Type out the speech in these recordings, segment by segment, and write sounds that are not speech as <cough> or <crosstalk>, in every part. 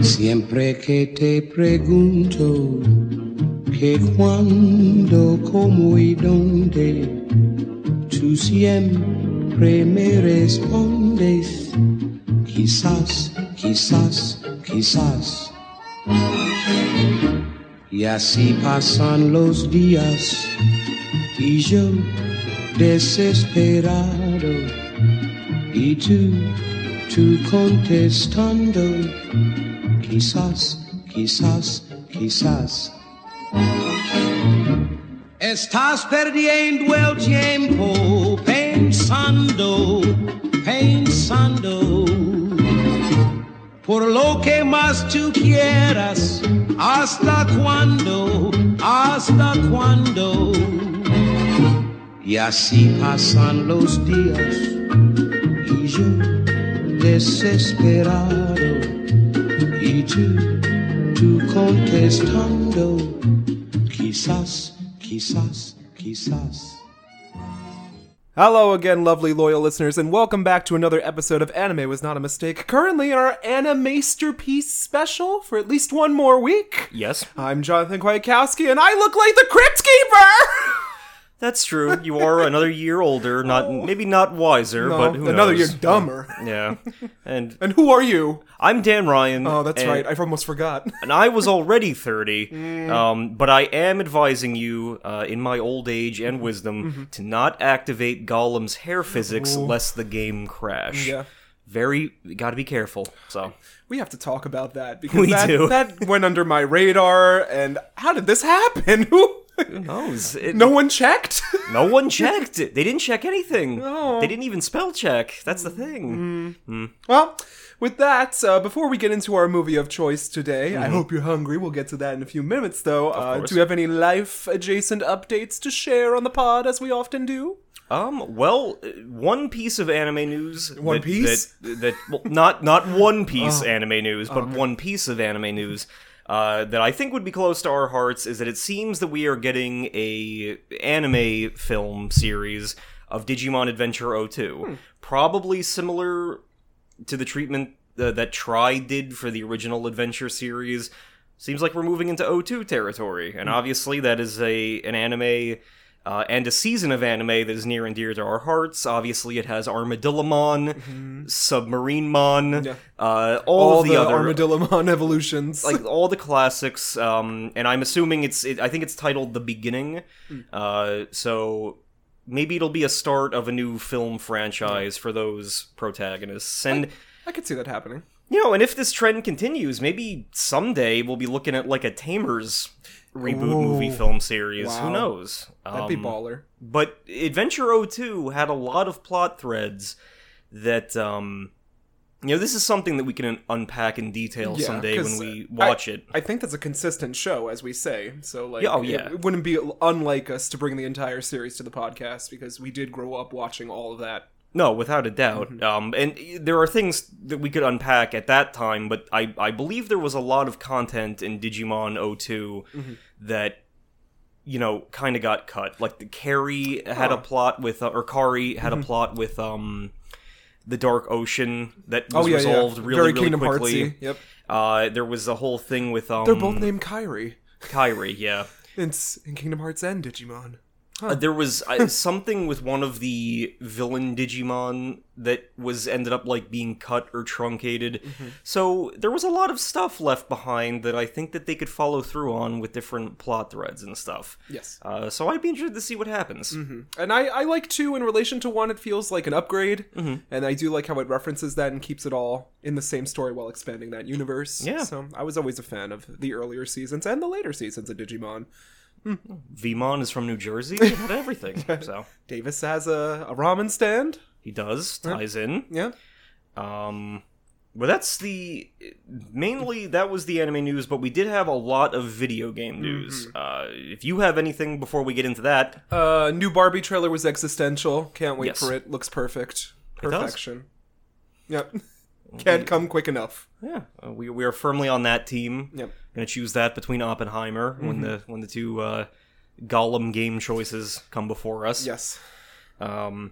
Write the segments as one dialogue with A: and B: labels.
A: Siempre que te pregunto que cuando, cómo y dónde, tú siempre me respondes, quizás, quizás, quizás. Y así pasan los días y yo desesperado y tú, tú contestando, quizás, quizás, quizás. Estás perdiendo el tiempo pensando, pensando. Por lo que más tú quieras, hasta cuándo, hasta cuándo. Y así pasan los días y yo desesperado y tú, tú contestando, quizás, quizás, quizás.
B: Hello again, lovely loyal listeners, and welcome back to another episode of Anime Was Not a Mistake. Currently, our Anime Masterpiece special for at least one more week.
C: Yes,
B: I'm Jonathan Kwiatkowski, and I look like the Crypt Keeper!
C: that's true. You are another year older, not maybe not wiser,
B: Oh. No,
C: but who
B: another
C: knows?
B: year dumber. <laughs>
C: Yeah, and
B: and who are you?
C: I'm Dan Ryan.
B: Oh, that's
C: and-
B: right. I Mm. almost forgot. <laughs>
C: and I was already 30, um, but I am advising you, uh, in my old age and wisdom,
B: Mm-hmm.
C: to not activate Gollum's hair physics lest the game crash.
B: Yeah.
C: Very, gotta be careful. So,
B: We have to talk about that because
C: We
B: that, <laughs>
C: do.
B: that went under my radar. And how did this happen? <laughs> Who?
C: who knows? It-
B: No one checked. <laughs>
C: no one checked it. They didn't check anything.
B: No. Mm.
C: They didn't even spell check. That's the thing.
B: Well, with that, uh, before we get into our movie of choice today, I hope you're hungry. We'll get to that in a few minutes, though. Uh,
C: Mm-hmm. course.
B: do you have any life adjacent updates to share on the pod, as we often do?
C: Um. Well, uh, one piece of anime news.
B: One
C: that,
B: piece? Oh.
C: That, that well, not not one
B: <laughs>
C: piece anime news, but one piece of anime news. Uh, that I think would be close to our hearts is that it seems that we are getting a anime film series of Digimon Adventure 02.
B: Hmm.
C: Probably similar to the treatment uh, that Try did for the original Adventure series. Seems like we're moving into O2 territory,
B: Hmm.
C: and obviously that is a an anime uh, and a season of anime that is near and dear to our hearts. Obviously, it has Armadillamon, Submarinemon,
B: Mm-hmm. Yeah.
C: uh, all,
B: All
C: of the, other
B: Armadillomon evolutions.
C: like all the classics. Um, and I'm assuming it's it, I think it's titled The Beginning.
B: Hmm.
C: Uh, so maybe it'll be a start of a new film franchise for those protagonists. And
B: <laughs> I could see that happening.
C: you know, and if this trend continues, maybe someday we'll be looking at like a Tamers reboot
B: Ooh.
C: movie film series.
B: Wow.
C: Who knows?
B: That'd be
C: Um,
B: baller.
C: But Adventure 02 had a lot of plot threads that um you know, this is something that we can unpack in detail
B: Yeah,
C: someday
B: 'cause
C: when we watch it.
B: I think that's a consistent show, as we say. So, like,
C: Yeah, oh,
B: it-
C: yeah.
B: it, wouldn't be unlike us to bring the entire series to the podcast because we did grow up watching all of that.
C: No, without a doubt.
B: Mm-hmm.
C: Um, and uh, there are things that we could unpack at that time, but I, I believe there was a lot of content in Digimon 2
B: Mm-hmm.
C: that, you know, kind of got cut. Like the Carrie had
B: Huh.
C: a plot with, uh, or Kari had
B: Mm-hmm.
C: a plot with um, the Dark Ocean that
B: Oh
C: was
B: yeah,
C: resolved
B: yeah.
C: really,
B: Very
C: really
B: Kingdom
C: quickly.
B: Heartsy. Yep,
C: Uh, there was a whole thing with um,
B: they're both named Kyrie.
C: Kairi, yeah.
B: It's in Kingdom Hearts and Digimon.
C: Uh, there was uh, something with one of the villain Digimon that was ended up like being cut or truncated. So there was a lot of stuff left behind that I think that they could follow through on with different plot threads and stuff.
B: Yes.
C: Uh, so I'd be interested to see what happens.
B: Hmm. Mm-hmm. And I, I like two in relation to one, it feels like an upgrade.
C: Mm-hmm.
B: And I do like how it references that and keeps it all in the same story while expanding that universe.
C: Yeah.
B: So I was always a fan of the earlier seasons and the later seasons of Digimon.
C: Vimon is from New Jersey. He had everything. So
B: Davis has a, a ramen stand.
C: he does ties in.
B: Yeah.
C: Um, well, that's the mainly that was the anime news, but we did have a lot of video game news. Uh, if you have anything before we get into that,
B: Uh, new Barbie trailer was existential. Can't wait
C: Yes.
B: for it. Looks perfect.
C: does.
B: Perfection.
C: <laughs>
B: Yep. <laughs> Can't come quick enough.
C: Yeah, uh, we we are firmly on that team.
B: Yep. Mm-hmm.
C: Gonna choose that between Oppenheimer when the when the two uh, Gollum game choices come before us.
B: Yes.
C: Um,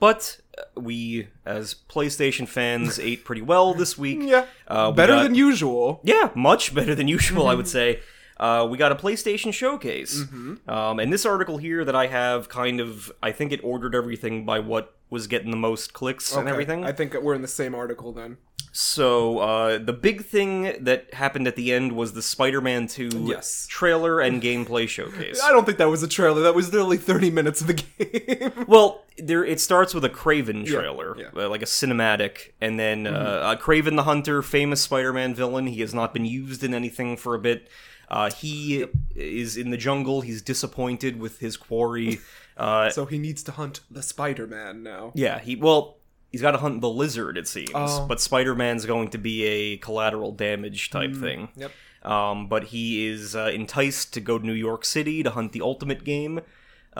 C: But uh, we, as PlayStation fans, ate pretty well
B: <laughs>
C: this week.
B: <laughs> Yeah.
C: Uh, we
B: Better
C: got-
B: than Mm-hmm. usual.
C: yeah, much better than usual, I would say. Uh, we got a PlayStation showcase,
B: Mm-hmm.
C: um, and this article here that I have kind of, I think it ordered everything by what was getting the most clicks and
B: Okay,
C: everything.
B: I think we're in the same article then.
C: So uh, the big thing that happened at the end was the Spider-Man 2
B: Yes.
C: trailer and gameplay showcase.
B: <laughs> I don't think that was a trailer. That was literally 30 minutes of the <laughs> game.
C: Well, there it starts with a Craven trailer,
B: yeah. Mm-hmm.
C: uh, like a cinematic, and then uh, uh, Craven the Hunter, famous Spider-Man villain. He has not been used in anything for a bit. Uh, he is in the jungle. He's disappointed with his
B: <laughs>
C: quarry. Uh,
B: so he needs to hunt the Spider-Man now.
C: yeah, he well, he's got to hunt the lizard, it seems.
B: Oh.
C: But Spider-Man's going to be a collateral damage type thing.
B: Hmm. Yep.
C: Um, but he is uh, enticed to go to New York City to hunt the ultimate game,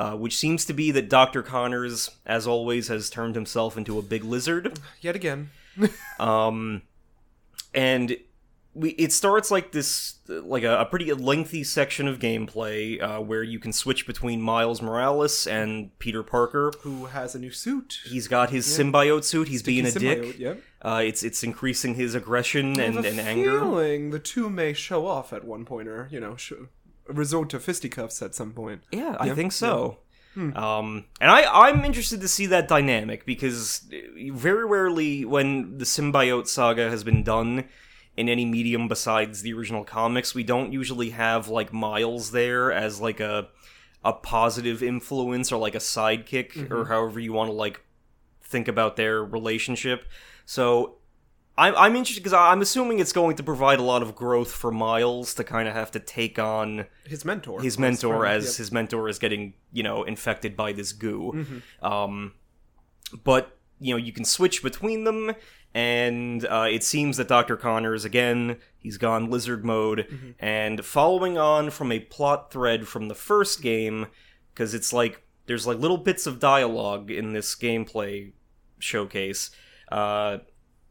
C: uh, which seems to be that Dr. Connors, as always, has turned himself into a big lizard.
B: Yet again.
C: Um, and we, it starts like this, like a, a pretty lengthy section of gameplay uh, where you can switch between Miles Morales and Peter Parker.
B: Who has a new suit?
C: He's got his symbiote suit. He's being a
B: Symbiote,
C: dick.
B: Yep.
C: Uh, it's it's increasing his aggression
B: I
C: and,
B: have a
C: and anger.
B: feeling the two may show off at one point, or you know, sh- resort to fisticuffs at some point.
C: Yeah, I think so. Um, and I, I'm interested to see that dynamic because very rarely, when the symbiote saga has been done in any medium besides the original comics, we don't usually have like Miles there as like a a positive influence or like a sidekick or however you want to like think about their relationship. So I'm, I'm interested because I'm assuming it's going to provide a lot of growth for Miles to kind of have to take on
B: His mentor.
C: his
B: or
C: mentor
B: friend,
C: as
B: yep.
C: his mentor is getting you know infected by this goo
B: Mm-hmm.
C: um but you know you can switch between them and uh, it seems that dr connors again he's gone lizard mode
B: Mm-hmm.
C: and following on from a plot thread from the first game because it's like there's like little bits of dialogue in this gameplay showcase uh,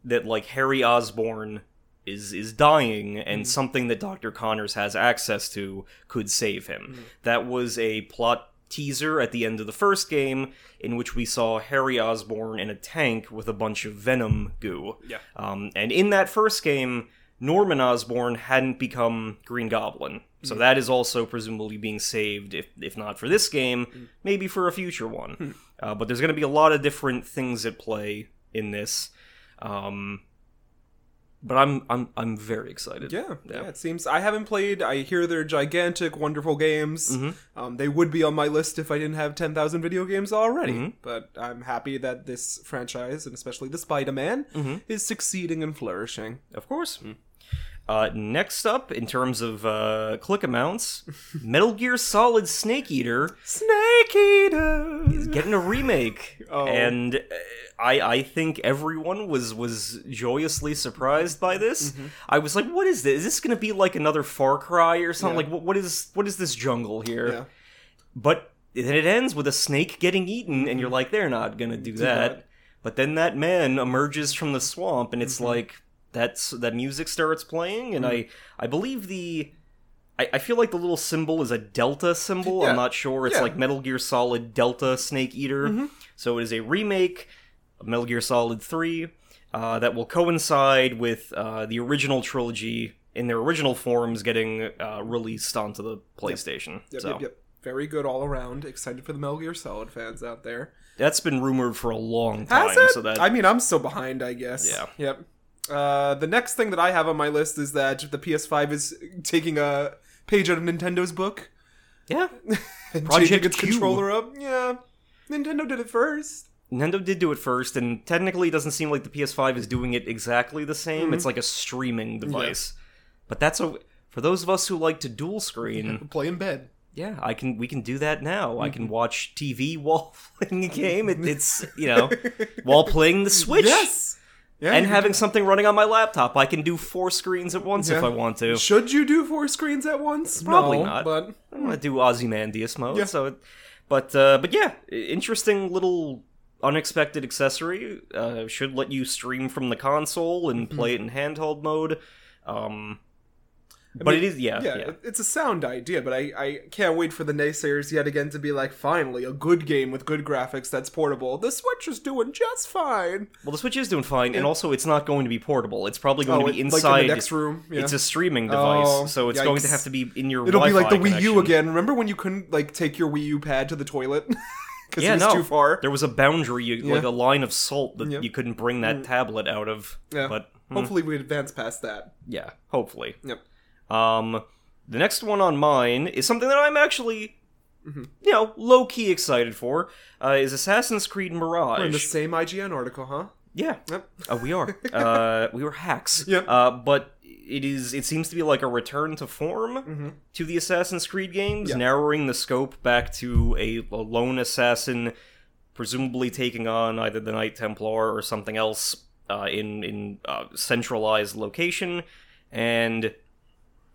C: that like harry osborne is is dying and something that Dr. Connors has access to could save him. That was a plot teaser at the end of the first game in which we saw Harry Osborn in a tank with a bunch of venom goo.
B: Yeah.
C: Um, and in that first game, Norman Osborn hadn't become Green Goblin. So that is also presumably being saved, if, if not for this game, maybe for a future one. Uh, but there's going to be a lot of different things at play in this. Um, but I'm I'm I'm very excited.
B: Yeah, yeah, It seems I haven't played. I hear they're gigantic, wonderful games. Um, they would be on my list if I didn't have ten thousand video games already. But I'm happy that this franchise, and especially the Spider-Man, is succeeding and flourishing.
C: Of course. Uh, next up, in terms of uh, click amounts, <laughs> Metal Gear Solid Snake Eater
B: Snake
C: is
B: Eater.
C: getting a remake,
B: Oh.
C: and uh, I I think everyone was was joyously surprised by this.
B: Mm-hmm.
C: I was like, "What is this? Is this going to be like another Far Cry or something?
B: Yeah.
C: Like, what, what is what is this jungle here?"
B: Yeah.
C: But then it ends with a snake getting eaten, and you're like, they're not gonna do that.
B: that.
C: But then that man emerges from the swamp, and it's
B: Mm-hmm.
C: like that's that music starts playing, and I I believe the. I I feel like the little symbol is a delta symbol.
B: Yeah.
C: I'm not sure. It's
B: Yeah. Mm-hmm.
C: like Metal Gear Solid Delta Snake Eater. So it is a remake of Metal Gear Solid 3 uh, that will coincide with uh, the original trilogy in their original forms getting uh, released onto the PlayStation.
B: Yep,
C: so.
B: yep, yep. Very good all around. Excited for the Metal Gear Solid fans out there.
C: That's been rumored for a long time.
B: Has it?
C: So that
B: I mean, I'm so behind, I guess.
C: Yeah.
B: Yep. Uh, the next thing that I have on my list is that the PS5 is taking a page out of Nintendo's book
C: yeah,
B: and
C: Project
B: changing its
C: Q.
B: controller up. Yeah. Nintendo did it first.
C: Nintendo did do it first, and technically, it doesn't seem like the PS5 is doing it exactly the same. It's
B: Mm-hmm.
C: like a streaming device, but that's a for those of us who like to dual screen.
B: <laughs> Play in bed.
C: yeah, I can. We can do that now. I
B: Mm-hmm.
C: can watch TV while <laughs> playing a game. It, it's you
B: <laughs>
C: know while playing the Switch.
B: Yes. Yeah.
C: And
B: you-
C: having something running on my laptop, I can do four screens at once if
B: Yeah.
C: I want
B: <laughs>
C: to.
B: should you do four screens at once?
C: Probably
B: No,
C: not.
B: But
C: I'm gonna do Ozymandias mode.
B: Yeah.
C: So, it- but uh, but yeah, i- interesting little unexpected accessory. Uh, should
B: Mm-hmm.
C: let you stream from the console and play it in handheld mode. Um, but it is yeah, yeah.
B: Yeah, it- it's a sound idea, but I, I can't wait for the naysayers yet again to be like, finally, a good game with good graphics that's portable. The Switch is doing just fine.
C: Well, the Switch is doing fine, and also it's not going to be portable. It's probably going
B: Oh,
C: to be
B: it- like in the
C: inside
B: next room, yeah.
C: It's a streaming device,
B: Oh,
C: so it's going to
B: yikes.
C: have to be in your.
B: It'll be like the
C: Wi-Fi
B: Wii U
C: connection.
B: again. Remember when you couldn't like take your Wii U pad to the toilet <laughs> because
C: Yeah,
B: it was
C: no.
B: too far?
C: There was a boundary, you, like
B: Yeah.
C: a line of salt that
B: Yeah. Mm.
C: you couldn't bring that tablet out of.
B: Yeah.
C: But hmm.
B: Hopefully, we advance past that.
C: yeah, hopefully.
B: Yep.
C: Um, the next one on mine is something that I'm actually,
B: Mm-hmm.
C: you know, low key excited for. Uh, is Assassin's Creed Mirage?
B: We're in the same IGN article, huh?
C: Yeah,
B: Yep.
C: uh, we are.
B: <laughs>
C: Uh, we were hacks.
B: Yep.
C: Uh, but it is. It seems to be like a return to form
B: Mm-hmm.
C: to the Assassin's Creed games,
B: Yeah.
C: narrowing the scope back to a, a lone assassin, presumably taking on either the Knight Templar or something else uh, in in uh, centralized location, and.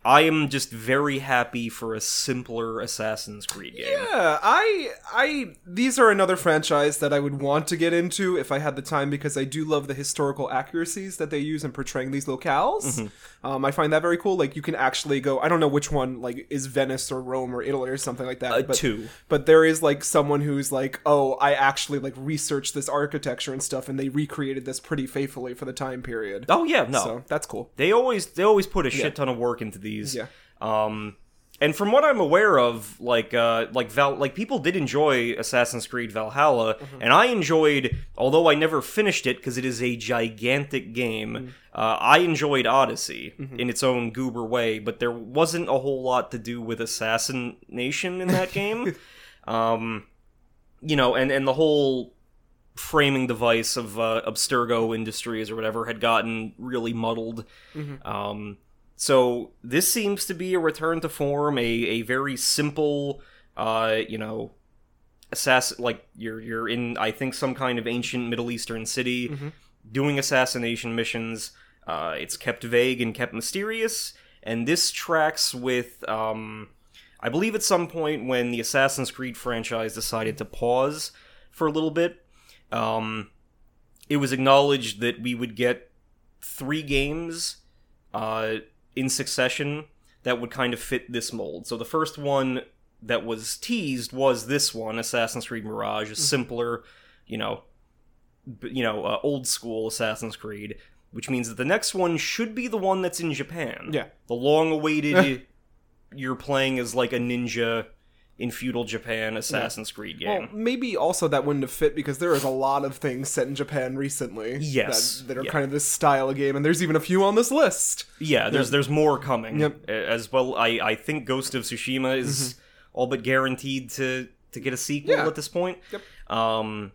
C: I am just very happy for a simpler Assassin's Creed game.
B: Yeah, I I these are another franchise that I would want to get into if I had the time because I do love the historical accuracies that they use in portraying these locales.
C: Mm-hmm.
B: Um, I find that very cool. Like you can actually go. I don't know which one like is Venice or Rome or Italy or something like that.
C: Uh,
B: but
C: two.
B: but there is like someone who's like, oh, I actually like researched this architecture and stuff, and they recreated this pretty faithfully for the time period.
C: Oh yeah, no.
B: So that's cool.
C: They always they always put a shit ton of work into these.
B: Yeah.
C: Um and from what I'm aware of, like uh like Val like people did enjoy Assassin's Creed Valhalla, and I enjoyed although I never finished it because it is a gigantic game, uh, I enjoyed Odyssey in its own goober way, but there wasn't a whole lot to do with assassination in that game. um you know, and and the whole framing device of uh, Abstergo Industries or whatever had gotten really muddled. Um, so this seems to be a return to form, a, a very simple, uh, you know, assassin. Like you're you're in, I think, some kind of ancient Middle Eastern city,
B: Mm-hmm.
C: doing assassination missions. Uh, it's kept vague and kept mysterious, and this tracks with. Um, I believe at some point when the Assassin's Creed franchise decided to pause for a little bit, um, it was acknowledged that we would get three games uh, in succession that would kind of fit this mold. So the first one that was teased was this one, Assassin's Creed Mirage,
B: Mm-hmm.
C: a simpler, you know, b- you know, uh, old school Assassin's Creed, which means that the next one should be the one that's in Japan.
B: Yeah. <laughs>
C: the long-awaited. you're playing as like a ninja in feudal Japan Assassin's Creed game.
B: Well, maybe also that wouldn't have fit because there is a lot of things set in Japan recently.
C: Yes.
B: That, that are
C: Yeah.
B: kind of this style of game, and there's even a few on this list.
C: Yeah, there's there's more coming
B: Yep. Mm-hmm.
C: A- as well. I I think Ghost of Tsushima is all but guaranteed to to get a sequel
B: Yeah.
C: at this point.
B: Yep.
C: Um,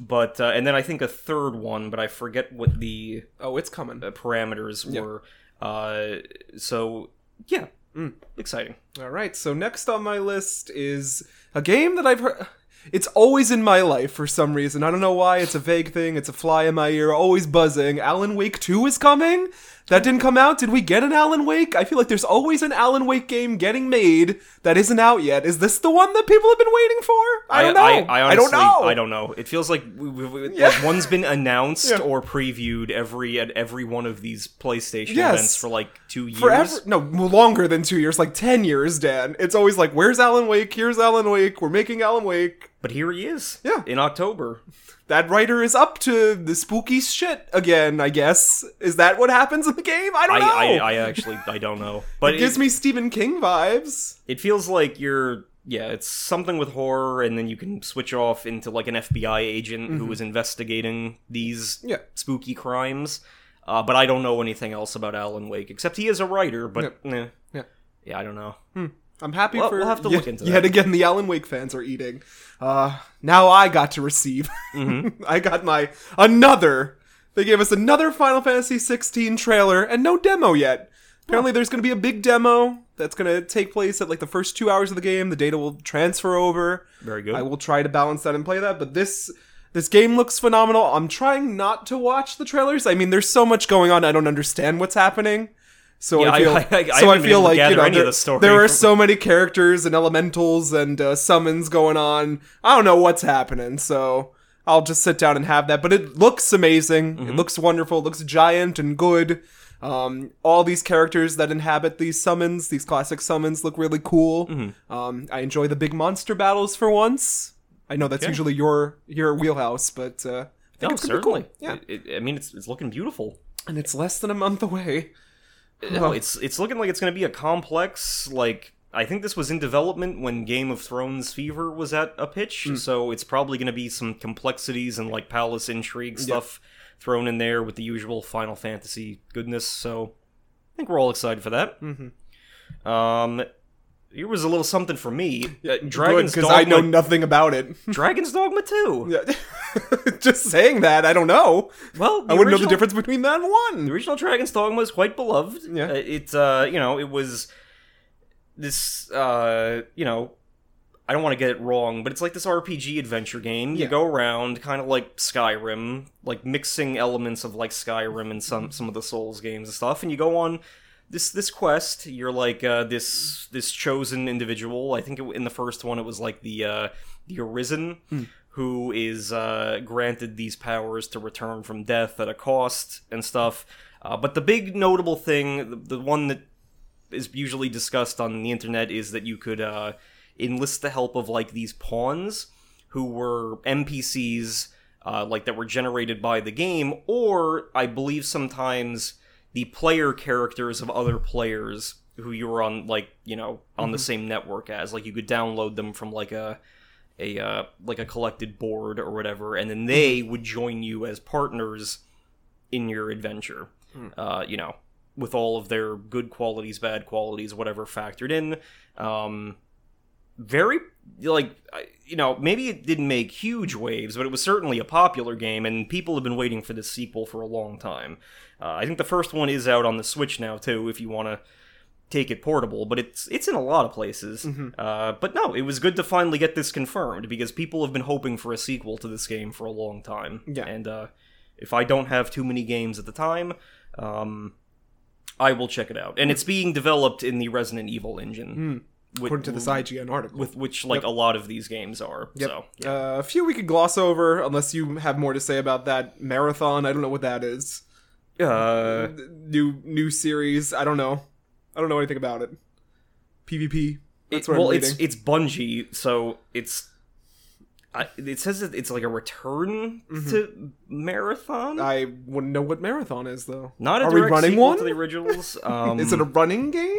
C: but uh, and then I think a third one, but I forget what the
B: Oh, it's coming.
C: uh, parameters
B: Yep.
C: were. Uh, so yeah,
B: Mm.
C: exciting.
B: All right, so next on my list is a game that I've heard. It's always in my life for some reason. I don't know why. It's a vague thing. It's a fly in my ear, always buzzing. Alan Wake 2 is coming? That didn't come out? Did we get an Alan Wake? I feel like there's always an Alan Wake game getting made that isn't out yet. Is this the one that people have been waiting for? I don't know.
C: I, honestly,
B: don't know.
C: I don't know. It feels like we, we, we- like
B: Yeah.
C: one's been announced
B: Yeah.
C: or previewed every at every one of these PlayStation
B: Yes.
C: events for like two years.
B: forever no longer than two years like 10 years dan it's always like where's alan wake here's alan wake we're making alan wake
C: But here he is.
B: Yeah.
C: in October.
B: that writer is up to the spooky shit again i guess is that what happens in the game i don't know
C: I, I, I actually I
B: <laughs>
C: don't know, but
B: it
C: it,
B: gives me stephen king vibes
C: it feels like you're yeah, it's something with horror, and then you can switch off into like an FBI agent who is investigating these
B: Mm-hmm. Yeah.
C: spooky crimes. Uh, but I don't know anything else about Alan Wake except he is a writer. But eh.
B: Yeah.
C: yeah, I don't know.
B: i'm happy
C: Well,
B: for
C: we'll have to
B: yet, <laughs>
C: look into
B: yet again the alan wake fans are eating uh now i got to receive
C: Mm-hmm.
B: <laughs> i got my another they gave us another final fantasy 16 trailer and no demo yet apparently there's going to be a big demo that's going to take place at like the first two hours of the game the data will transfer over
C: Very good.
B: i will try to balance that and play that but this this game looks phenomenal i'm trying not to watch the trailers i mean there's so much going on i don't understand what's happening so
C: Yeah,
B: I
C: <laughs> I-
B: feel,
C: I- I
B: so I
C: haven't been
B: feel
C: able to
B: like you
C: gather
B: know,
C: any of
B: there,
C: the story
B: there are
C: from-
B: so many characters and elementals and uh, summons going on. I don't know what's happening, so
C: Mm-hmm.
B: I'll just sit down and have that. But it looks amazing. It looks wonderful. It looks giant and good. Um, all these characters that inhabit these summons, these classic summons, look really cool.
C: Mm-hmm.
B: Um, I enjoy the big monster battles for once. I know that's usually your your wheelhouse, but uh, I think it could
C: No,
B: be cool.
C: certainly.
B: Yeah,
C: It- it- I mean, it's, it's looking beautiful.
B: and it's less than a month away.
C: No, Uh, it's it's looking like it's going to be a complex like I think this was in development when Game of Thrones fever was at a pitch,
B: Hmm.
C: so it's probably going to be some complexities and like palace intrigue stuff thrown in there with the usual Final Fantasy goodness. So I think we're all excited for that. Mm-hmm. Um, here was a little something for me. Uh, Dragon's
B: because I know
C: Dogma.
B: nothing about it.
C: Dragon's Dogma Two.
B: Yeah. <laughs> Just saying that, I don't know.
C: Well,
B: I wouldn't know the
C: original-
B: difference between that and one.
C: The original Dragon's Dogma is quite beloved.
B: Yeah.
C: Uh, It, uh, you know, it was this, uh, you know, I don't want to get it wrong, but it's like this RPG adventure game.
B: Yeah.
C: You go around, kind of like Skyrim, like mixing elements of like Skyrim and some some of the Souls games and stuff, and you go on this this quest. You're like uh, this this chosen individual. I think it, in the first one it was like the uh, the Arisen. Who is uh, granted these powers to return from death at a cost and stuff? Uh, but the big notable thing, the, the one that is usually discussed on the internet is that you could uh, enlist the help of like these pawns who were NPCs uh, like that were generated by the game, or I believe sometimes the player characters of other players who you were on like you know on the same network as like you could download them from like a a uh, like a collected board or whatever, and then they would join you as partners in your adventure. Uh, you know, with all of their good qualities, bad qualities, whatever factored in. Um, very like I- you know maybe it didn't make huge waves but it was certainly a popular game and people have been waiting for this sequel for a long time uh, i think the first one is out on the switch now too if you want to take it portable but it's it's in a lot of places uh, but no it was good to finally get this confirmed because people have been hoping for a sequel to this game for a long time
B: Yeah.
C: and uh, if i don't have too many games at the time um, i will check it out and it's being developed in the resident evil engine With-
B: Hmm. According to this IGN article.
C: with which like a lot of these games are. So yeah.
B: Uh, a few we could gloss over unless you have more to say about that marathon. I don't know what that is.
C: Uh,
B: New new series. I don't know. I don't know anything about it. PvP. That's
C: it-
B: what
C: well,
B: I'm
C: it's
B: reading.
C: it's Bungie, so it's. I, it says that it's like a return to marathon.
B: Mm-hmm. I wouldn't know what marathon is though.
C: Not a
B: Are we
C: direct
B: running
C: sequel
B: one?
C: to the originals.
B: <laughs>
C: Um,
B: Is it a running game?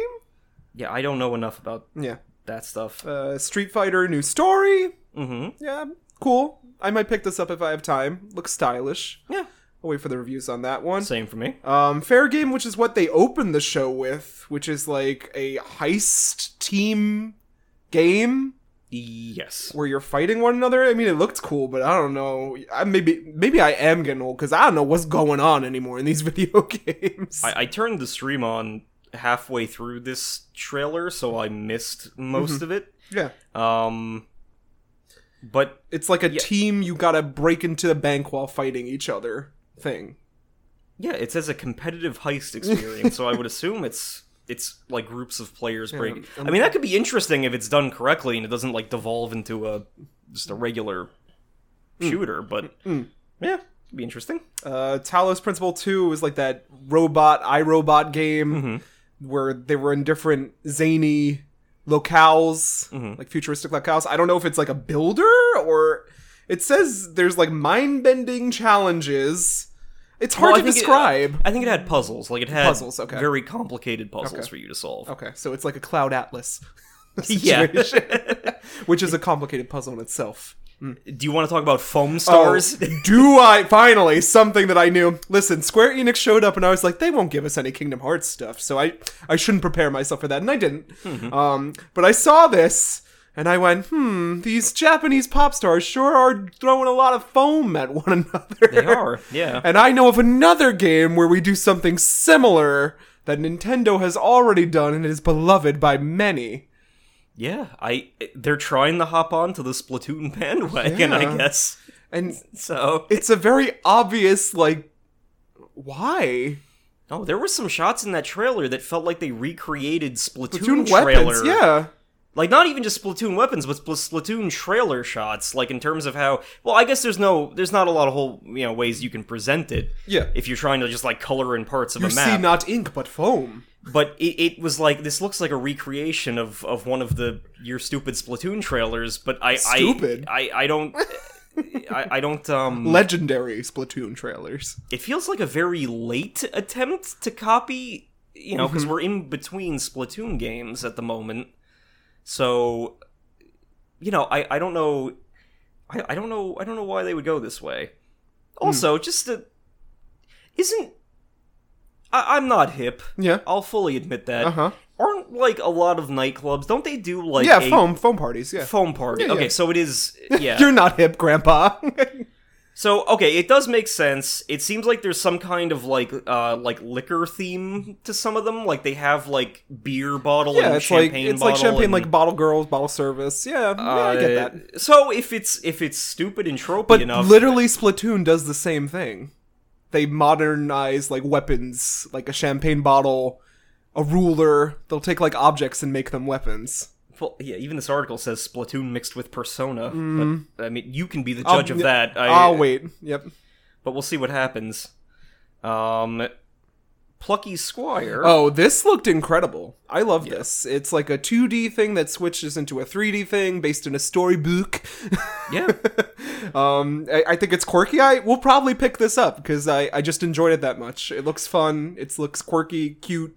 C: yeah, I don't know enough about
B: Yeah.
C: that stuff.
B: Uh, Street Fighter new story.
C: hmm
B: Yeah, cool. I might pick this up if I have time. Looks stylish.
C: Yeah,
B: I'll wait for the reviews on that one.
C: same for me.
B: Um, Fair Game, which is what they opened the show with, which is like a heist team game
C: Yes.
B: where you're fighting one another. I mean, it looked cool, but I don't know. I, maybe maybe I am getting old because I don't know what's going on anymore in these <laughs> video games.
C: I, I turned the stream on halfway through this trailer, so I missed
B: Mm-hmm.
C: most of it.
B: yeah,
C: Um, but
B: it's like a team you gotta break into a bank while fighting each other thing.
C: Yeah, it says a competitive heist experience, so I
B: <laughs>
C: would assume it's it's like groups of players breaking.
B: um,
C: I mean, that could be interesting if it's done correctly and it doesn't like devolve into a just a regular
B: Mm.
C: shooter. But yeah, it'd be interesting.
B: Uh, Talos Principle 2 was like that robot iRobot game
C: Mm-hmm.
B: where they were in different zany locales,
C: Mm-hmm.
B: like futuristic locales. I don't know if it's like a builder or it says there's like mind-bending challenges. It's hard
C: Well, I
B: to
C: think it-
B: describe.
C: I think it had puzzles. Like it had
B: Puzzles, okay.
C: very complicated puzzles
B: Okay.
C: for you to solve.
B: okay, so it's like a cloud atlas. <laughs>
C: Yeah.
B: situation, <laughs> which is a complicated puzzle in itself.
C: Do you want to talk about
B: <laughs>
C: foam stars?
B: Oh, do I finally something that I knew? Listen, Square Enix showed up, and I was like, they won't give us any Kingdom Hearts stuff, so I I shouldn't prepare myself for that, and I didn't.
C: Mm-hmm.
B: Um, but I saw this, and I went, hmm, these Japanese pop stars sure are throwing a lot of foam at one <laughs> another.
C: they are. Yeah.
B: And I know of another game where we do something similar that Nintendo has already done and is beloved by many.
C: Yeah. I they're trying to hop onto the Splatoon <laughs> bandwagon,
B: Yeah.
C: I guess.
B: And
C: So
B: it's a very obvious like why?
C: No, there were some shots in that trailer that felt like they recreated Splatoon,
B: Platoon
C: trailer.
B: weapons, yeah.
C: Like not even just Splatoon weapons, but Spl- Splatoon trailer shots. Like in terms of how well, I guess there's no, there's not a lot of whole you know ways you can present it.
B: Yeah.
C: If you're trying to just like color in parts of
B: You
C: a map,
B: see not ink but foam.
C: but it, it was like this looks like a recreation of of one of the your stupid Splatoon trailers. But I
B: Stupid?
C: I I, I don't. <laughs> I, I don't um
B: Legendary Splatoon trailers.
C: it feels like a very late attempt to copy you know because
B: Mm-hmm.
C: we're in between splatoon games at the moment so you know i, I don't know I, I don't know i don't know why they would go this way
B: Hmm.
C: also just a isn't I, i'm not hip
B: Yeah.
C: i'll fully admit that
B: Uh huh.
C: aren't like a lot of nightclubs don't they do like
B: yeah,
C: a
B: foam foam parties. Yeah.
C: foam party
B: Yeah, yeah.
C: okay so
B: <laughs>
C: it is yeah
B: You're not hip, Grandpa. <laughs>
C: So okay, it does make sense. It seems like there's some kind of like uh like liquor theme to some of them. Like they have like beer bottle
B: yeah,
C: and
B: it's like
C: champagne
B: it's
C: bottle.
B: like champagne,
C: and,
B: like bottle girls, bottle service. Yeah, yeah, I get that.
C: uh, So if it's if it's stupid and tropey
B: But
C: enough,
B: literally, Splatoon does the same thing. They modernize like weapons, like a champagne bottle, a ruler. They'll take like objects and make them weapons.
C: well, yeah. Even this article says Splatoon mixed with Persona.
B: Mm-hmm.
C: But, I mean, you can be the judge of
B: yeah.
C: that. I,
B: Ah, wait. Yep.
C: But we'll see what happens. Um, Plucky Squire.
B: Oh, this looked incredible. I love this. It's like a 2D thing that switches into a 3D thing based in a storybook. <laughs>
C: yeah.
B: um, I, I think it's quirky. I will probably pick this up because I, I just enjoyed it that much. It looks fun. It looks quirky, cute.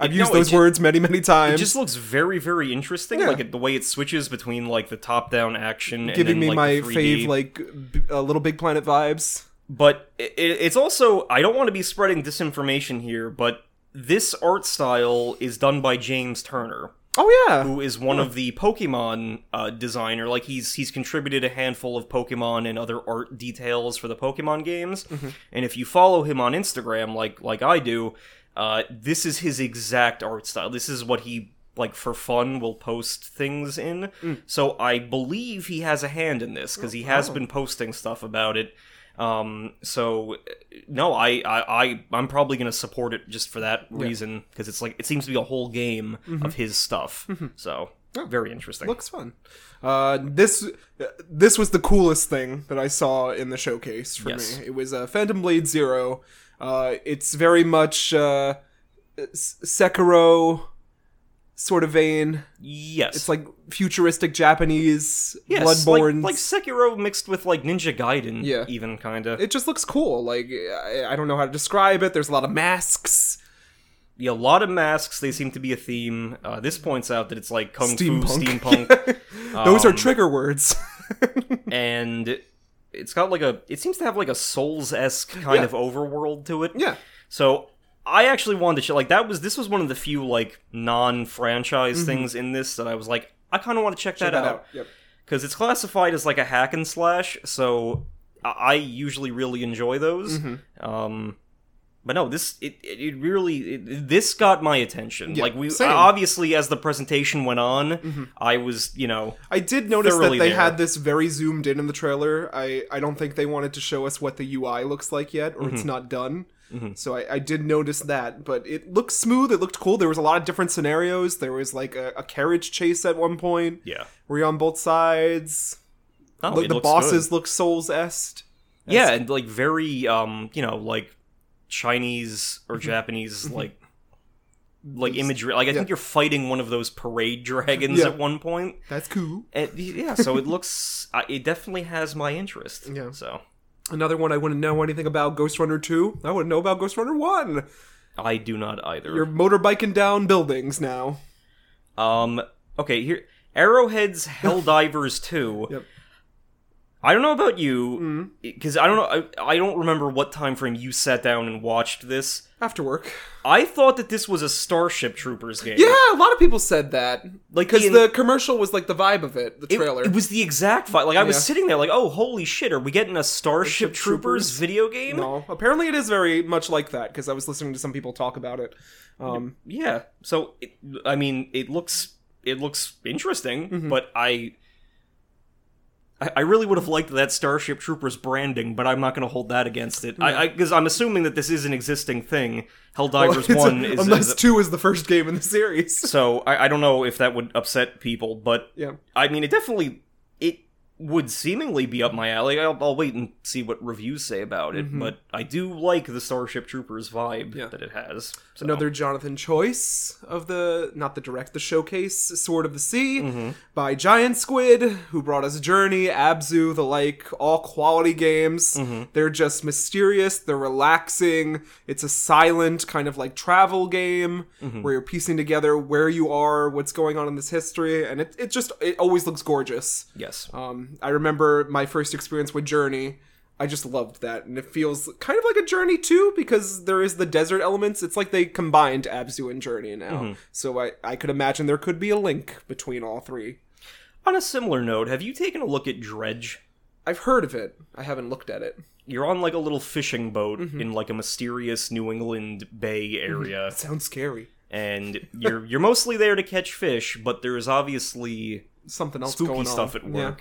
B: I've
C: It-
B: used
C: no, it
B: those
C: ju-
B: words many, many
C: It
B: times.
C: just looks very, very interesting.
B: Yeah.
C: Like it, the way it switches between like the top-down action,
B: giving
C: and
B: me
C: then, like,
B: my
C: the 3D.
B: fave like b- uh, little big planet vibes
C: but it, it's also I don't want to be spreading disinformation here, but this art style is done by James Turner,
B: oh yeah
C: who is one of the Pokemon uh, designer. Like he's he's contributed a handful of Pokemon and other art details for the Pokemon games, and if you follow him on Instagram, like like I do, uh, this is his exact art style. This is what he like for fun will post things in. So I believe he has a hand in this because he has been posting stuff about it. Um, so uh, no, I, I, I, I'm probably going to support it just for that reason because it's like it seems to be a whole game
B: Mm-hmm.
C: of his stuff. So
B: Oh.
C: very interesting.
B: looks fun uh, this this was the coolest thing that i saw in the showcase for
C: Yes.
B: me it was uh, phantom blade zero uh, it's very much uh, S- sekiro sort of vein
C: yes,
B: it's like futuristic japanese
C: yes,
B: bloodborne
C: like, like Sekiro mixed with like Ninja Gaiden.
B: Yeah.
C: even kind of
B: it just looks cool like I, I don't know how to describe it there's a lot of masks
C: yeah, a lot of masks. They seem to be a theme. Uh, this points out that it's like kung fu,
B: Steampunk. <laughs>
C: steampunk.
B: those are
C: Um,
B: trigger words <laughs>
C: and it's got like a it seems to have like a souls esque kind
B: Yeah.
C: of overworld to it.
B: yeah
C: So I actually wanted to ch- like that was this was one of the few like non franchise things in this that I was like I kind of want to check, that,
B: Mm-hmm. Check
C: out
B: Yep.
C: because it's classified as like a hack and slash. So I, I usually really enjoy those.
B: Mm-hmm.
C: Um, but no, this it it, it really it, this got my attention.
B: Yeah,
C: like we
B: same. Mm-hmm.
C: obviously as the presentation went on, I was you know
B: I did notice that
C: thoroughly
B: they
C: there.
B: had this very zoomed in in the trailer. I, I don't think they wanted to show us what the UI looks like yet, or
C: Mm-hmm.
B: it's not done. So I, I did notice that, but it looked smooth. It looked cool. There was a lot of different scenarios. There was like a, a carriage chase at one point.
C: yeah.
B: Were you on both sides?
C: Oh,
B: Look,
C: it
B: the
C: looks
B: bosses
C: good.
B: look Souls est.
C: yeah, and like very um you know like Chinese or
B: Mm-hmm.
C: Japanese like like imagery. Like I think you're fighting one of those parade dragons
B: Yeah.
C: at one point.
B: That's cool.
C: And, yeah, so it looks uh, it definitely has my interest.
B: Yeah.
C: So
B: Another one I wouldn't know anything about Ghost Runner 2. I wouldn't know about Ghost Runner 1.
C: I do not either.
B: You're motorbiking down buildings now.
C: Um. Okay. Here,
B: <laughs>
C: Arrowhead's Helldivers Two.
B: Yep. Mm.
C: I don't know about
B: Mm-hmm.
C: you, because I don't know. I, I don't remember what time frame you sat down and watched this.
B: After work.
C: I thought that this was a Starship Troopers game.
B: Yeah, a lot of people said that.
C: Like,
B: because
C: the-
B: the commercial was like the vibe of it, the
C: It,
B: trailer.
C: it was the exact vibe. Like I was
B: Yeah.
C: sitting there, like, oh, holy shit, are we getting a Starship
B: Starship
C: Troopers,
B: Troopers?
C: video game?
B: no, apparently it is very much like that because I was listening to some people talk about it. Um,
C: Yeah. So it, I mean, it looks it looks interesting, but I I, I really would have liked that Starship Troopers branding, but I'm not going to hold that against it. I Because I'm assuming that this is an existing thing.
B: <laughs>
C: Helldivers
B: It's-
C: 1 is.
B: unless
C: is a-
B: two is the first game in the series.
C: so I, I don't know if that would upset people, but
B: Yeah.
C: I mean, it definitely it would seemingly be up my alley. I'll, I'll wait and see what reviews say about it, but I do like the Starship Troopers vibe
B: Mm-hmm. Yeah.
C: that it has. So.
B: Another Jonathan Choice of the not the direct the showcase Sword of the Sea by Giant Squid, who brought us Journey, Abzu, the like, all quality games. They're just mysterious. They're relaxing. It's a silent kind of like travel game where you're piecing together where you are, what's going on in this history, and it it just it always looks gorgeous.
C: yes,
B: Um, I remember my first experience with Journey. I just loved that, and it feels kind of like a Journey too, because there is the desert elements. It's like they combined Abzu and Journey now,
C: Mm-hmm.
B: so I I could imagine there could be a link between all three.
C: on a similar note, have you taken a look at Dredge?
B: I've heard of it. I haven't looked at it.
C: You're on like a little fishing boat
B: Mm-hmm.
C: in like a mysterious New England bay area,
B: <laughs> Sounds scary.
C: and you're you're mostly there to catch fish, but there is obviously
B: Something else going
C: spooky
B: on.
C: stuff at
B: Yeah.
C: work.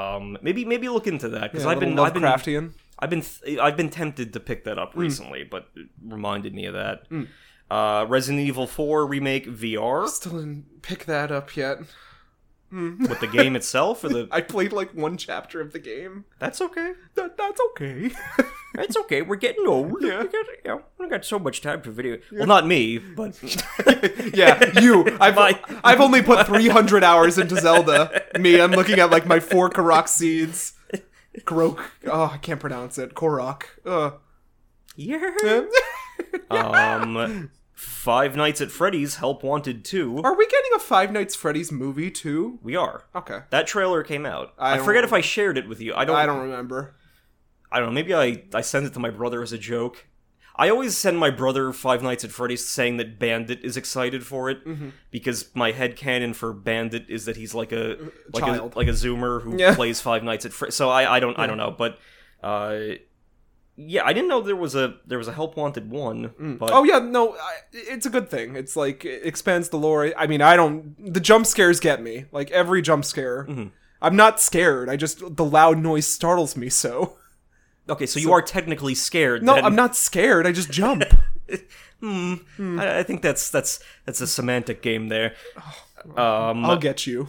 C: Um, maybe maybe look into that
B: Yeah,
C: because
B: a
C: I've been
B: little
C: I've been
B: Lovecraftian.
C: I've been th- I've been tempted to pick that
B: Mm.
C: up recently, but it reminded me of that. Uh, Resident Evil 4 remake VR
B: Still didn't pick that up yet.
C: with the
B: <laughs>
C: game itself, or the
B: I played like one chapter of the game.
C: that's okay.
B: That that's okay. <laughs>
C: That's okay. We're getting old.
B: Yeah.
C: We got, you know, we got so much time for video. Well, not me, but
B: <laughs>
C: <laughs>
B: Yeah, you. I've
C: My-
B: I've only put 300 hours into Zelda. Me, I'm looking at like my four Korok seeds. Korok. Oh, I can't pronounce it. Korok. Uh.
C: yeah. Um, Five Nights at Freddy's Help Wanted 2.
B: <laughs> Are we getting a Five Nights Freddy's movie too?
C: We are.
B: Okay.
C: That trailer came out.
B: I
C: I,
B: don't-
C: forget if I shared it with you. I don't.
B: I don't remember.
C: I don't know. Maybe I I send it to my brother as a joke. I always send my brother Five Nights at Freddy's saying that Bandit is excited for it
B: Mm-hmm.
C: because my head canon for Bandit is that he's like a like
B: Uh, child.
C: a like a zoomer who
B: Yeah.
C: plays Five Nights at Freddy's. So I I don't I don't know, but uh yeah, I didn't know there was a there was a help wanted one, but
B: Oh yeah, no, I, it's a good thing. It's like it expands the lore. I mean, I don't. The jump scares get me. Like every jump scare.
C: Mm-hmm.
B: I'm not scared. I just the loud noise startles me so.
C: okay, so, you are technically scared.
B: No,
C: then.
B: I'm not scared. I just jump.
C: <laughs> Hmm. I, I think that's that's that's a semantic game there. Um,
B: Oh, I'll get you.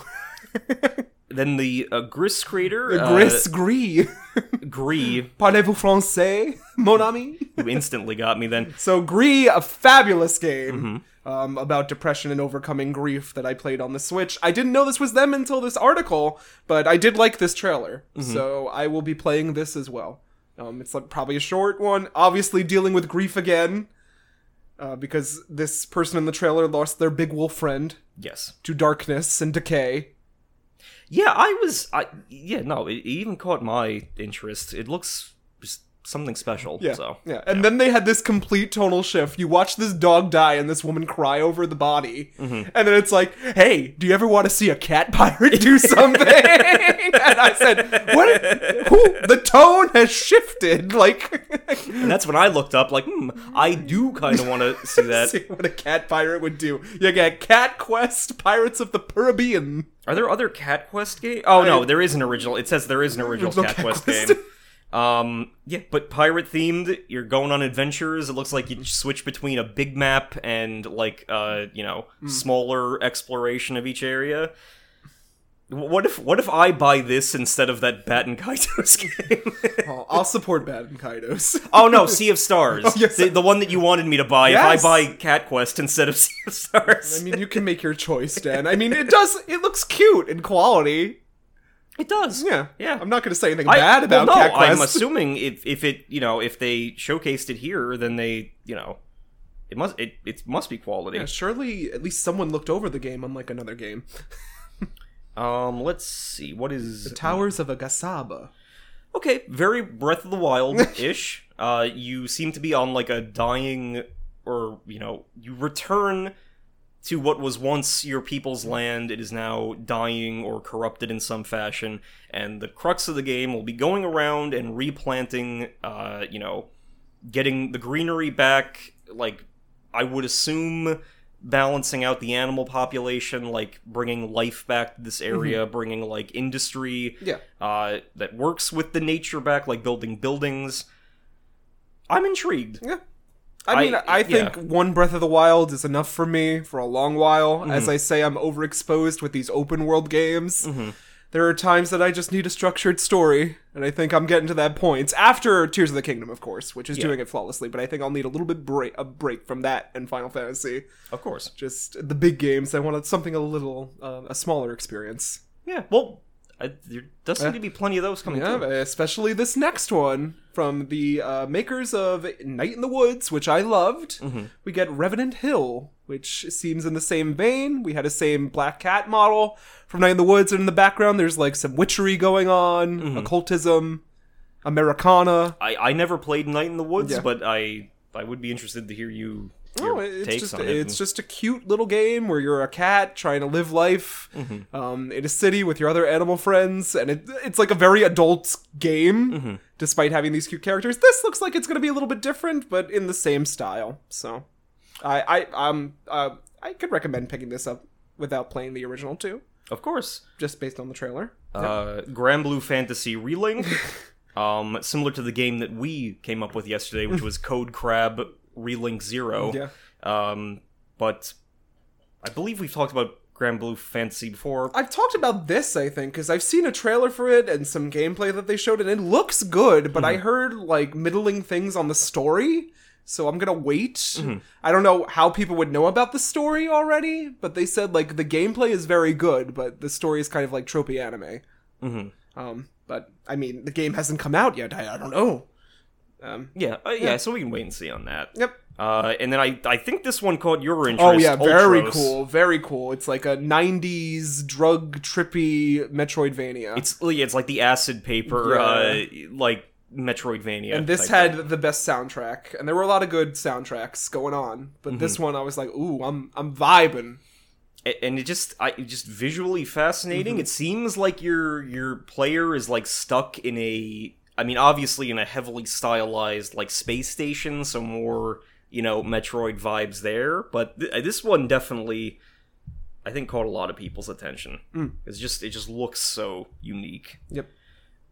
C: then the uh, Gris creator,
B: The
C: uh,
B: Gris Gris.
C: Gree,
B: <laughs> Parlez-vous français, mon ami?
C: who instantly got me then.
B: So Gris, a fabulous game um, about depression and overcoming grief that I played on the Switch. I didn't know this was them until this article, but I did like this trailer, so I will be playing this as well. Um, it's like probably a short one. Obviously, dealing with grief again uh, because this person in the trailer lost their big wolf friend
C: Yes.
B: to darkness and decay.
C: Yeah, I was. I yeah, no, it, it even caught my interest. It looks s- something special.
B: Yeah,
C: So
B: yeah. And then they had this complete tonal shift. You watch this dog die and this woman cry over the body, and then it's like, "Hey, do you ever want to see a cat pirate <laughs> do something?" and I said, "What? Who? The tone has shifted. <laughs> Like,
C: And that's when I looked up. Like, hmm, I do kind of want to see that.
B: see what a cat pirate would do. You got Cat Quest, Pirates of the Caribbean.
C: Are there other Cat Quest game? Oh no, there is an original. It says there is an original
B: There's no
C: Cat,
B: Cat
C: Quest,
B: Quest.
C: game. Um, yeah, but pirate themed. You're going on adventures. It looks like you switch between a big map and like uh, you know, smaller exploration of each area. W- What if what if I buy this instead of that Bat and Kaitos <laughs> game?
B: Oh, I'll support Bad and Kaidos.
C: oh no, Sea of Stars,
B: yes.
C: the, the one that you wanted me to buy.
B: Yes.
C: If I buy Cat Quest instead of Sea of
B: <laughs>
C: Stars,
B: I mean, you can make your choice, Dan. I mean, it does. It looks cute in quality.
C: it does.
B: Yeah,
C: yeah.
B: I'm not gonna say anything
C: I-
B: bad
C: well,
B: about
C: no,
B: Cat Quest. <laughs>
C: I'm assuming if if it you know if they showcased it here, then they you know it must it, it must be quality.
B: Yeah, surely at least someone looked over the game, unlike another game.
C: Um, let's see what is
B: Towers of Agasaba.
C: okay, very Breath of the Wild ish. uh, you seem to be on like a dying or you know you return to what was once your people's land it is now dying or corrupted in some fashion and the crux of the game will be going around and replanting uh you know getting the greenery back like i would assume balancing out the animal population, like bringing life back to this area, bringing like industry
B: Yeah.
C: uh, that works with the nature back, like building buildings. I'm intrigued.
B: Yeah. I mean, I,
C: I-
B: think
C: yeah.
B: one Breath of the Wild is enough for me for a long while. As I say, I'm overexposed with these open world games. There are times that I just need a structured story, and I think I'm getting to that point. It's after Tears of the Kingdom, of course, which is doing it flawlessly, but I think I'll need a little bit break a break from that and Final Fantasy.
C: Of course.
B: Just the big games. I wanted something a little uh, a smaller experience.
C: Yeah. Well, I, there does seem to be plenty of those coming
B: Eh. Yeah,
C: through.
B: especially this next one from the uh, makers of Night in the Woods, which I loved. We get Revenant Hill, which seems in the same vein. We had a same black cat model from Night in the Woods, and in the background there's like some witchery going on, occultism, Americana.
C: I, I never played Night in the Woods,
B: Yeah.
C: but I I would be interested to hear you your
B: Oh, it's
C: takes
B: just
C: on it.
B: it's just a cute little game where you're a cat trying to live life
C: Mm-hmm.
B: um, in a city with your other animal friends, and it, it's like a very adult game,
C: Mm-hmm.
B: despite having these cute characters. This looks like it's going to be a little bit different, but in the same style. So, I I um uh, I could recommend picking this up without playing the original too,
C: of course.
B: just based on the trailer.
C: Uh, Grand Blue
B: <laughs>
C: Fantasy Relink, um, similar to the game that we came up with yesterday, which was Code Crab Relink Zero.
B: Yeah.
C: Um, but I believe we've talked about Grand Blue Fantasy before.
B: I've talked about this, I think, because I've seen a trailer for it and some gameplay that they showed, and it looks good, but I heard like middling things on the story, so I'm gonna wait. I don't know how people would know about the story already, but they said like the gameplay is very good, but the story is kind of like tropey anime.
C: Mhm.
B: Um, but I mean, the game hasn't come out yet. I, I don't know. Um,
C: Yeah, uh, yeah, So we can wait and see on that.
B: yep.
C: Uh, and then I I think this one caught your interest.
B: Oh yeah, very
C: Ultros.
B: cool, very cool. It's like a '90s drug trippy Metroidvania.
C: It's yeah, it's like the acid paper, uh, like Metroidvania.
B: and this
C: type
B: had
C: thing.
B: the best soundtrack, and there were a lot of good soundtracks going on, but this one I was like, ooh, I'm I'm vibing.
C: A- and it just I it just visually fascinating.
B: Mm-hmm.
C: It seems like your your player is like stuck in a I mean obviously in a heavily stylized like space station, so more you know Metroid vibes there. But th- uh, this one definitely I think caught a lot of people's attention. It's just it just looks so unique.
B: Mm. Yep.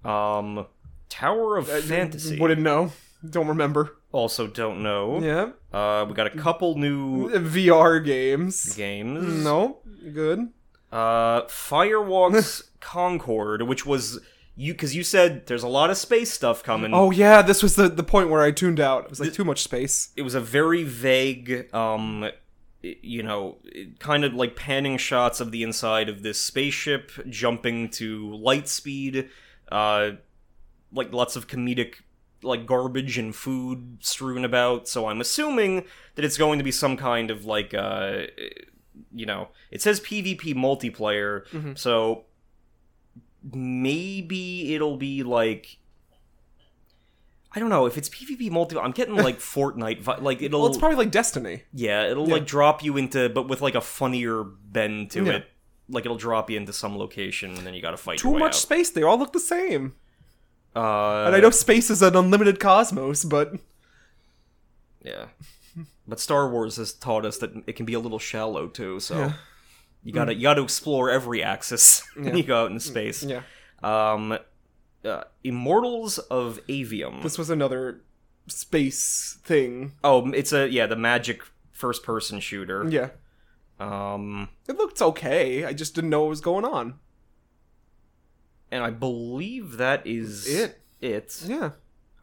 B: Uh,
C: Um, Tower of Fantasy.
B: Wouldn't know. Don't remember.
C: also don't know.
B: Yeah. Mm.
C: Uh, we got a couple new
B: VR games.
C: games.
B: No. Good.
C: Uh, Firewalks Concord, which was you because you said there's a lot of space stuff coming.
B: Oh yeah, this was the the point where I tuned out. It was like too much space.
C: It was a very vague, um, i- you know, it- kind of like panning shots of the inside of this spaceship jumping to light speed. Uh, like lots of comedic. Like garbage and food strewn about, so I'm assuming that it's going to be some kind of like, uh, you know, it says PvP multiplayer,
B: Mm-hmm.
C: so maybe it'll be like I don't know if it's PvP multi. I'm
B: <laughs>
C: getting like Fortnite, vi- like it'll
B: Well, it's probably like Destiny.
C: yeah, it'll like drop you into, but with like a funnier bend to
B: Yeah.
C: it. Like it'll drop you into some location, and then you got to fight.
B: Too
C: your way
B: much space. They all look the same.
C: Out. Uh,
B: And I know space is an unlimited cosmos, but
C: Yeah, but Star Wars has taught us that it can be a little shallow too. So
B: Yeah. Mm.
C: you gotta you gotta explore every axis <laughs> when you go out in space.
B: yeah,
C: Um, uh, Immortals of Avium.
B: this was another space thing.
C: oh, it's a yeah, the magic first-person shooter.
B: Yeah.
C: Um,
B: It looked okay. I just didn't know what was going on.
C: and I believe that is
B: It.
C: It.
B: Yeah.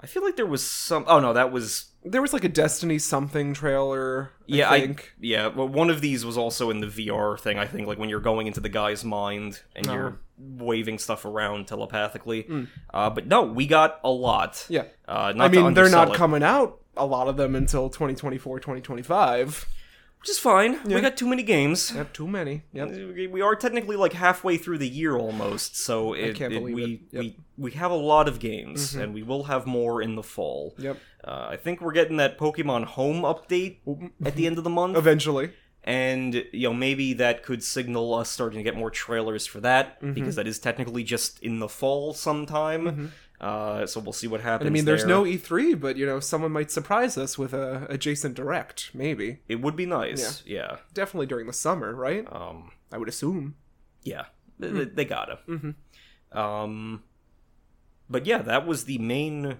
C: I feel like there was some. Oh no, that was
B: There was like a Destiny something trailer. I
C: yeah. I,
B: think.
C: yeah. Well, one of these was also in the VR thing. I think like when you're going into the guy's mind and
B: Uh-huh. Mm.
C: you're waving stuff around telepathically. Uh, but no, we got a lot.
B: yeah.
C: Uh, not
B: I mean, they're not
C: coming.
B: coming out a lot of them until 2024, 2025.
C: Which is fine.
B: Yeah.
C: We got too many games.
B: Yep, too many. Yep.
C: We we are technically like halfway through the year almost, so it,
B: can't
C: it-
B: believe
C: we
B: it. Yep. Mm-hmm.
C: we we have a lot of games, and we will have more in the fall.
B: Yep.
C: Uh, I think we're getting that Pokemon Home update at the end
B: <laughs>
C: of the month,
B: Eventually.
C: and you know maybe that could signal
B: Mm-hmm.
C: us starting to get more trailers for that because that is technically just in the fall sometime. Uh, so we'll see what happens.
B: I mean, there's no
C: there.
B: E3, but you know, someone might surprise us with a adjacent direct, maybe.
C: It would be nice. Yeah.
B: Definitely during the summer, right?
C: Yeah. Um,
B: I would assume.
C: yeah.
B: Hmm.
C: Th- th- They gotta.
B: Mm-hmm.
C: Um, but yeah, that was the main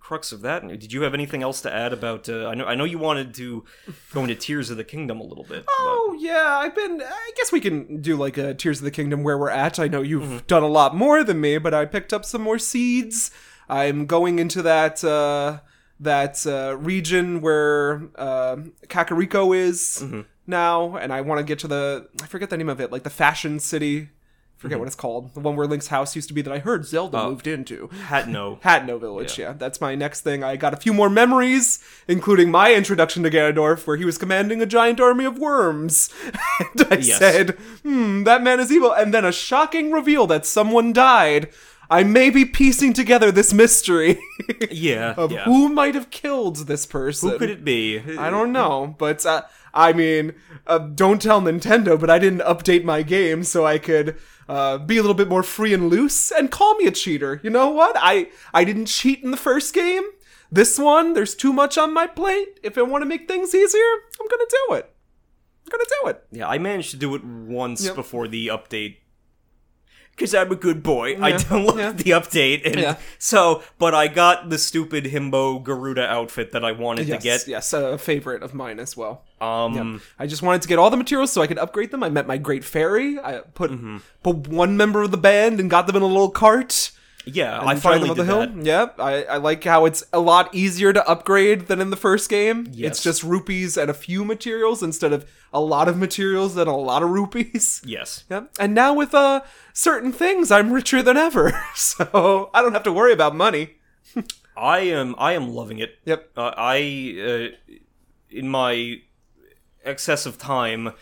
C: crux of that. Did you have anything else to add about? Uh, I know. I know you wanted to go into Tears of the Kingdom a little bit. but-
B: <laughs> Oh yeah, I've been. I guess we can do like a Tears of the Kingdom where we're at. I know you've done a lot more than me, but I picked up some more seeds. I'm going into that uh, that uh, region where uh, Kakariko is now, and I want to get to the. I forget the name of it, like the fashion city. Forget what it's called. The one where Link's house used to be that I heard Zelda moved into. <laughs>
C: Hat no.
B: Hatno Village, yeah. That's my next thing. I got a few more memories, including my introduction to Ganondorf, where he was commanding a giant army of worms. <laughs> and I
C: Yes.
B: said, hmm, that man is evil. And then a shocking reveal that someone died. I may be piecing together this mystery <laughs>
C: yeah.
B: of
C: yeah.
B: who might have killed this person.
C: Who could it be?
B: I don't know, but uh, I mean, uh, don't tell Nintendo, but I didn't update my game so I could uh, be a little bit more free and loose and call me a cheater. You know what? I I didn't cheat in the first game. This one, there's too much on my plate. If I want to make things easier, I'm gonna do it. I'm gonna do it.
C: Yeah, I managed to do it once
B: Yep.
C: before the update. Cause I'm a good boy. I
B: Yeah,
C: downloaded
B: yeah.
C: the update, and
B: Yeah.
C: so, but I got the stupid himbo Garuda outfit that I wanted
B: Yes,
C: to get.
B: yes, a favorite of mine as well.
C: Um,
B: I just wanted to get all the materials so I could upgrade them. I met my great fairy. I put put one member of the band and got them in a little cart.
C: yeah,
B: and
C: I
B: you try them
C: finally
B: up
C: did
B: the
C: that.
B: hill. Yep, I, I like how it's a lot easier to upgrade than in the first game.
C: Yes.
B: It's just rupees and a few materials instead of a lot of materials and a lot of rupees. <laughs>
C: Yes,
B: Yep. And now with uh certain things, I'm richer than ever, <laughs> so I don't have to worry about money.
C: I am. I am loving it.
B: Yep.
C: Uh, I, uh, in my excess of time,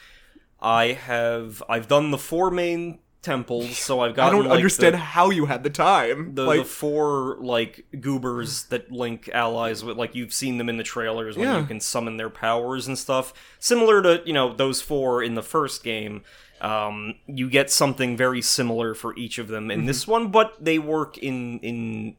C: I have. I've done the four main temples, so I've
B: I
C: gotten.
B: don't
C: like, the-
B: understand how you had the time.
C: the,
B: like,
C: the four like goobers that link allies with like you've seen them in the trailers when
B: Yeah.
C: you can summon their powers and stuff similar to you know those four in the first game um, you get something very similar for each of them in
B: Mm-hmm.
C: this one but they work in in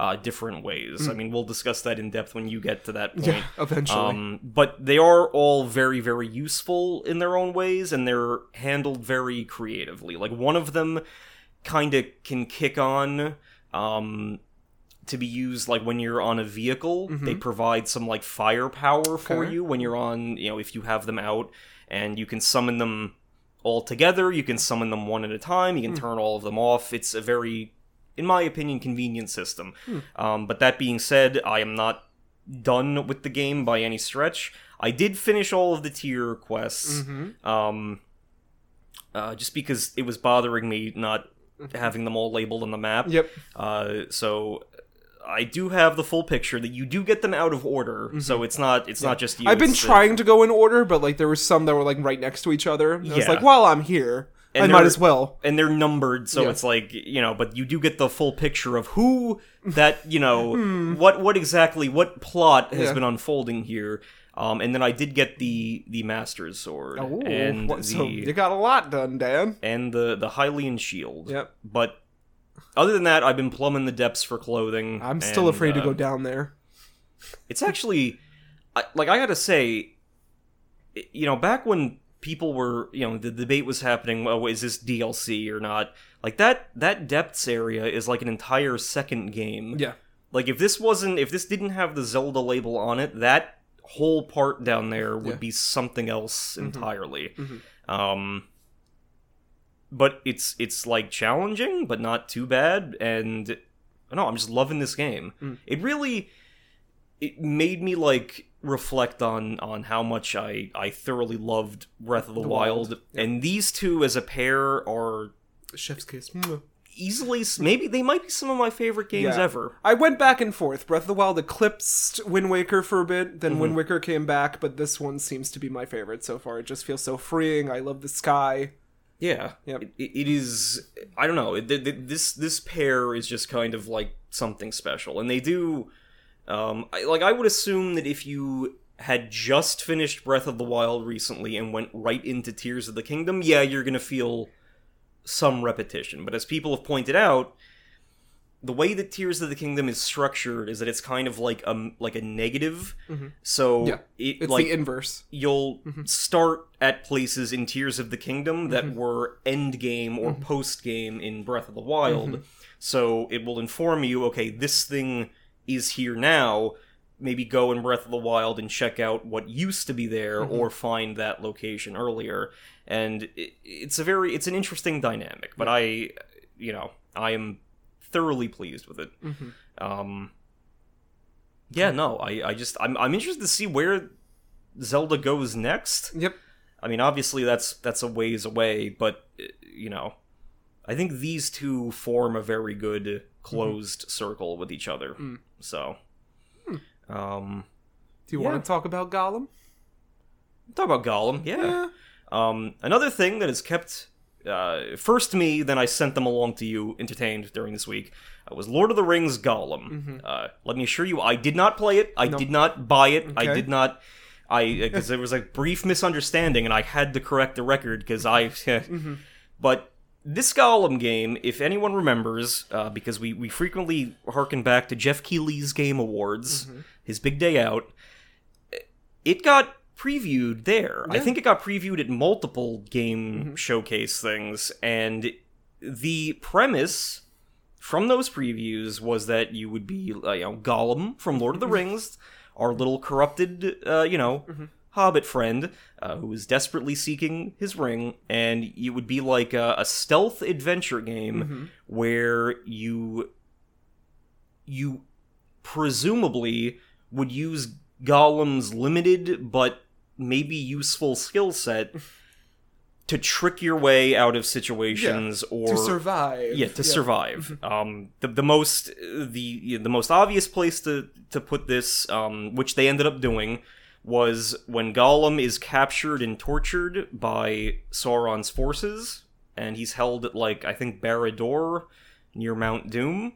C: uh, different ways i mean we'll discuss that in depth when you get to that point
B: <laughs> Mm. yeah, eventually.
C: um, but they are all very, very useful in their own ways, and they're handled very creatively. Like one of them kind of can kick on um, to be used like when you're on a vehicle. They provide some like firepower for
B: Mm-hmm. Okay.
C: you when you're on, you know, if you have them out, and you can summon them all together. You can summon them one at a time. You
B: Mm.
C: can turn all of them off. It's a very in my opinion, convenient system.
B: Hmm.
C: Um, but that being said, I am not done with the game by any stretch. I did finish all of the tier quests,
B: Mhm.
C: um, uh, just because it was bothering me not having them all labeled on the map.
B: Mm-hmm. Yep.
C: Uh, so I do have the full picture. That you do get them out of order, so it's not it's not just you.
B: Mm-hmm. I've been
C: it's the-
B: trying to go in order, but like there were some that were like right next to each other. And I was
C: Yeah.
B: like, while I'm here,
C: And
B: I might
C: they're-
B: as well.
C: and they're numbered so
B: Yeah.
C: it's like you know but you do get the full picture of who that you
B: <laughs>
C: know what what exactly what plot has
B: Hmm. Yeah.
C: been unfolding here um and then i did get the the master's sword
B: Ooh,
C: and
B: Oh, what-
C: the
B: so you got a lot done, Dan.
C: and the the hylian shield
B: Yep.
C: but other than that i've been plumbing the depths for clothing
B: I'm still
C: and,
B: afraid to
C: uh,
B: go down there.
C: it's actually I, like i gotta say i- you know back when people were you know the debate was happening oh is this dlc or not like that that depths area is like an entire second game
B: Yeah.
C: like if this wasn't if this didn't have the zelda label on it that whole part down there would
B: Yeah.
C: be something else entirely
B: Mhm.
C: um but it's it's like challenging but not too bad and no i'm just loving this game
B: Mm.
C: it really it made me like reflect on on how much i i thoroughly loved breath of the,
B: The
C: wild,
B: Wild,
C: and these two as a pair are
B: Chef's kiss. Mwah.
C: easily maybe they might be some of my favorite games
B: Yeah.
C: ever
B: I went back and forth. Breath of the Wild eclipsed Wind Waker for a bit, then Wind Waker came back, but this one seems to be my favorite so far. It just feels so freeing. I love the sky.
C: Yeah,
B: Yep.
C: It, it it is. I don't know. It, th th- this this pair is just kind of like something special, and they do. Um, I, like I would assume that if you had just finished Breath of the Wild recently and went right into Tears of the Kingdom, yeah, you're gonna feel some repetition. But as people have pointed out, the way that Tears of the Kingdom is structured is that it's kind of like a like a negative.
B: Mm-hmm.
C: So
B: Yeah.
C: it,
B: It's
C: like
B: the inverse.
C: you'll start at places in Tears of the Kingdom that were end game or post game in Breath of the Wild.
B: Mm-hmm.
C: So it will inform you, okay, this thing is here now. Maybe go in Breath of the Wild and check out what used to be there or find that location earlier. And it, it's a very it's an interesting dynamic, but I you know, I am thoroughly pleased with it.
B: Mhm.
C: Um yeah, no, I, I just I'm I'm interested to see where Zelda goes next.
B: Yep.
C: I mean, obviously that's that's a ways away, but uh, you know, I think these two form a very good closed circle with each other.
B: Mm-hmm. Mm. Hmm.
C: So, um,
B: Do you
C: Yeah.
B: want to talk about Gollum?
C: talk about Gollum, yeah. Um, another thing that has kept uh, first me, then I sent them along to you, entertained during this week, uh, was Lord of the Rings
B: Mm-hmm.
C: Gollum. Uh, let me assure you, I did not play it. I
B: No.
C: did not buy it. I
B: Okay.
C: did not. I because there was a brief misunderstanding, and I had to correct the record because I. <laughs>
B: Mm-hmm.
C: But this Gollum game, if anyone remembers, uh, because we, we frequently harken back to Jeff Keighley's Game
B: Mm-hmm.
C: Awards, his big day out, it got previewed there. I
B: Yeah.
C: think it got previewed at multiple game showcase things, and the premise from those previews was that you would be, uh, you know, Gollum from Lord of the Rings, our little corrupted, uh, you know, hobbit friend uh, who is desperately seeking his ring, and it would be like a, a stealth adventure game
B: Mm-hmm.
C: where you you presumably would use Gollum's limited but maybe useful skill set to trick your way out of situations or
B: to survive.
C: yeah to survive um the, the most the the most obvious place to to put this um which they ended up doing was when Gollum is captured and tortured by Sauron's forces and he's held at like I think Barad-dûr near Mount Doom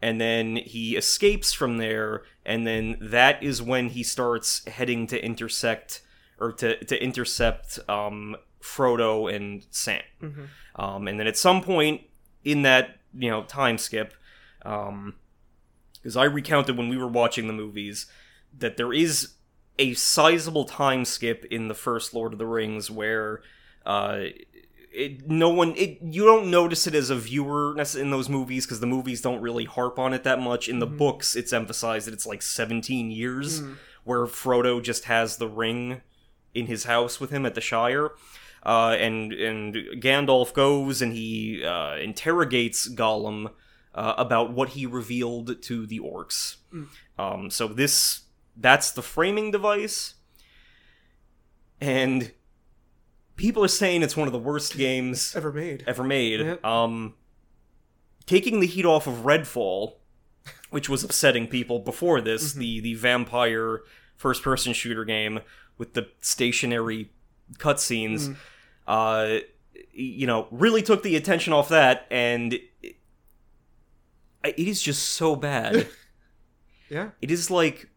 C: and then he escapes from there and then that is when he starts heading to intersect or to to intercept um Frodo and Sam.
B: Mm-hmm.
C: Um, and then at some point in that you know time skip, um, because I recounted when we were watching the movies that there is a sizable time skip in the first Lord of the Rings where uh, it, no one it, you don't notice it as a viewer nec- in those movies because the movies don't really harp on it that much. In the books, it's emphasized that it's like 17
B: Mm.
C: years
B: Mm-hmm.
C: where Frodo just has the ring in his house with him at the Shire. Uh, and and Gandalf goes and he uh, interrogates Gollum uh, about what he revealed to the orcs. Um, so this that's the framing device, and people are saying it's one of the worst games
B: Ever made.
C: ever made.
B: Yep.
C: Um, taking the heat off of Redfall, which was upsetting people before this, the the vampire first person shooter game with the stationary
B: Mm.
C: cutscenes, uh, you know, really took the attention off that, and it, it is just so bad.
B: Yeah.
C: it is like,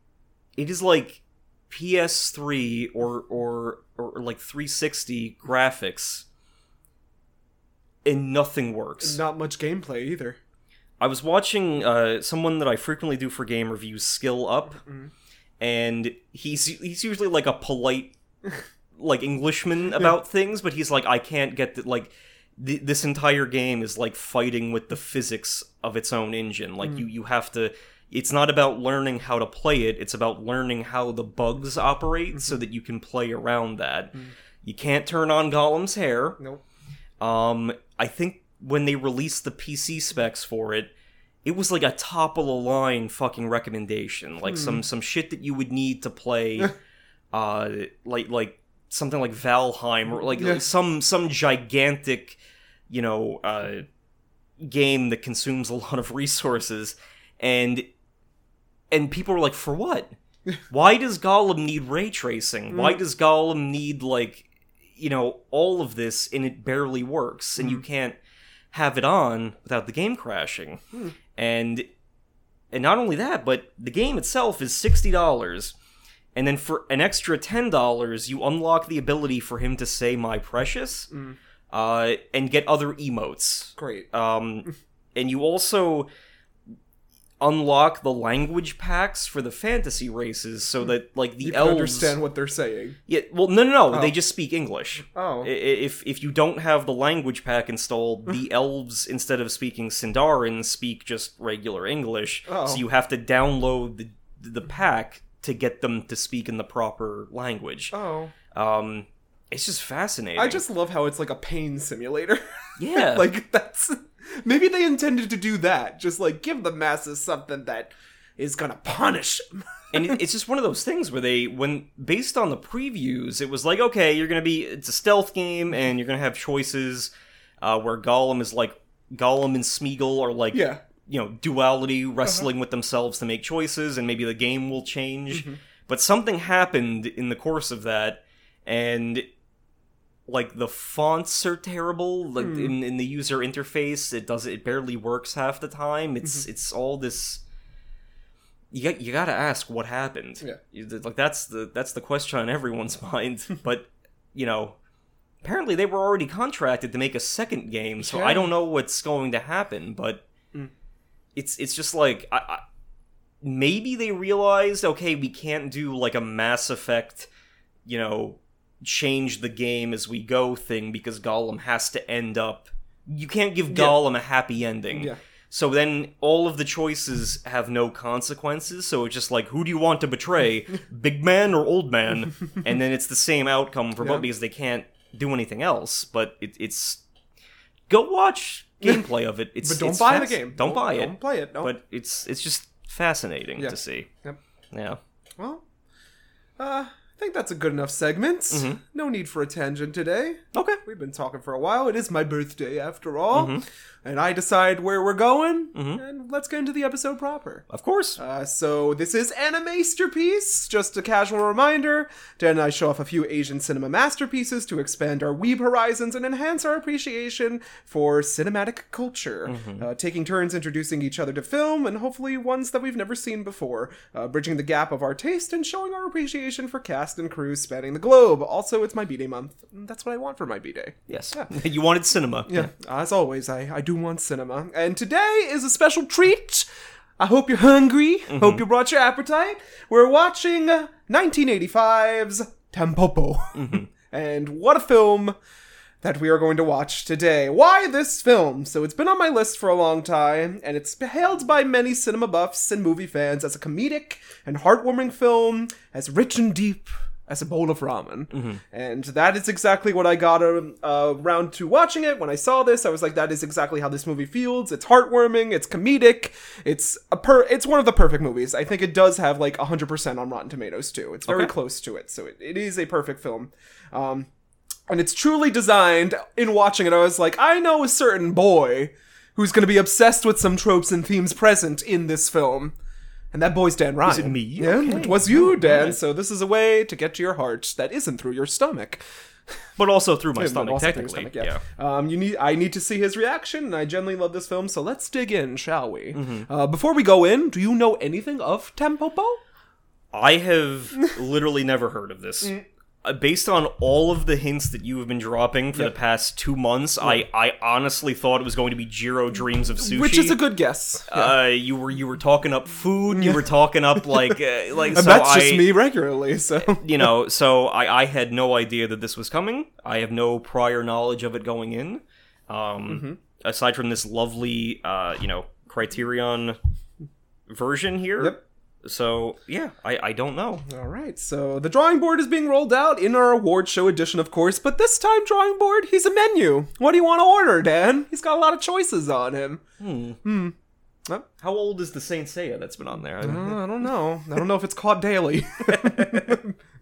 C: it is like PS3 or or or like 360 graphics and nothing works.
B: Not much gameplay either.
C: I was watching uh, someone that I frequently do for game reviews, Skill Up,
B: Mm-hmm.
C: and he's he's usually like a polite, like Englishman about things, but he's like, I can't get the, like th- this entire game is like fighting with the physics of its own engine. Like you you have to. It's not about learning how to play it; it's about learning how the bugs operate so that you can play around that. You can't turn on Gollum's hair.
B: Nope.
C: Um, I think when they released the PC specs for it, it was like a top of the line fucking recommendation, like some some shit that you would need to play, uh, like like something like Valheim or like,
B: Yeah.
C: like some some gigantic, you know, uh, game that consumes a <laughs> lot of resources, and and people were like, for what? Why does Gollum need ray tracing? Why does Gollum need like you know all of this and it barely works and you
B: Mm-hmm.
C: can't have it on without the game crashing
B: Hmm.
C: and and not only that but the game itself is $60 and then for an extra $10 you unlock the ability for him to say my precious
B: Mm.
C: uh, and get other
B: <laughs>
C: emotes
B: Great.
C: um, and you also unlock the language packs for the fantasy races so that like the
B: Hmm. You can
C: elves
B: understand Oh. what they're saying.
C: Yeah, well, no, no, no. They just speak English.
B: Oh.
C: I- i- if if you don't have the language pack
B: <laughs>
C: installed, the elves instead of speaking Sindarin speak just regular English.
B: Oh.
C: So you have to download the the pack to get them to speak in the proper language.
B: Oh,
C: Um, it's just fascinating.
B: I just love how it's like a pain simulator. <laughs>
C: yeah, like
B: like that's maybe they intended to do that. Just like give the masses something that is gonna punish them.
C: and it- it's just one of those things where they when based on the previews, it was like okay, you're gonna be it's a stealth game and you're gonna have choices uh, where Gollum is like Gollum and Smeagol are like
B: Yeah.
C: you know duality
B: Uh-huh.
C: wrestling with themselves to make choices and maybe the game will change
B: Mm-hmm.
C: but something happened in the course of that and like the fonts are terrible like
B: Hmm.
C: in, in the user interface it does it barely works half the time it's
B: Mm-hmm.
C: it's all this you got you got to ask what happened
B: Yeah.
C: You- th- like that's the that's the question on everyone's <laughs> mind but you know apparently they were already contracted to make a second game so i
B: Yeah. Mm.
C: don't know what's going to happen but it's it's just like I, I, maybe they realized okay we can't do like a mass effect you know change the game as we go thing because gollum has to end up you can't give gollum a happy ending
B: Yeah.
C: so then all of the choices have no consequences so it's just like who do you want to
B: <laughs>
C: betray big man or old man and then it's the same outcome for
B: Yeah.
C: both because they can't do anything else but it, it's go watch gameplay
B: <laughs>
C: of it it's
B: But don't
C: it's
B: buy the
C: fast-
B: game.
C: don't buy it
B: Don't play it. No.
C: but it's it's just fascinating
B: Yeah.
C: to see.
B: Yep.
C: Yeah.
B: Well, uh, I think that's a good enough segment.
C: Mm-hmm.
B: No need for a tangent today.
C: Okay.
B: We've been talking for a while. It is my birthday after all.
C: Mm-hmm.
B: And I decide where we're going. And let's get into the episode proper.
C: Of course.
B: Uh, so this is anime masterpiece. Just a casual reminder. Dan and I show off a few Asian cinema masterpieces to expand our weeb horizons and enhance our appreciation for cinematic culture. Uh, taking turns introducing each other to film and hopefully ones that we've never seen before, uh, bridging the gap of our taste and showing our appreciation for cast and crew spanning the globe. Also, it's my B Day month. and That's what I want for my B Day.
C: yes. <laughs> you wanted cinema.
B: Yeah, as always, I, I do want cinema. And today is a special treat. I hope you're hungry. Hope you brought your appetite. We're watching 1985's Tampopo. <laughs> and what a film that we are going to watch today. Why this film? So it's been on my list for a long time, and it's hailed by many cinema buffs and movie fans as a comedic and heartwarming film, as rich and deep as a bowl of ramen. And that is exactly what I got um, uh, around to watching it. When I saw this, I was like, that is exactly how this movie feels. It's heartwarming, it's comedic, it's a per- it's one of the perfect movies. I think it does have like 100% on Rotten Tomatoes too. It's very
C: Okay.
B: close to it, so it, it is a perfect film. Um, and it's truly designed in watching it i was like i know a certain boy who's going to be obsessed with some tropes and themes present in this film and that boy's dan ryan
C: it me?
B: yeah
C: Okay.
B: it was you dan so this is a way to get to your heart that isn't through your stomach
C: But also through my
B: Yeah,
C: stomach,
B: also through your
C: technically.
B: stomach, Um, you need. I need to see his reaction, and I generally love this film, so let's dig in, shall we?
C: Mm-hmm.
B: Uh, before we go in, do you know anything of Tempopo?
C: Yeah. I have literally never heard of this.
B: Mm.
C: Uh, Based on all of the hints that you have been dropping for the past two months, I, I honestly thought it was going to be Jiro Dreams of Sushi.
B: Which is a good guess.
C: uh, you were you were talking up food. You were
B: <laughs>
C: talking up like uh, like. so
B: and that's just
C: I-
B: me regularly.
C: <laughs>
B: So
C: you know, so I, I had no idea that this was coming. I have no prior knowledge of it going in. Um,
B: Mm-hmm.
C: Aside from this lovely, uh, you know, Criterion version here.
B: Yep.
C: So yeah, I, I don't know.
B: All right, so the drawing board is being rolled out in our award show edition, of course, but this time, drawing board, he's a menu. What do you want to order, Dan? He's got a lot of choices on him.
C: How old is the Saint Seiya that's been on there?
B: Uh, I don't know. I don't know if it's caught daily. <laughs>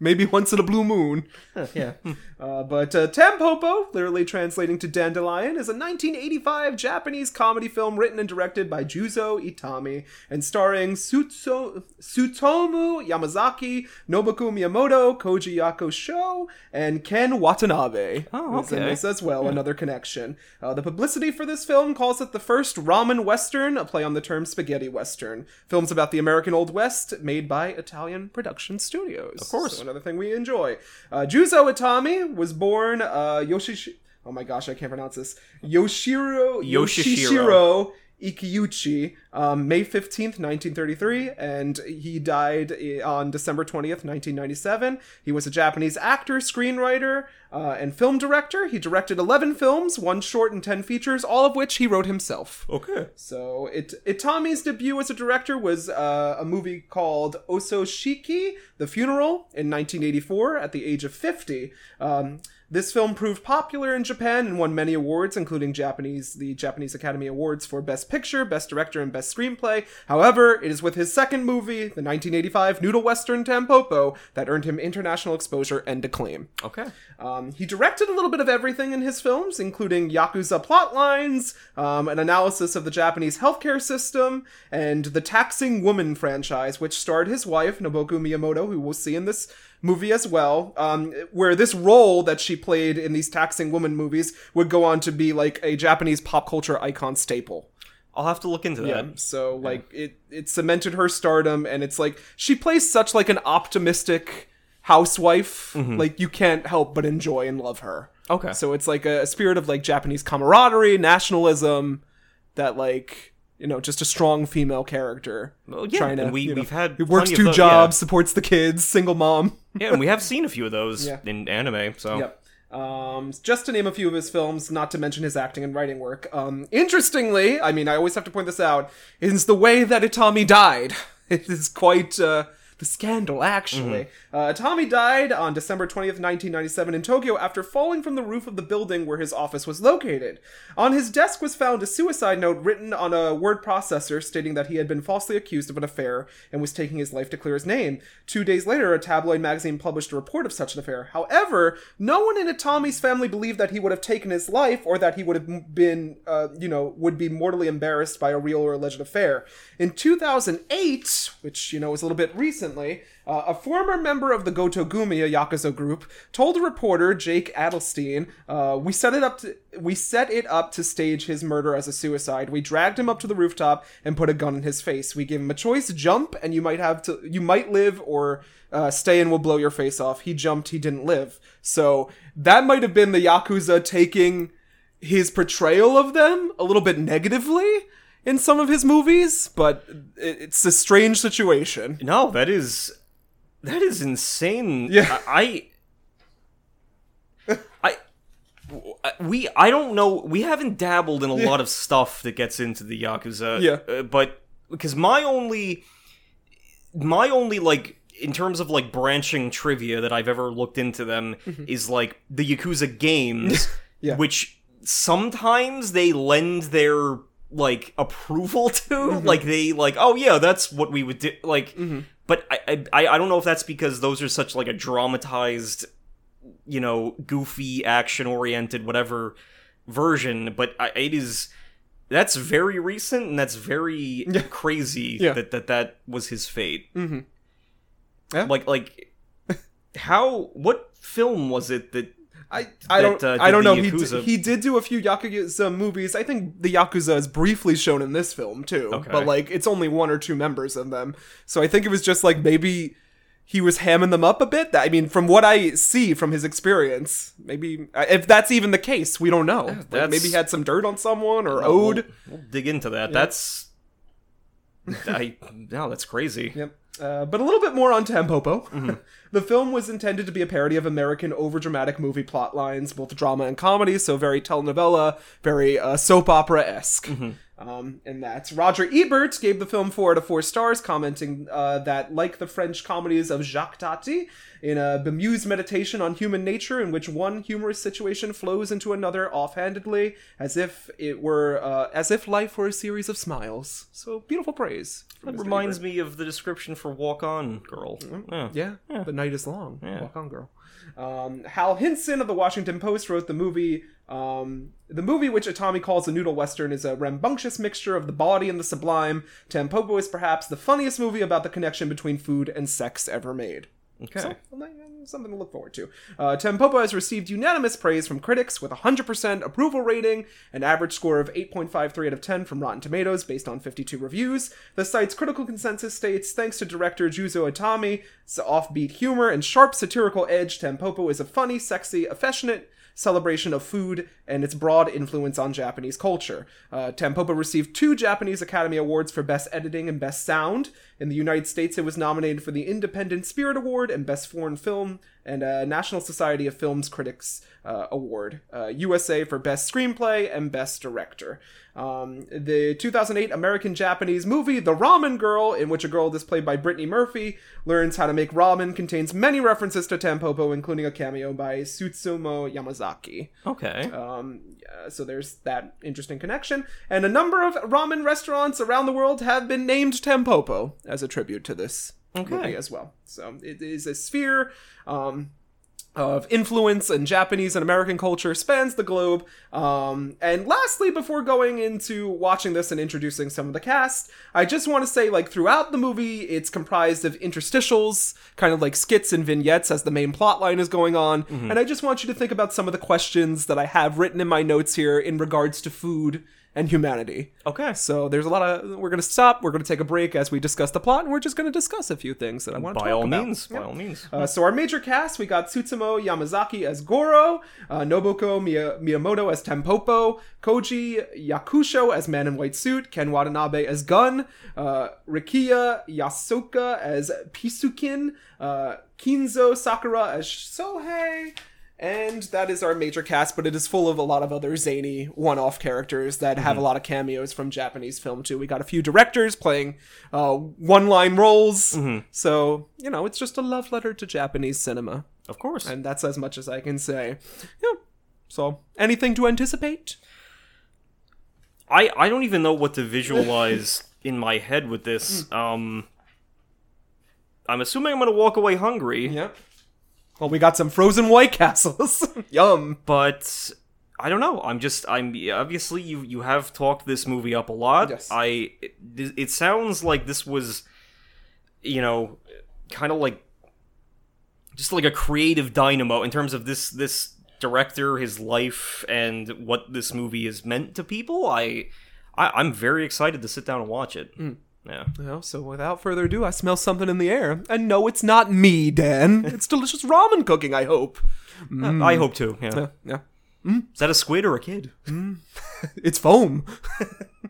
B: Maybe once in a blue moon.
C: yeah.
B: <laughs> Uh, but uh, Tampopo, literally translating to Dandelion, is a 1985 Japanese comedy film written and directed by Juzo Itami and starring Sutso- Tsutomu Yamazaki, Nobuku Miyamoto, Koji Yakusho, and Ken Watanabe.
C: Oh,
B: was in
C: okay.
B: this as well, another connection. Uh, the publicity for this film calls it the first ramen western, a play on the term spaghetti western. Films about the American Old West made by Italian production studios. Of
C: course.
B: another thing we enjoy. Uh, Juzo Itami was born uh, Yoshish. Oh my gosh, I can't pronounce this. Yoshiro
C: Yoshishiro.
B: Yoshishiro Ikiyuchi, um, May 15th, 1933, and he died i- on December 20th, 1997. He was a Japanese actor, screenwriter, uh, and film director. He directed 11 films, one short and 10 features, all of which he wrote himself.
C: Okay.
B: So it Itami's debut as a director was uh, a movie called Ososhiki: The Funeral in 1984 at the age of 50. Um, this film proved popular in Japan and won many awards, including Japanese the Japanese Academy Awards for Best Picture, Best Director, and Best Screenplay. However, it is with his second movie, the 1985 noodle western Tampopo, that earned him international exposure and acclaim.
C: Okay.
B: Um, he directed a little bit of everything in his films, including Yakuza plotlines, um, an analysis of the Japanese healthcare system, and the Taxing Woman franchise, which starred his wife, Nobuko Miyamoto, who we'll see in this movie as well, um, where this role that she played in these Taxing Woman movies would go on to be like a Japanese pop culture icon staple.
C: I'll have to look into that.
B: Um, so like it it cemented her stardom and it's like she plays such like an optimistic housewife like you can't help but enjoy and love her
C: Okay.
B: so it's like a, a spirit of like japanese camaraderie nationalism that like you know just a strong female character
C: Well, yeah,
B: trying to
C: and we-
B: you know,
C: we've had
B: who works
C: plenty of
B: two
C: tho- yeah.
B: jobs supports the kids single mom
C: yeah, and we have seen a few of those
B: Yeah.
C: in anime. So
B: Yep. Um, just to name a few of his films, not to mention his acting and writing work. Um, interestingly, I mean, I always have to point this out, is the way that Itami died. <laughs> It is quite, uh, the scandal, actually. Uh, Itami died on December 20th, 1997, in Tokyo after falling from the roof of the building where his office was located. On his desk was found a suicide note written on a word processor stating that he had been falsely accused of an affair and was taking his life to clear his name. Two days later, a tabloid magazine published a report of such an affair. However, no one in Itami's family believed that he would have taken his life or that he would have been, uh, you know, would be mortally embarrassed by a real or alleged affair. In 2008, which, you know, is a little bit recently, uh, a former member of the Gotogumiya Yakuza group told a reporter, Jake Adelstein, uh, "We set it up. To, we set it up to stage his murder as a suicide. We dragged him up to the rooftop and put a gun in his face. We gave him a choice: jump, and you might have to. You might live, or uh, stay, and we'll blow your face off. He jumped. He didn't live. So that might have been the Yakuza taking." his portrayal of them a little bit negatively in some of his movies, but it- it's a strange situation.
C: No, that is that is insane.
B: Yeah.
C: I, I, <laughs> I- we I don't know. We haven't dabbled in a lot of stuff that gets into the yakuza.
B: Yeah.
C: uh, but because my only, my only like in terms of like branching trivia that I've ever looked into them is like the yakuza games,
B: Mm-hmm. <laughs> Yeah.
C: which sometimes they lend their like approval to
B: Mm-hmm.
C: like they like oh yeah that's what we would do like but I, I i don't know if that's because those are such like a dramatized you know goofy action oriented whatever version but I, it is that's very recent and that's very crazy
B: Yeah.
C: that, that that was his fate
B: Mhm. Yeah.
C: like like how what film was it that
B: I, I
C: That,
B: don't
C: uh,
B: I
C: did
B: don't know.
C: the
B: He, d-
C: Yakuza-
B: he did do a few Yakuza movies. I think the Yakuza is briefly shown in this film too,
C: Okay.
B: but like it's only one or two members of them. So I think it was just like maybe he was hamming them up a bit. I mean, from what I see from his experience, maybe uh, if that's even the case, we don't know. Like,
C: that's-
B: maybe he had some dirt on someone or
C: Oh, we'll-
B: owed.
C: We'll, dig into that. That's I no, that's crazy.
B: Yep. Uh, but a little bit more on Tampopo.
C: Mm-hmm.
B: <laughs> the film was intended to be a parody of American overdramatic movie plot lines, both drama and comedy, so very telenovela, very uh, soap opera esque.
C: Mm-hmm.
B: Um, and that's Roger Ebert gave the film four out of four stars, commenting uh, that, like the French comedies of Jacques Tati, in a bemused meditation on human nature, in which one humorous situation flows into another offhandedly, as if it were, uh, as if life were a series of smiles. So beautiful praise.
C: That reminds me of the description for Walk On Girl. Yeah.
B: Yeah, the night is long. Walk on, girl. Um, Hal Hinson of the Washington Post wrote the movie. Um, the movie, which Atami calls a noodle western, is a rambunctious mixture of the body and the sublime. Tampopo is perhaps the funniest movie about the connection between food and sex ever made.
C: Okay.
B: So, well, eh, something to look forward to. Uh, Tempopo has received unanimous praise from critics with a 100% approval rating, an average score of 8.53 out of 10 from Rotten Tomatoes based on 52 reviews. The site's critical consensus states thanks to director Juzo Itami's offbeat humor and sharp satirical edge, Tempopo is a funny, sexy, affectionate, celebration of food and its broad influence on Japanese culture. Uh, Tampopo received two Japanese Academy Awards for Best Editing and Best Sound. In the United States, it was nominated for the Independent Spirit Award and Best Foreign Film, and uh, National Society of Films Critics uh, Award, uh, USA for Best Screenplay and Best Director. Um, the 2008 American Japanese movie The Ramen Girl, in which a girl that's played by Brittany Murphy learns how to make ramen, contains many references to Tampopo, including a cameo by Sutsumo Yamazaki.
C: Okay.
B: Um, uh, so there's that interesting connection. And a number of ramen restaurants around the world have been named Tampopo as a tribute to this movie as well. So it is a sphere um, of influence in Japanese and American culture, spans the globe. Um, and lastly, before going into watching this and introducing some of the cast, I just want to say, like, throughout the movie, it's comprised of interstitials, kind of like skits and vignettes as the main plot line is going on.
C: Mm-hmm.
B: And I just want you to think about some of the questions that I have written in my notes here in regards to food and humanity.
C: okay.
B: So there's a lot of. We're going to stop. We're going to take a break as we discuss the plot, and we're just going to discuss a few things that I want to
C: By
B: talk
C: all
B: about.
C: means. By
B: Yeah.
C: all means.
B: Uh, so our major cast, we got Tsutsumo Yamazaki as Goro, uh, Nobuko Miya- Miyamoto as Tempopo, Koji Yakusho as Man in White Suit, Ken Watanabe as Gun, uh, Rikia Yasuka as Pisukin, uh, Kinzo Sakura as Sohei, and that is our major cast, but it is full of a lot of other zany one off characters that have a lot of cameos from Japanese film, too. We got a few directors playing uh, one line roles. So, you know, it's just a love letter to Japanese cinema. <laughs>
C: Of course.
B: And that's as much as I can say. Yeah. So, anything to anticipate?
C: I, I don't even know what to visualize in my head with
B: Mm.
C: this. Um, I'm assuming I'm going to walk away hungry,
B: Yeah. Well, we got some frozen White Castles. <laughs> Yum.
C: but I don't know. I'm just I'm obviously you you have talked this movie up a lot.
B: Yes.
C: I it, it sounds like this was, you know, kind of like just like a creative dynamo in terms of this this director, his life, and what this movie is meant to people. I, I I'm very excited to sit down and watch it. Yeah.
B: Well, so, without further ado, I smell something in the air. And no, it's not me, Dan. It's delicious ramen cooking, I hope.
C: I hope to. Yeah.
B: Yeah, yeah.
C: Is that a squid or a kid?
B: It's foam. <laughs>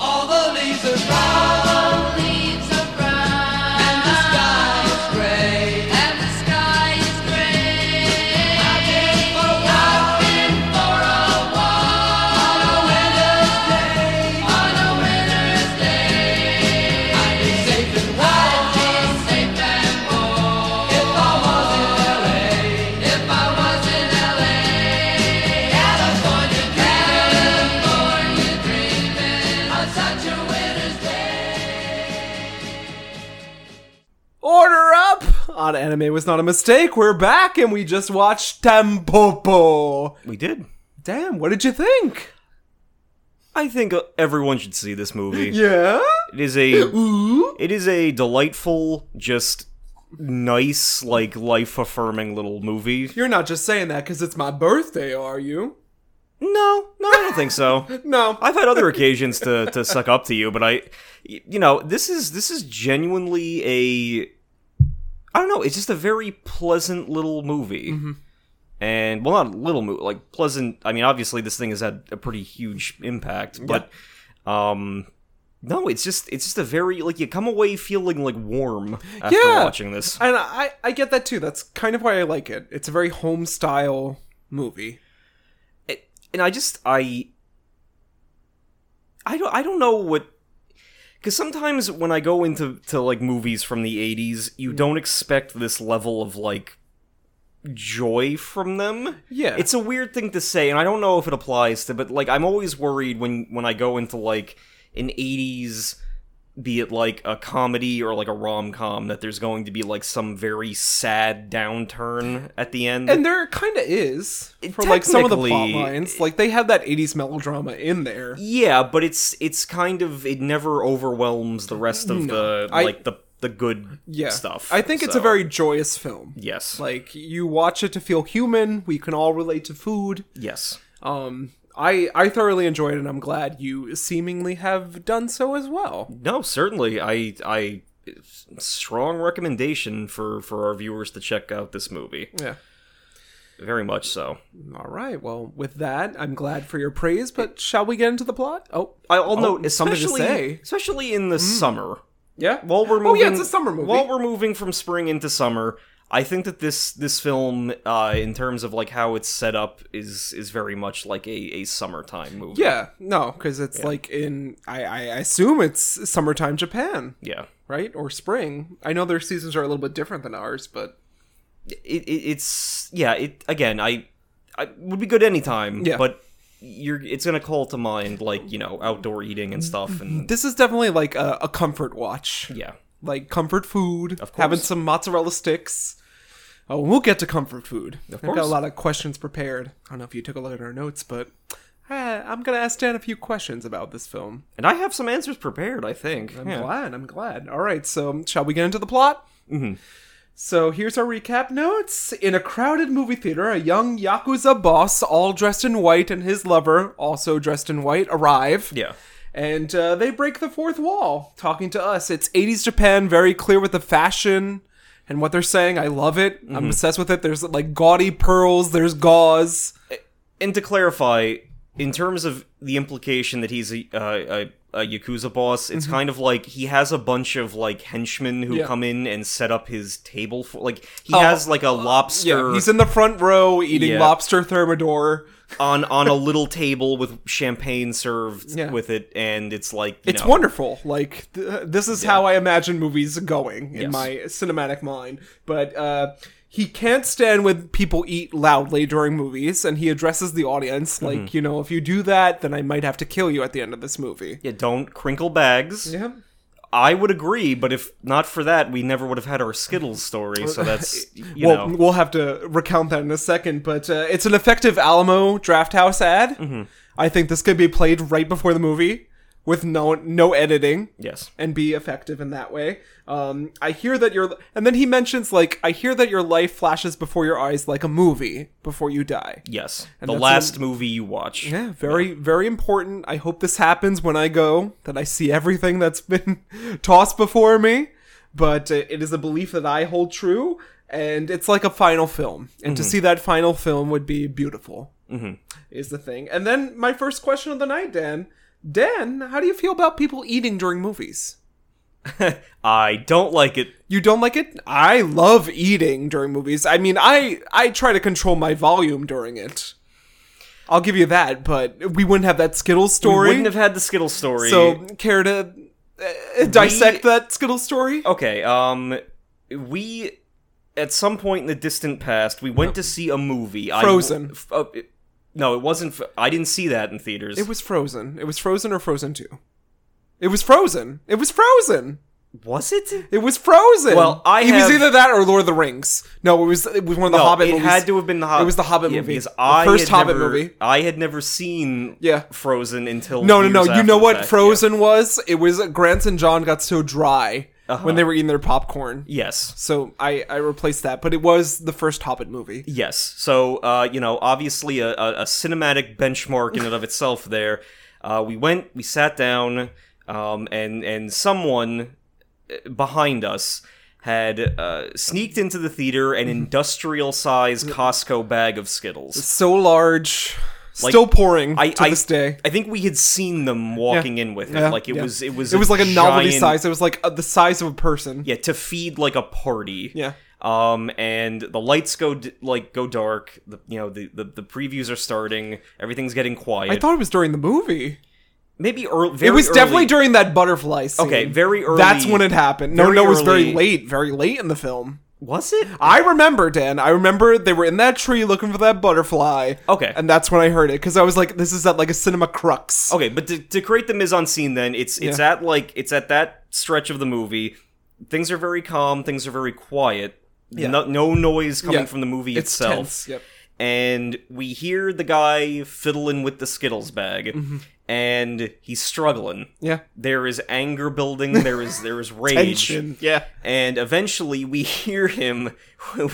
D: All the leaves are brown
E: leaves are brown
D: and the sky is gray.
E: and the sky is gray.
D: I've been for a walk on a winter's day.
E: On a winter's day,
D: I'd be safe and warm
E: it's safe and warm.
D: if I was in L.A.
E: If I was in LA,
D: California dreaming
E: California dreaming.
D: on such a winter's day.
B: Order up! On anime was not a mistake. We're back and we just watched Tampopo.
C: We did.
B: Damn, what did you think?
C: I think uh, everyone should see this movie.
B: Yeah?
C: It is <laughs> a it is a delightful, just nice, like life affirming little movie.
B: You're not just saying that because it's my birthday, are you?
C: No, no, I don't think so.
B: No.
C: I've had other occasions to to suck up to you, but I, you know, this is this is genuinely a, I don't know, it's just a very pleasant little movie, and well, not little movie, like pleasant. I mean, obviously, this thing has had a pretty huge impact, but, um. No, it's just it's just a very like you come away feeling like warm after
B: Yeah.
C: watching this.
B: and I, I get that too. That's kind of why I like it. It's a very home style movie.
C: it- and I just I I don't I don't know what because sometimes when I go into to like movies from the
B: Mm.
C: '80s, you don't expect this level of like joy from them.
B: Yeah.
C: it's a weird thing to say, and I don't know if it applies to. But like, I'm always worried when when I go into like an '80s be it like a comedy or like a rom-com that there's going to be like some very sad downturn at the end
B: And there kind of is. For like some of the plot
C: Technically-
B: lines. Like they have that 80s melodrama in there.
C: Yeah, but it's it's kind of it never overwhelms the rest of the
B: I-
C: like the the good
B: Yeah.
C: stuff.
B: I think it's
C: so-
B: a very joyous film.
C: yes,
B: Like you watch it to feel human. We can all relate to food.
C: yes.
B: Um, I I thoroughly enjoyed it, and I'm glad you seemingly have done so as well.
C: No, certainly. I I strong recommendation for for our viewers to check out this movie.
B: Yeah.
C: Very much so.
B: All right. Well, with that, I'm glad for your praise, but shall we get into the plot? Oh,
C: I- I'll
B: Oh,
C: note
B: something to
C: especially
B: say.
C: especially in the summer
B: yeah.
C: while we're moving.
B: Oh, yeah, it's a summer movie.
C: While we're moving from spring into summer, I think that this this film, uh, in terms of like how it's set up, is is very much like a a summertime movie.
B: yeah. No, because it's like in I I assume it's summertime Japan,
C: yeah.
B: right? Or spring. I know their seasons are a little bit different than ours, but
C: it, it it's yeah it again i i would be good anytime
B: Yeah.
C: but you're it's gonna call to mind like you know outdoor eating and stuff and
B: this is definitely like a, a comfort watch.
C: yeah
B: like comfort food,
C: Of course.
B: having some mozzarella sticks. Oh, we'll get to comfort food. I've got a
C: course.
B: lot of questions prepared. I don't know if you took a look at our notes, but eh, I'm gonna ask Dan a few questions about this film.
C: and i have some answers prepared i think
B: I'm
C: Yeah.
B: glad. I'm glad. All right, so shall we get into the plot?
C: Mm-hmm.
B: So here's our recap notes. In a crowded movie theater, a young Yakuza boss, all dressed in white, and his lover, also dressed in white, arrive.
C: yeah
B: And uh, they break the fourth wall talking to us. It's 80s Japan, very clear with the fashion and what they're saying. I love it. I'm obsessed with it. There's like gaudy pearls, there's gauze.
C: and to clarify in terms of the implication that he's a uh, a, a yakuza boss it's kind of like he has a bunch of like henchmen who
B: Mm-hmm. Yeah. Oh,
C: come in and set up his table for like he has like a lobster
B: uh, Yeah, he's in the front row eating
C: Yeah.
B: lobster thermidor.
C: on on a little table with champagne served
B: Yeah.
C: with it and it's like you
B: It's
C: know,
B: wonderful. Like th- this is how I imagine movies going in
C: Yes.
B: my cinematic mind. But uh, he can't stand when people eat loudly during movies, and he addresses the audience like, you know, if you do that, then I might have to kill you at the end of this movie.
C: Yeah, don't crinkle bags.
B: Yeah.
C: I would agree, but if not for that, we never would have had our Skittles
B: <laughs>
C: story. So that's you
B: well,
C: know,
B: we'll have to recount that in a second, but uh, it's an effective Alamo Draft House ad.
C: Mm-hmm.
B: I think this could be played right before the movie with no no editing
C: yes,
B: and be effective in that way. Um, I hear that your and then he mentions like I hear that your life flashes before your eyes like a movie before you die.
C: yes.
B: And
C: the
B: that's
C: last movie you watch.
B: Yeah, very very important. I hope this happens when I go that I see everything that's been <laughs> tossed before me, but uh, it is a belief that I hold true and it's like a final film. And
C: Mm-hmm.
B: to see that final film would be beautiful. Mm-hmm. Is the thing. And then my first question of the night, Dan. Dan, how do you feel about people eating during movies?
C: I don't like it.
B: You don't like it? I love eating during movies. I mean, I I try to control my volume during it. I'll give you that, but we wouldn't have that Skittles
C: We
B: story.
C: wouldn't have had the Skittles story.
B: so care to uh, dissect that Skittles story?
C: okay, um, we at some point in the distant past we went to see a movie.
B: Frozen.
C: I, f- uh, it- no, it wasn't. F- I didn't see that in theaters.
B: It was Frozen. It was Frozen or Frozen Two. It was Frozen. It was Frozen.
C: was it?
B: It was Frozen.
C: Well, I
B: it was
C: have-
B: either that or Lord of the Rings. No, it was it was one of the
C: no,
B: Hobbit
C: it
B: movies.
C: had to have been the Hobbit.
B: It was the Hobbit
C: yeah,
B: movie.
C: because
B: The
C: I
B: first
C: had
B: Hobbit
C: never-
B: movie.
C: I had never seen
B: Yeah.
C: Frozen until
B: No, no,
C: years
B: no. You
C: after
B: know
C: the
B: what
C: fact, yeah.
B: Frozen was? It was uh, Grants and John got so dry
C: Uh-huh.
B: when they were eating their popcorn.
C: Yes,
B: So I, I replaced that, but it was the first Hobbit movie.
C: yes. So uh, you know, obviously a, a, a cinematic benchmark in and of itself. There, uh, we went, we sat down, um, and and someone uh, behind us had uh, sneaked into the theater an
B: Mm-hmm.
C: industrial sized Costco bag of Skittles.
B: So large,
C: Like,
B: still pouring
C: I,
B: to
C: I,
B: this day.
C: I think we had seen them walking in with it.
B: Yeah,
C: like it
B: yeah.
C: was, it was,
B: It was like a novelty
C: giant-
B: size. It was like uh, the size of a person.
C: Yeah, to feed like a party.
B: Yeah.
C: Um, and the lights go d- like go dark. The, you know, the, the the previews are starting. Everything's getting quiet.
B: I thought it was during the movie.
C: maybe early.
B: it was definitely during that butterfly scene.
C: Okay, very early-
B: That's when it happened. No,
C: very
B: no, it was very
C: early-
B: late, very late in the film.
C: Was it?
B: I remember, Dan. I remember they were in that tree looking for that butterfly.
C: Okay.
B: And that's when I heard it because I was like, this is at like a cinema crux.
C: Okay, but to, to create the mise en scene, then it's it's
B: Yeah.
C: at like it's at that stretch of the movie. Things are very calm. Things are very quiet. No, no noise coming
B: Yeah.
C: from the movie
B: It's
C: itself.
B: tense, yep.
C: And we hear the guy fiddling with the Skittles bag, and he's struggling.
B: Mm-hmm. Yeah.
C: There is
B: <laughs>
C: anger building. There is there is rage.
B: Tension. Yeah.
C: <laughs> And eventually, we hear him.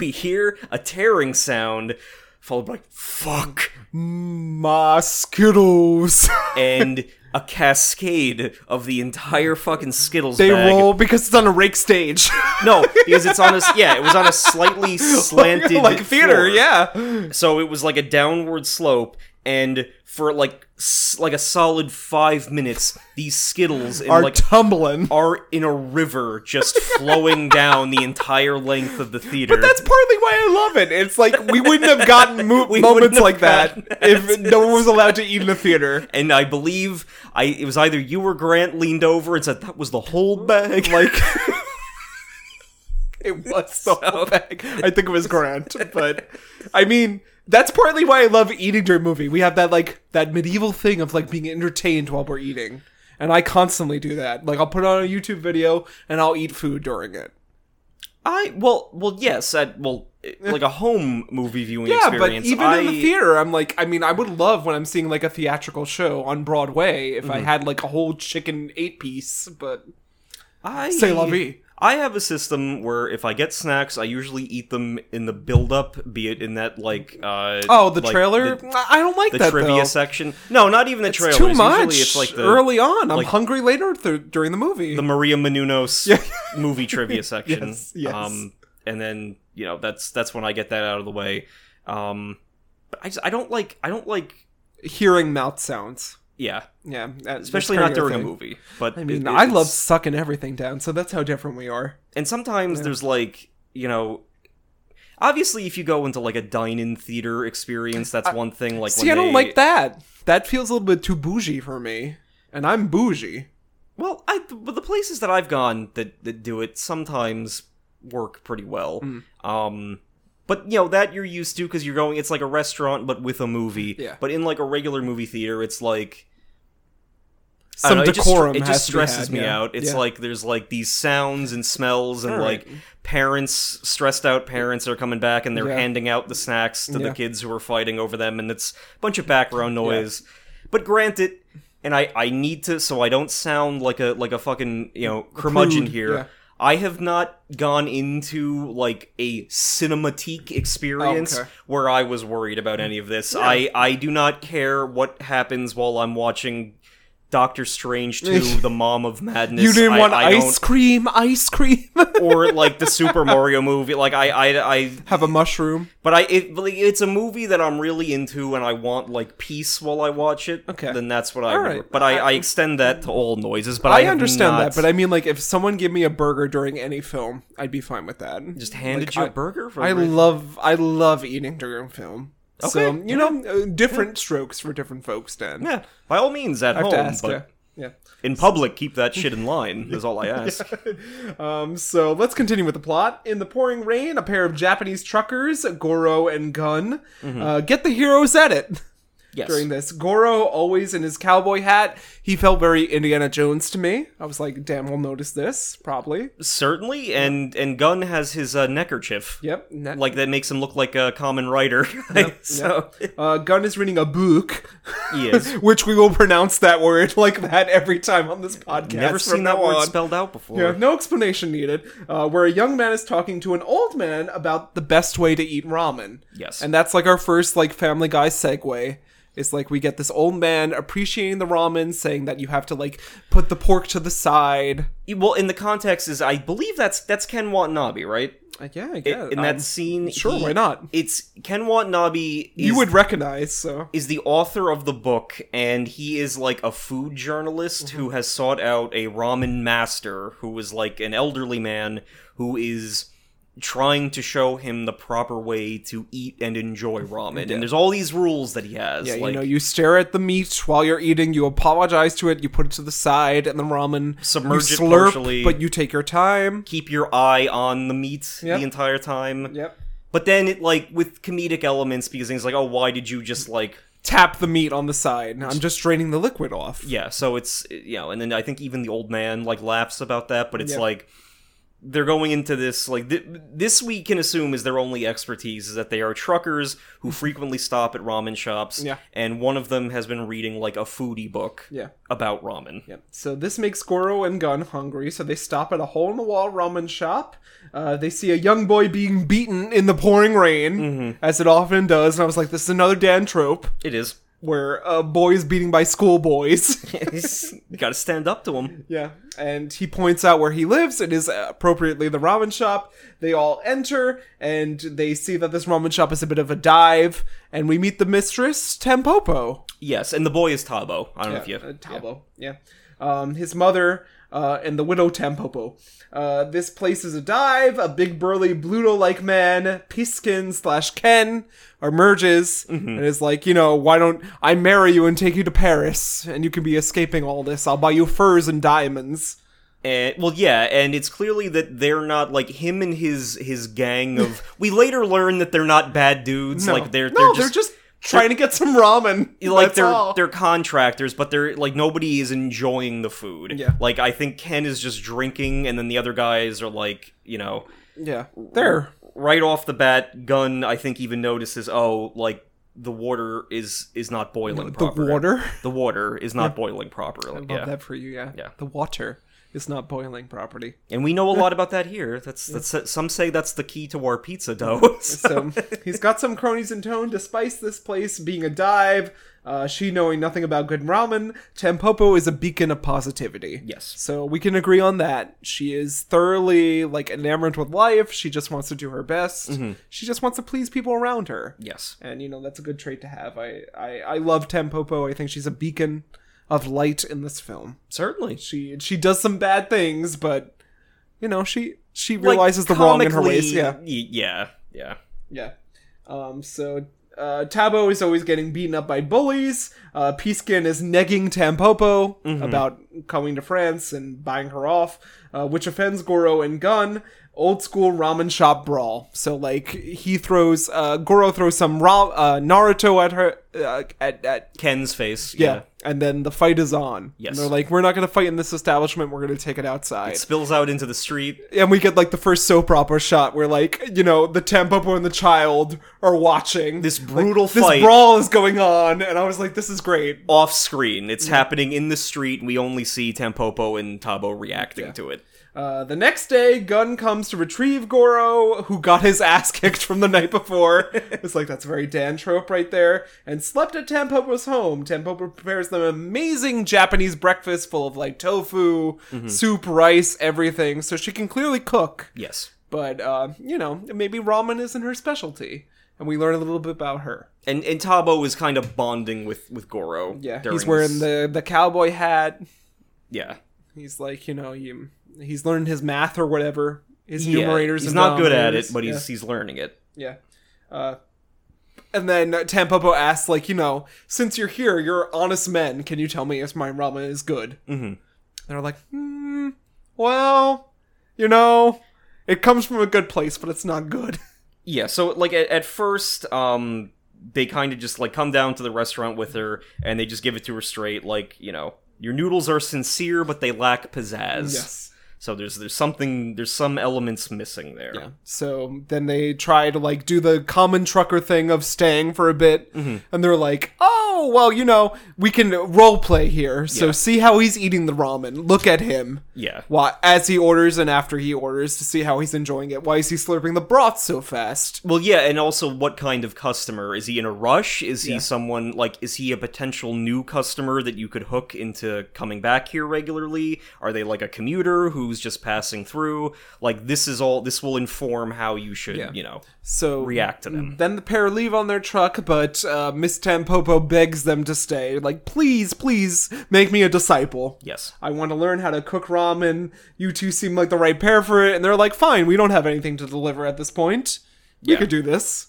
C: We hear a tearing sound. followed by
B: <laughs>
C: fuck
B: Mosquitoes. <laughs>
C: and a cascade of the entire fucking Skittles
B: they
C: bag.
B: roll because it's on a rake stage. <laughs>
C: No, because it's on a yeah, it was on a slightly slanted
B: like theater,
C: floor.
B: yeah.
C: So it was like a downward slope, and for like s- like a solid five minutes, these Skittles in
B: Are
C: like
B: tumbling.
C: are in a
B: <laughs>
C: river just flowing down the entire length of the theater.
B: But <laughs> that's partly why I love it. It's like we wouldn't have gotten mo-
C: <laughs> We wouldn't
B: moments
C: have
B: like that, <laughs>
C: gotten
B: if
C: that.
B: no
C: <laughs>
B: one was allowed to eat in the theater.
C: and I believe I it was either you or Grant leaned over and said that was the whole bag.
B: <laughs> Like it was the whole bag. I think it was Grant, but I mean that's partly why I love eating during movie. We have that like that medieval thing of like being entertained while we're eating, and I constantly do that. Like I'll put on a YouTube video and I'll eat food during it.
C: <laughs> I well well yes at well like a home movie viewing
B: Yeah, but
C: experience.
B: even in the
C: I-
B: theater, I'm like, I mean, I would love when I'm seeing like a theatrical show on Broadway if
C: Mm-hmm.
B: I had like a whole chicken eight piece, but
C: I
B: C'est la vie.
C: I have a system where if I get snacks, I usually eat them in the build up, be it in that like uh
B: oh, the
C: like,
B: trailer,
C: the,
B: I I don't like
C: the
B: that
C: trivia
B: though.
C: section. No, not even the trailer.
B: It's too
C: usually
B: much.
C: It's like the
B: early on. I'm
C: like-
B: hungry later th- during the movie.
C: the
B: <laughs>
C: Maria Menounos movie trivia section.
B: Yes, yes.
C: Um, and then you know that's that's when I get that out of the way. Um, but I just I don't like I don't like
B: Hearing mouth sounds.
C: yeah,
B: Yeah, that-
C: especially
B: that's
C: not
B: kind of
C: during a
B: thing.
C: movie. But
B: I
C: it-
B: mean,
C: it-
B: I love
C: it's-
B: sucking everything down, so that's how different we are.
C: and sometimes there's like you know. Obviously, if you go into like a dine-in theater experience, that's one thing. Like,
B: See, I
C: when
B: don't
C: they-
B: like that. That feels a little bit too bougie for me, and I'm bougie.
C: Well, I but the places that I've gone that that do it sometimes work pretty well.
B: Hmm.
C: Um but you know that you're used to because you're going. It's like a restaurant, but with a movie.
B: Yeah.
C: But in like a regular movie theater, it's like I
B: Some
C: don't know, it just-
B: decorum.
C: It just,
B: has to be had,
C: stresses me
B: yeah.
C: out. It's
B: Yeah.
C: like there's like these sounds and smells, and
B: All right.
C: like parents, stressed out parents, are coming back and they're
B: Yeah.
C: handing out the snacks to
B: Yeah.
C: the kids who are fighting over them, and it's a bunch of background noise. But granted, and I I need to so I don't sound like a like a fucking you know curmudgeon
B: prude,
C: here.
B: yeah.
C: I have not gone into like a cinematique experience
B: okay.
C: where I was worried about any of this. I I do not care what happens while I'm watching Doctor
B: <laughs>
C: Strange 2, the mom of madness.
B: you didn't
C: I-
B: want
C: I
B: ice
C: don't-
B: cream, ice cream. <laughs>
C: or like the Super Mario movie. Like I, I, I
B: Have a mushroom.
C: but I, it, like, it's a movie that I'm really into, and I want like peace while I watch it.
B: Okay.
C: then that's what I.
B: All
C: would-
B: right.
C: But I, I extend that to all noises. But I,
B: I,
C: have
B: understand
C: not
B: that, but I mean, like, if someone gave me a burger during any film, I'd be fine with that.
C: just handed
B: Like,
C: you a
B: I-
C: burger. From
B: I
C: Red-
B: love I love eating during film. So
C: Okay,
B: you know, uh, different strokes for different folks. Then
C: Yeah, by all means at
B: I have
C: home,
B: to ask.
C: but
B: Yeah. yeah.
C: in public, keep that shit in line.
B: <laughs>
C: Is all I ask.
B: Um, so let's continue with the plot. In the pouring rain, a pair of Japanese truckers, Goro and Gun, uh, get the heroes at it.
C: Mm-hmm. Yes.
B: During this, Goro always in his cowboy hat. He felt very Indiana Jones to me. I was like, "Damn, we'll notice this probably."
C: Certainly, and and Gunn has his uh, neckerchief.
B: Yep. ne-
C: Like that makes him look like a common writer. <laughs> so
B: uh, Gun is reading a book,
C: he is.
B: <laughs> which we will pronounce that word <laughs> like that every time on this podcast.
C: Never
B: from
C: seen that
B: now
C: word
B: on.
C: spelled out before.
B: Yeah, no explanation needed. Uh, where a young man is talking to an old man about the best way to eat ramen.
C: Yes.
B: and that's like our first like Family Guy segue. Is like we get this old man appreciating the ramen, saying that you have to like put the pork to the side.
C: E, Well, in the context is, I believe that's that's Ken Watanabe, right?
B: Uh, yeah, I
C: I-
B: guess.
C: in that scene,
B: sure,
C: he-
B: why not?
C: It's Ken Watanabe. Is,
B: you would recognize. So
C: is the author of the book, and he is like a food journalist
B: Mm-hmm.
C: who has sought out a ramen master who is like an elderly man who is trying to show him the proper way to eat and enjoy ramen. And there's all these rules that he has.
B: yeah,
C: like,
B: you know, you stare at the meat while you're eating. You apologize to it. You put it to the side, and the ramen
C: Submerge
B: you
C: it
B: slurp,
C: partially.
B: but you take your time.
C: keep your eye on the meat
B: Yep.
C: the entire time.
B: Yep.
C: But then it like with comedic elements because things like, oh, why did you just like
B: Tap the meat on the side. I'm just draining the liquid off.
C: yeah so it's you know and then i think even the old man like laughs about that but it's
B: Yeah.
C: like they're going into this like th- this we can assume is their only expertise is that they are truckers
B: <laughs>
C: who frequently stop at ramen shops
B: Yeah.
C: and one of them has been reading like a foodie book
B: Yeah.
C: about ramen
B: Yep. So this makes Goro and Gun hungry, so they stop at a hole in the wall ramen shop. Uh, they see a young boy being beaten in the pouring rain,
C: Mm-hmm.
B: as it often does, and I was like, this is another Dan trope <laughs>
C: it is <laughs>
B: where a boy is beating by schoolboys. <laughs>
C: you gotta stand up to him
B: yeah. And he points out where he lives. It is appropriately the ramen shop. They all enter, and they see that this ramen shop is a bit of a dive, and we meet the mistress, Tampopo.
C: yes and the boy is tabo i don't know if you
B: Yeah, uh, Tabo. Yeah. Um, his mother uh, and the widow Tampopo. Uh, this place is a dive. A big burly Bluto-like man, Piskin slash Ken, emerges and is like, you know, why don't I marry you and take you to Paris and you can be escaping all this? I'll buy you furs and diamonds.
C: And, well, yeah, and it's clearly that they're not like him and his his gang
B: <laughs>
C: of. we later learn that they're not bad dudes.
B: No.
C: Like they're
B: no,
C: they're just,
B: trying to get some ramen.
C: <laughs> like
B: That's
C: they're
B: all.
C: they're contractors, but they're like nobody is enjoying the food.
B: Yeah.
C: like I think Ken is just drinking, and then the other guys are like, you know,
B: yeah there.
C: right off the bat, Gun I think even notices, oh, like the water is is not boiling
B: The
C: properly.
B: water.
C: the water is not boiling properly.
B: I love
C: yeah,
B: that for you. Yeah.
C: Yeah.
B: The water is not boiling <laughs> properly.
C: and we know a lot about that here. That's that's some say that's the key to our pizza dough.
B: So he's got some cronies in tow to spice this place being a dive. Uh, she knowing nothing about good ramen. Tampopo is a beacon of positivity.
C: Yes.
B: So we can agree on that. She is thoroughly like enamored with life. She just wants to do her best.
C: Mm-hmm.
B: She just wants to please people around her.
C: Yes.
B: And you know that's a good trait to have. I I, I love Tampopo. I think she's a beacon of light in this film.
C: Certainly.
B: She she does some bad things, but you know she she realizes the wrong in her ways. Yeah.
C: Yeah. Yeah.
B: Yeah. Um, so uh, Tabo is always getting beaten up by bullies. Uh, Piskin is negging Tampopo
C: Mm-hmm.
B: about coming to France and buying her off, uh, which offends Goro and Gun. Old school ramen shop brawl. So like he throws uh, Goro throws some ra- uh, Naruto at her uh, at at
C: Ken's face.
B: yeah.
C: Yeah.
B: and then the fight is on.
C: Yes.
B: and they're like we're not gonna fight in this establishment. We're gonna take it outside
C: Spills out into the street.
B: and we get like the first soap opera shot where like you know the Tampopo and the child are watching
C: This brutal
B: Like, this
C: fight.
B: brawl is going on and i was like this is great
C: Off screen.
B: Mm-hmm.
C: It's happening in the street. We only see Tampopo and Tabo reacting to it.
B: uh, the next day gun comes to retrieve goro who got his ass <laughs> kicked from the night before <laughs> it's like that's a very dan trope right there and slept at tampopo's home tampopo prepares them an amazing japanese breakfast full of like tofu
C: Mm-hmm.
B: soup rice everything so she can clearly cook
C: Yes.
B: but uh, you know maybe ramen isn't her specialty and we learn a little bit about her
C: And and Tabo is kind of bonding with with Goro.
B: yeah
C: during
B: he's wearing
C: this-
B: the the cowboy hat
C: yeah.
B: he's like you know you, he's learned his math or whatever his
C: Yeah,
B: numerators
C: He's
B: and
C: not good at it,
B: denominators.
C: but he's he's learning it.
B: yeah, yeah. Uh, and then uh, Tampopo asks, like, you know, since you're here, you're honest men. Can you tell me if my ramen is good?
C: Mm-hmm.
B: They're like, hmm, well, you know, it comes from a good place, but it's not good. <laughs>
C: Yeah, so like at, at first, um, they kind of just like come down to the restaurant with her, and they just give it to her straight, like you know, your noodles are sincere, but they lack pizzazz. So there's there's something there's some elements missing there.
B: Yeah. So then they try to like do the common trucker thing of staying for a bit,
C: Mm-hmm.
B: and they're like, "Oh, well, you know, we can role play here. So
C: Yeah.
B: see how he's eating the ramen. Look at him.
C: Yeah.
B: Why as he orders and after he orders to see how he's enjoying it. Why is he slurping the broth so fast?
C: Well, yeah, and also what kind of customer is he in a rush? Is he someone like is he a potential new customer that you could hook into coming back here regularly? Are they like a commuter who's just passing through? Like this is all this will inform how you should
B: Yeah. Mm.
C: you know
B: So
C: react to them.
B: Then the pair leave on their truck, but uh, Miss Tampopo begs them to stay. Like, please, please make me a disciple.
C: Yes.
B: I want to learn how to cook ramen. You two seem like the right pair for it. And they're like, fine, we don't have anything to deliver at this point. We
C: Yeah. Uh,
B: could do this.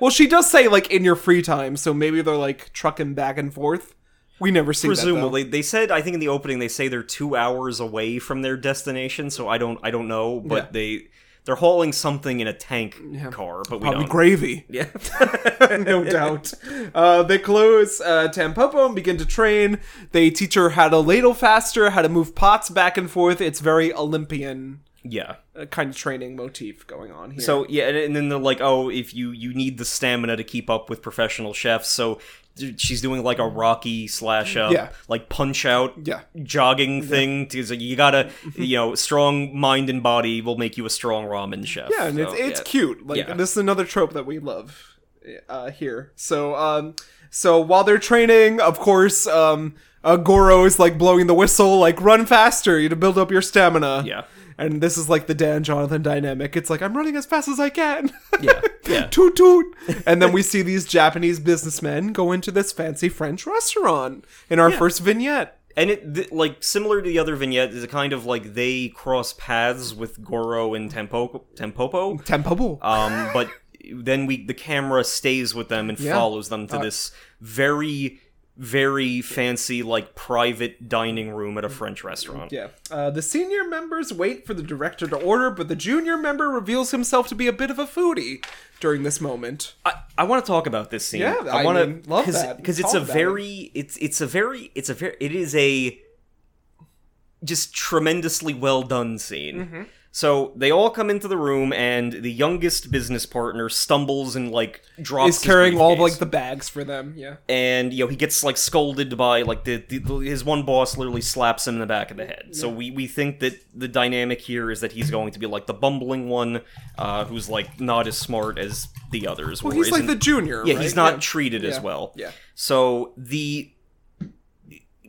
B: Well, she does say, like, in your free time, so maybe they're, like, trucking back and forth. We never see
C: Presumably, they said. I think in the opening they say they're two hours away from their destination. So I don't, I don't know, but
B: Yeah.
C: they they're hauling something in a tank car, but we
B: that, though. Probably
C: don't.
B: gravy.
C: <laughs> Yeah.
B: <laughs> no doubt. Uh, they close uh, Tampopo and begin to train. They teach her how to ladle faster, how to move pots back and forth. It's very Olympian
C: yeah.
B: uh, kind of training motif going on here.
C: So yeah, and, and then they're like, oh, if you you need the stamina to keep up with professional chefs, so d- she's doing like a Rocky slash up,
B: Yeah.
C: like punch out,
B: Yeah.
C: jogging thing. Because you
B: <laughs>
C: gotta, you know, strong mind and body will make you a strong ramen chef.
B: yeah, and it's
C: So,
B: it's
C: yeah.
B: cute. Like
C: Yeah.
B: this is another trope that we love uh, here. So um, so while they're training, of course, um, uh, Goro is like blowing the whistle, like run faster you to build up your stamina. <laughs>
C: Yeah.
B: And this is like the Dan Jonathan dynamic. It's like I'm running as fast as I can. <laughs>
C: Yeah, yeah.
B: toot toot. And then we see these Japanese businessmen go into this fancy French restaurant in our first vignette.
C: And it th- like similar to the other vignette is a kind of like they cross paths with Goro and Tempo Tempopo.
B: Tempo.
C: um, but then we the camera stays with them and
B: Yeah.
C: follows them to this very very fancy like private dining room at a french restaurant
B: Yeah. Uh, the senior members wait for the director to order, but the junior member reveals himself to be a bit of a foodie during this moment.
C: i, I want to talk about this scene
B: Yeah, I
C: i want
B: mean,
C: to
B: love
C: because
B: that.
C: it's
B: Talk
C: a
B: about
C: very it's it's a very it's a very it is a just tremendously well done scene
B: Mm-hmm.
C: So they all come into the room, and the youngest business partner stumbles and like drops.
B: He's carrying
C: his
B: all
C: briefcase.
B: like the bags for them. Yeah.
C: and you know he gets like scolded by like the, the his one boss literally slaps him in the back of the head. So we we think that the dynamic here is that he's going to be like the bumbling one, uh, who's like not as smart as the others.
B: Well,
C: or
B: he's like
C: isn't-
B: the junior.
C: yeah,
B: right?
C: he's not treated
B: Yeah.
C: as well.
B: Yeah.
C: So the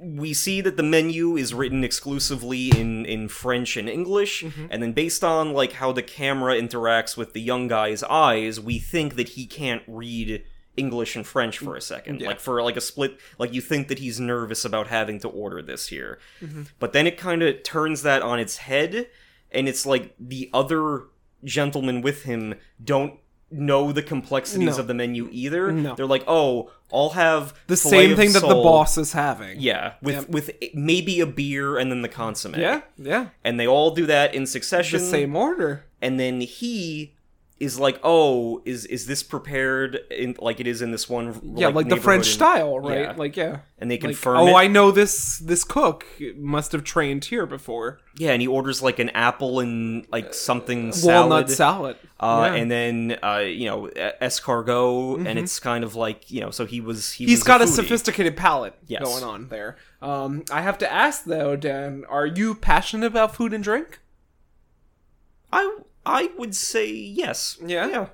C: we see that the menu is written exclusively in in French and English, and then based on like how the camera interacts with the young guy's eyes, we think that he can't read English and French for a second. Like for like a split, like you think that he's nervous about having to order this here. But then it kind of turns that on its head and it's like the other gentlemen with him don't know the
B: No.
C: complexities of the menu either.
B: No.
C: They're like, "Oh, I'll have
B: The
C: filet
B: same
C: of
B: thing that the
C: sole."
B: boss is having.
C: Yeah, with
B: Yep.
C: with maybe a beer and then the consomme.
B: Yeah. Yeah.
C: and they all do that in
B: The
C: succession.
B: same order.
C: and then he is like, "Oh, is is this prepared in like it is in this one?
B: Yeah, like, the French
C: neighborhood in-"
B: style, right?
C: Yeah.
B: Like yeah.
C: And they
B: Like,
C: confirm.
B: oh,
C: it.
B: I know this. This cook must have trained here before.
C: yeah, and he orders like an apple and like something
B: Uh, Walnut salad.
C: Uh,
B: Yeah. Mm-hmm.
C: And then uh, you know e- escargot, and it's kind of like you know. So he was he
B: he's
C: was
B: got a,
C: foodie.
B: sophisticated palate
C: Yes.
B: going on there. Um, I have to ask though, Dan, are you passionate about food and drink?
C: I I would say yes. I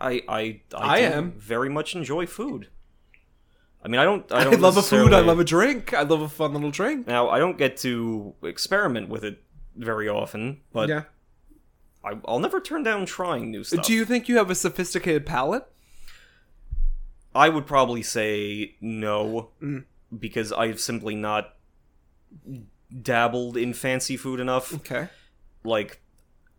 C: I I,
B: I
C: do
B: am.
C: very much enjoy food. I mean, I don't. I,
B: <laughs> I,
C: don't
B: love a food. I
C: necessarily-
B: love a drink. I love a fun little drink.
C: Now I don't get to experiment with it very often, but
B: yeah.
C: I, I'll never turn down trying new stuff.
B: Do you think you have a sophisticated palate?
C: I would probably say no
B: Mm.
C: because I've simply not dabbled in fancy food enough.
B: Okay.
C: like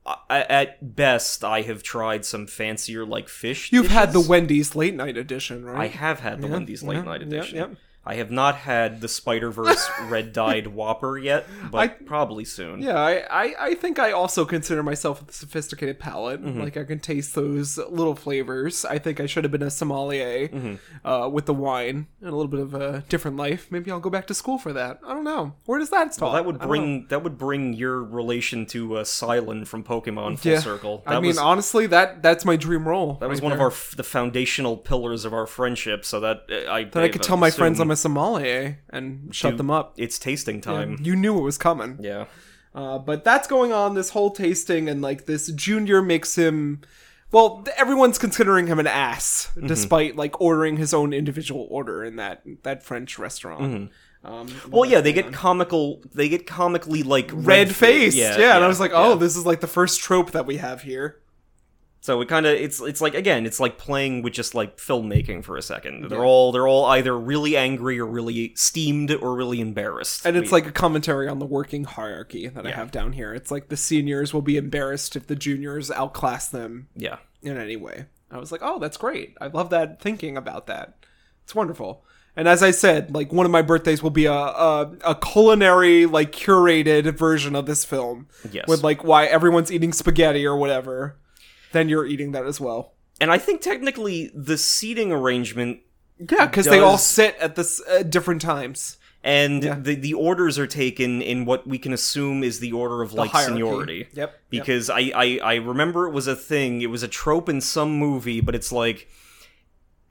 C: I, at best i have tried some fancier like fish
B: You've had the
C: dishes.
B: Wendy's late night edition, right?
C: i have had the
B: Yeah,
C: wendy's late
B: yeah,
C: night
B: yeah,
C: edition
B: yeah.
C: i have not had the
B: <laughs>
C: spider-verse red dyed whopper yet but
B: I-
C: probably soon
B: Yeah, I, I, I think I also consider myself with a sophisticated palate.
C: Mm-hmm.
B: Like I can taste those little flavors. I think I should have been a sommelier
C: Mm-hmm.
B: uh, with the wine and a little bit of a different life. Maybe I'll go back to school for that. I don't know. Where does that start?
C: Well, that would bring that would bring your relation to uh, Cylon from Pokemon full
B: Yeah.
C: circle. That
B: I mean,
C: was,
B: honestly, that that's my dream role.
C: that was one of our f- the foundational pillars of our friendship. So that uh, I
B: Then I could tell my friends I'm a sommelier and shut them up.
C: It's tasting time.
B: You knew it was coming.
C: Yeah,
B: Uh, but that's going on this whole tasting, and like this junior makes him. Well, th- everyone's considering him an ass, despite like ordering his own individual order in that that French restaurant. Um,
C: Well, yeah, they get comical. They get comically like
B: red faced, yeah, And I was like, oh,
C: yeah.
B: this is like the first trope that we have here.
C: So it kind of it's it's like again it's like playing with just like filmmaking for a second. They're all they're all either really angry or really steamed or really embarrassed.
B: And it's
C: We-
B: like a commentary on the working hierarchy that I have down here. It's like the seniors will be embarrassed if the juniors outclass them
C: yeah,
B: in any way. I was like, oh, that's great. I love that thinking about that. It's wonderful. And as I said, like one of my birthdays will be a a, a culinary like curated version of this film
C: Yes.
B: with like why everyone's eating spaghetti or whatever. Then you're eating that as well.
C: and I think technically the seating arrangement
B: Yeah, because they all
C: Does-
B: sit at this at uh, different times.
C: and the the orders are taken in what we can assume is the order of like
B: hierarchy.
C: seniority.
B: Yep, yep.
C: Because I, I I remember it was a thing. It was a trope in some movie, but it's like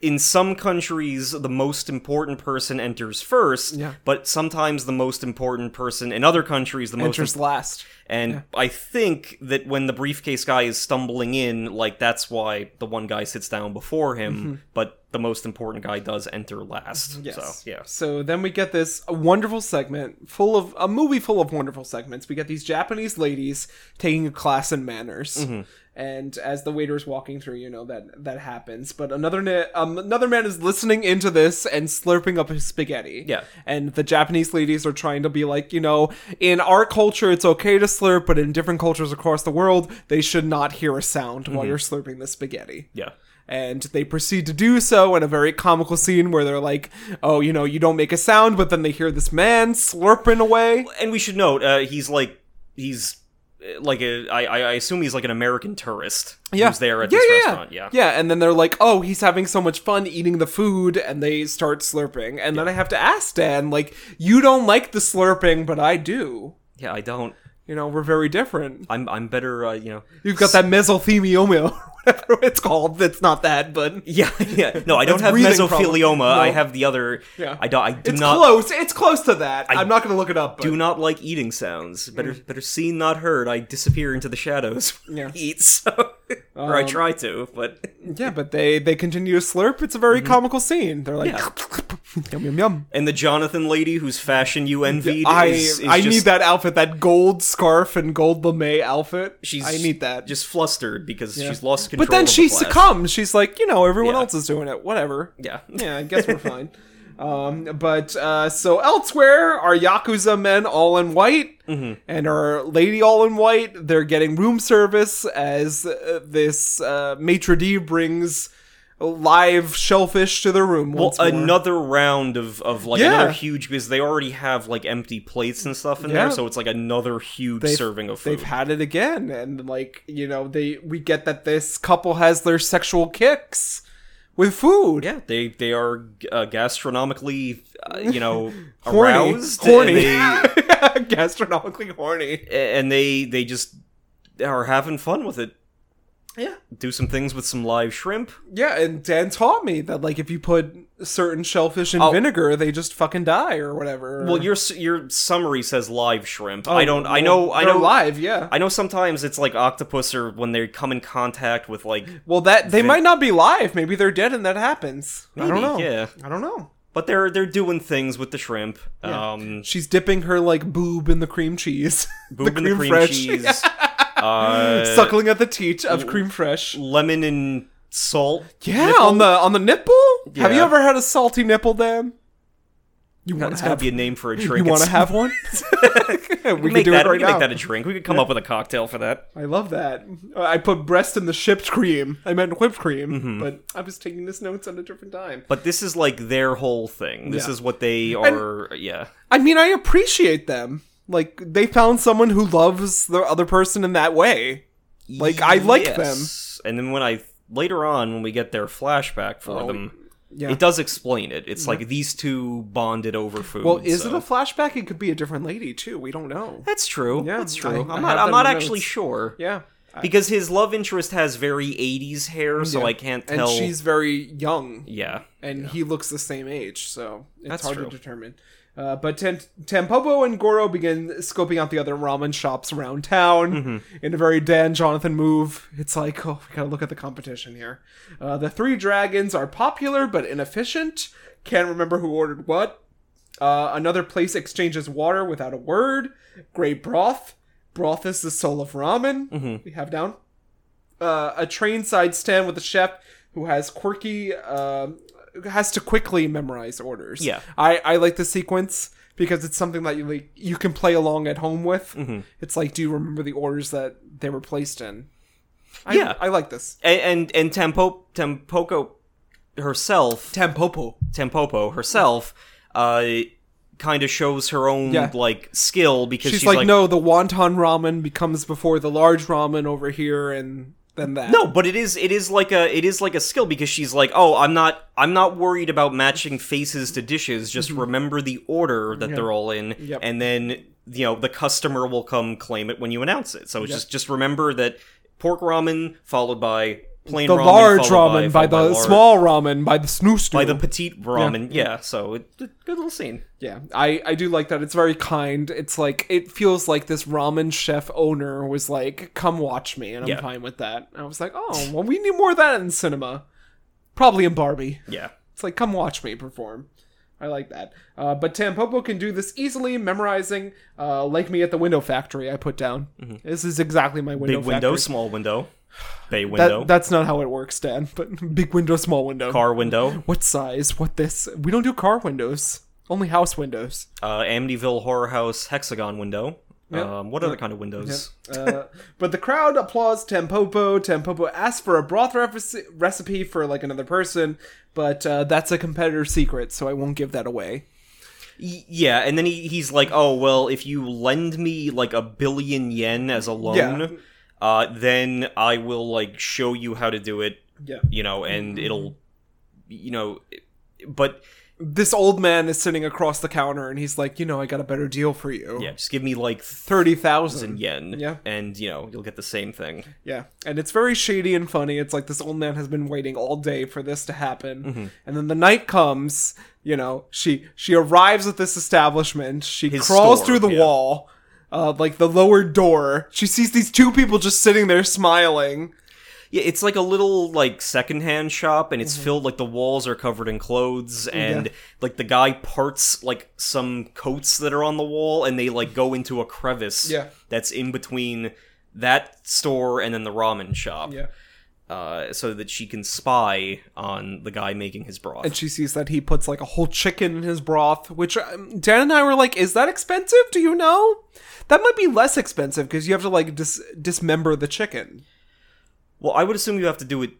C: in some countries the most important person enters first
B: Yeah.
C: but sometimes the most important person in other countries the most
B: Enters last.
C: and I think that when the briefcase guy is stumbling in, like that's why the one guy sits down before him, but the most important guy does enter last.
B: Mm-hmm. Yes.
C: So yeah.
B: So then we get this wonderful segment full of a movie full of wonderful segments. We get these Japanese ladies taking a class in manners.
C: Mm-hmm.
B: And as the waiter is walking through, you know that that happens. But another na- um, another man is listening into this and slurping up his spaghetti.
C: Yeah.
B: And the Japanese ladies are trying to be like, you know, in our culture it's okay to slurp, but in different cultures across the world they should not hear a sound
C: Mm-hmm.
B: while you're slurping the spaghetti.
C: Yeah.
B: And they proceed to do so in a very comical scene where they're like, oh, you know, you don't make a sound, but then they hear this man slurping away.
C: And we should note, uh, he's like he's uh, like a I I I assume he's like an American tourist who's there at this restaurant. Yeah.
B: yeah. and then they're like, oh, he's having so much fun eating the food, and they start slurping. And then I have to ask Dan, like, you don't like the slurping, but I do.
C: Yeah, I don't
B: You know, we're very different.
C: I'm I'm better uh, you know
B: You've got that mesothelioma, or <laughs> whatever it's called. That's not that, but
C: Yeah, <laughs> yeah. No, I don't
B: That's
C: have
B: breathing
C: mesothelioma.
B: problem. No.
C: I have the other
B: Yeah.
C: I don't I do
B: it's
C: not
B: close. It's close to that. I am not going to look it up. But.
C: do not like eating sounds. Better better seen not heard. I disappear into the shadows
B: Mm.
C: when
B: Yeah. Um,
C: I eat, <laughs> so or I try to, but
B: Yeah, but they they continue to slurp. It's a very comical scene. They're like,
C: Mm-hmm. Yeah.
B: <laughs> yum yum yum.
C: and the Jonathan lady whose fashion you envied
B: I
C: is, is
B: I
C: just,
B: need that outfit, that gold scarf and gold lame outfit.
C: She's
B: I need that.
C: Just flustered because
B: Yeah.
C: she's lost control.
B: but then
C: of the
B: she
C: flash.
B: succumbs. She's like, you know, everyone
C: Yeah.
B: else is doing it. Whatever.
C: Yeah.
B: yeah. I guess we're fine. Um, but uh, so elsewhere, our yakuza men all in white
C: Mm-hmm.
B: and our lady all in white. They're getting room service as uh, this uh, maitre d brings live shellfish to their room.
C: Well,
B: once more.
C: another round of, of like
B: Yeah.
C: another huge because they already have like empty plates and stuff in
B: Yeah.
C: there, so it's like another huge
B: They've-
C: serving of food.
B: they've had it again and like you know they we get that this couple has their sexual kicks with food
C: yeah, they they are uh, gastronomically, uh,
B: <laughs>
C: you know,
B: horny
C: aroused,
B: horny <laughs>
C: and they,
B: gastronomically horny
C: and they they just are having fun with it.
B: yeah
C: Do some things with some live shrimp.
B: yeah and dan taught me that like if you put certain shellfish in
C: Oh.
B: vinegar they just fucking die or whatever
C: Well, your s- your summary says live shrimp.
B: Oh,
C: I don't. I know. I
B: they're
C: know.
B: live yeah
C: I know sometimes it's like octopus or when they come in contact with like,
B: well that they
C: Vin-
B: might not be live maybe they're dead and that happens i don't
C: Maybe,
B: know
C: yeah.
B: i don't know
C: but they're they're doing things with the shrimp. Um,
B: she's dipping her like boob in the cream cheese <laughs>
C: boob and the cream
B: fresh. <laughs>
C: cheese, uh,
B: suckling at the teat of cream fresh
C: lemon and salt.
B: Yeah,
C: nipple.
B: on the on the nipple. Have you
C: Yeah.
B: ever had a salty nipple, Dan? You want
C: That's
B: to
C: gotta
B: have
C: be a name for a
B: you
C: drink.
B: want
C: <laughs>
B: to
C: It's-
B: have one? <laughs> we
C: we could
B: can
C: make
B: do
C: that.
B: it
C: we
B: right
C: could
B: now.
C: make that a drink. We could come up with a cocktail for that.
B: I love that. Uh, I put breast in the shipped cream. I meant whipped cream,
C: Mm-hmm.
B: but I was taking this notes at a different time.
C: But this is like their whole thing. This
B: Yeah.
C: is what they are. yeah.
B: I mean, I appreciate them. Like they found someone who loves the other person in that way. Like I like them.
C: them. And then when I later on when we get their flashback for
B: Oh,
C: them,
B: Yeah.
C: it does explain it. It's like these two bonded over food.
B: well, is
C: Mm, so-
B: it a flashback? It could be a different lady too. We don't know.
C: That's true.
B: Yeah,
C: that's
B: I-
C: true. I,
B: I
C: am
B: have
C: not.
B: that
C: I'm not
B: in my
C: actually
B: notes.
C: sure.
B: Yeah. I-
C: Because his love interest has very '80s hair, so
B: yeah.
C: I can't tell.
B: And she's very young.
C: yeah.
B: and he looks the same age, so it's
C: That's
B: hard
C: true.
B: to determine. Uh, but Ten- Tampopo and Goro begin scoping out the other ramen shops around town
C: Mm-hmm.
B: in a very Dan Jonathan move. It's like, oh, we gotta look at the competition here. Uh, the three dragons are popular but inefficient. Can't remember who ordered what. Uh, another place exchanges water without a word. Gray broth. Broth is the soul of ramen.
C: Mm-hmm.
B: We have down uh, a train side stand with a chef who has quirky um, has to quickly memorize orders.
C: Yeah.
B: I I like the sequence because it's something that you like you can play along at home with.
C: Mm-hmm.
B: It's like, do you remember the orders that they were placed in? I,
C: Yeah.
B: I like this.
C: And and, and Tampo Tampoco herself
B: Tampopo.
C: Tampopo herself uh, kind of shows her own
B: Yeah.
C: like skill because
B: She's,
C: she's,
B: like, no, the wonton ramen becomes before the large ramen over here, and than that.
C: No, but it is it is like a it is like a skill because she's like, "Oh, I'm not I'm not worried about matching faces to dishes. Just remember the order that they're all in
B: Mm-hmm. Yep.
C: and then, you know, the customer will come claim it when you announce it." So it's just just remember that pork ramen followed by plain
B: the
C: ramen
B: large
C: followed
B: ramen by,
C: followed
B: the
C: large-
B: small ramen by the snoo
C: by the petite ramen. Yeah, so it, it- good little scene.
B: Yeah, I I do like that. It's very kind. It's like it feels like this ramen chef owner was like, "Come watch me," and I'm
C: Yeah.
B: fine with that. And I was like, "Oh, well, we need more of that in cinema, probably in Barbie."
C: Yeah.
B: It's like, "Come watch me perform." I like that. Uh, but Tampopo can do this easily, memorizing uh, like me at the window factory. I put down. This is exactly my window.
C: Mm-hmm. Big window,
B: factory.
C: small window, bay
B: That-
C: window,
B: that's not how it works, Dan. But <laughs> big window, small window.
C: car window,
B: What size? What this? We don't do car windows. Only house windows.
C: uh, Amityville Horror House hexagon window.
B: Yeah.
C: Um, what other kind of windows?
B: Uh, but the crowd applauds Tampopo. Tampopo asks for a broth refe- recipe for like another person, but uh, that's a competitor secret, so I won't give that away.
C: Y- Yeah, and then he, he's like, "Oh well, if you lend me like a billion yen as a loan,
B: Yeah.
C: uh, then I will like show you how to do it.
B: Yeah.
C: You know, and it'll, you know, but
B: This old man is sitting across the counter, and he's like, "You know, I got a better deal for you.
C: yeah, just give me like
B: thirty thousand.
C: thousand yen,
B: Yeah.
C: and you know you'll get the same thing.
B: Yeah, and it's very shady and funny. It's like this old man has been waiting all day for this to happen,
C: Mm-hmm.
B: and then the night comes. You know, she she arrives at this establishment. She
C: His
B: crawls
C: store,
B: through the
C: yeah.
B: wall, uh, like the lower door. She sees these two people just sitting there smiling.
C: Yeah, it's like a little like secondhand shop, and it's
B: Mm-hmm.
C: filled like the walls are covered in clothes, and like the guy parts like some coats that are on the wall, and they like go into a crevice.
B: Yeah.
C: that's in between that store and then the ramen shop. uh, so that she can spy on the guy making his broth.
B: and she sees that he puts like a whole chicken in his broth. Which um, Dan and I were like, "Is that expensive? Do you know?" That might be less expensive because you have to like dis- dismember the chicken.
C: well, I would assume you have to do it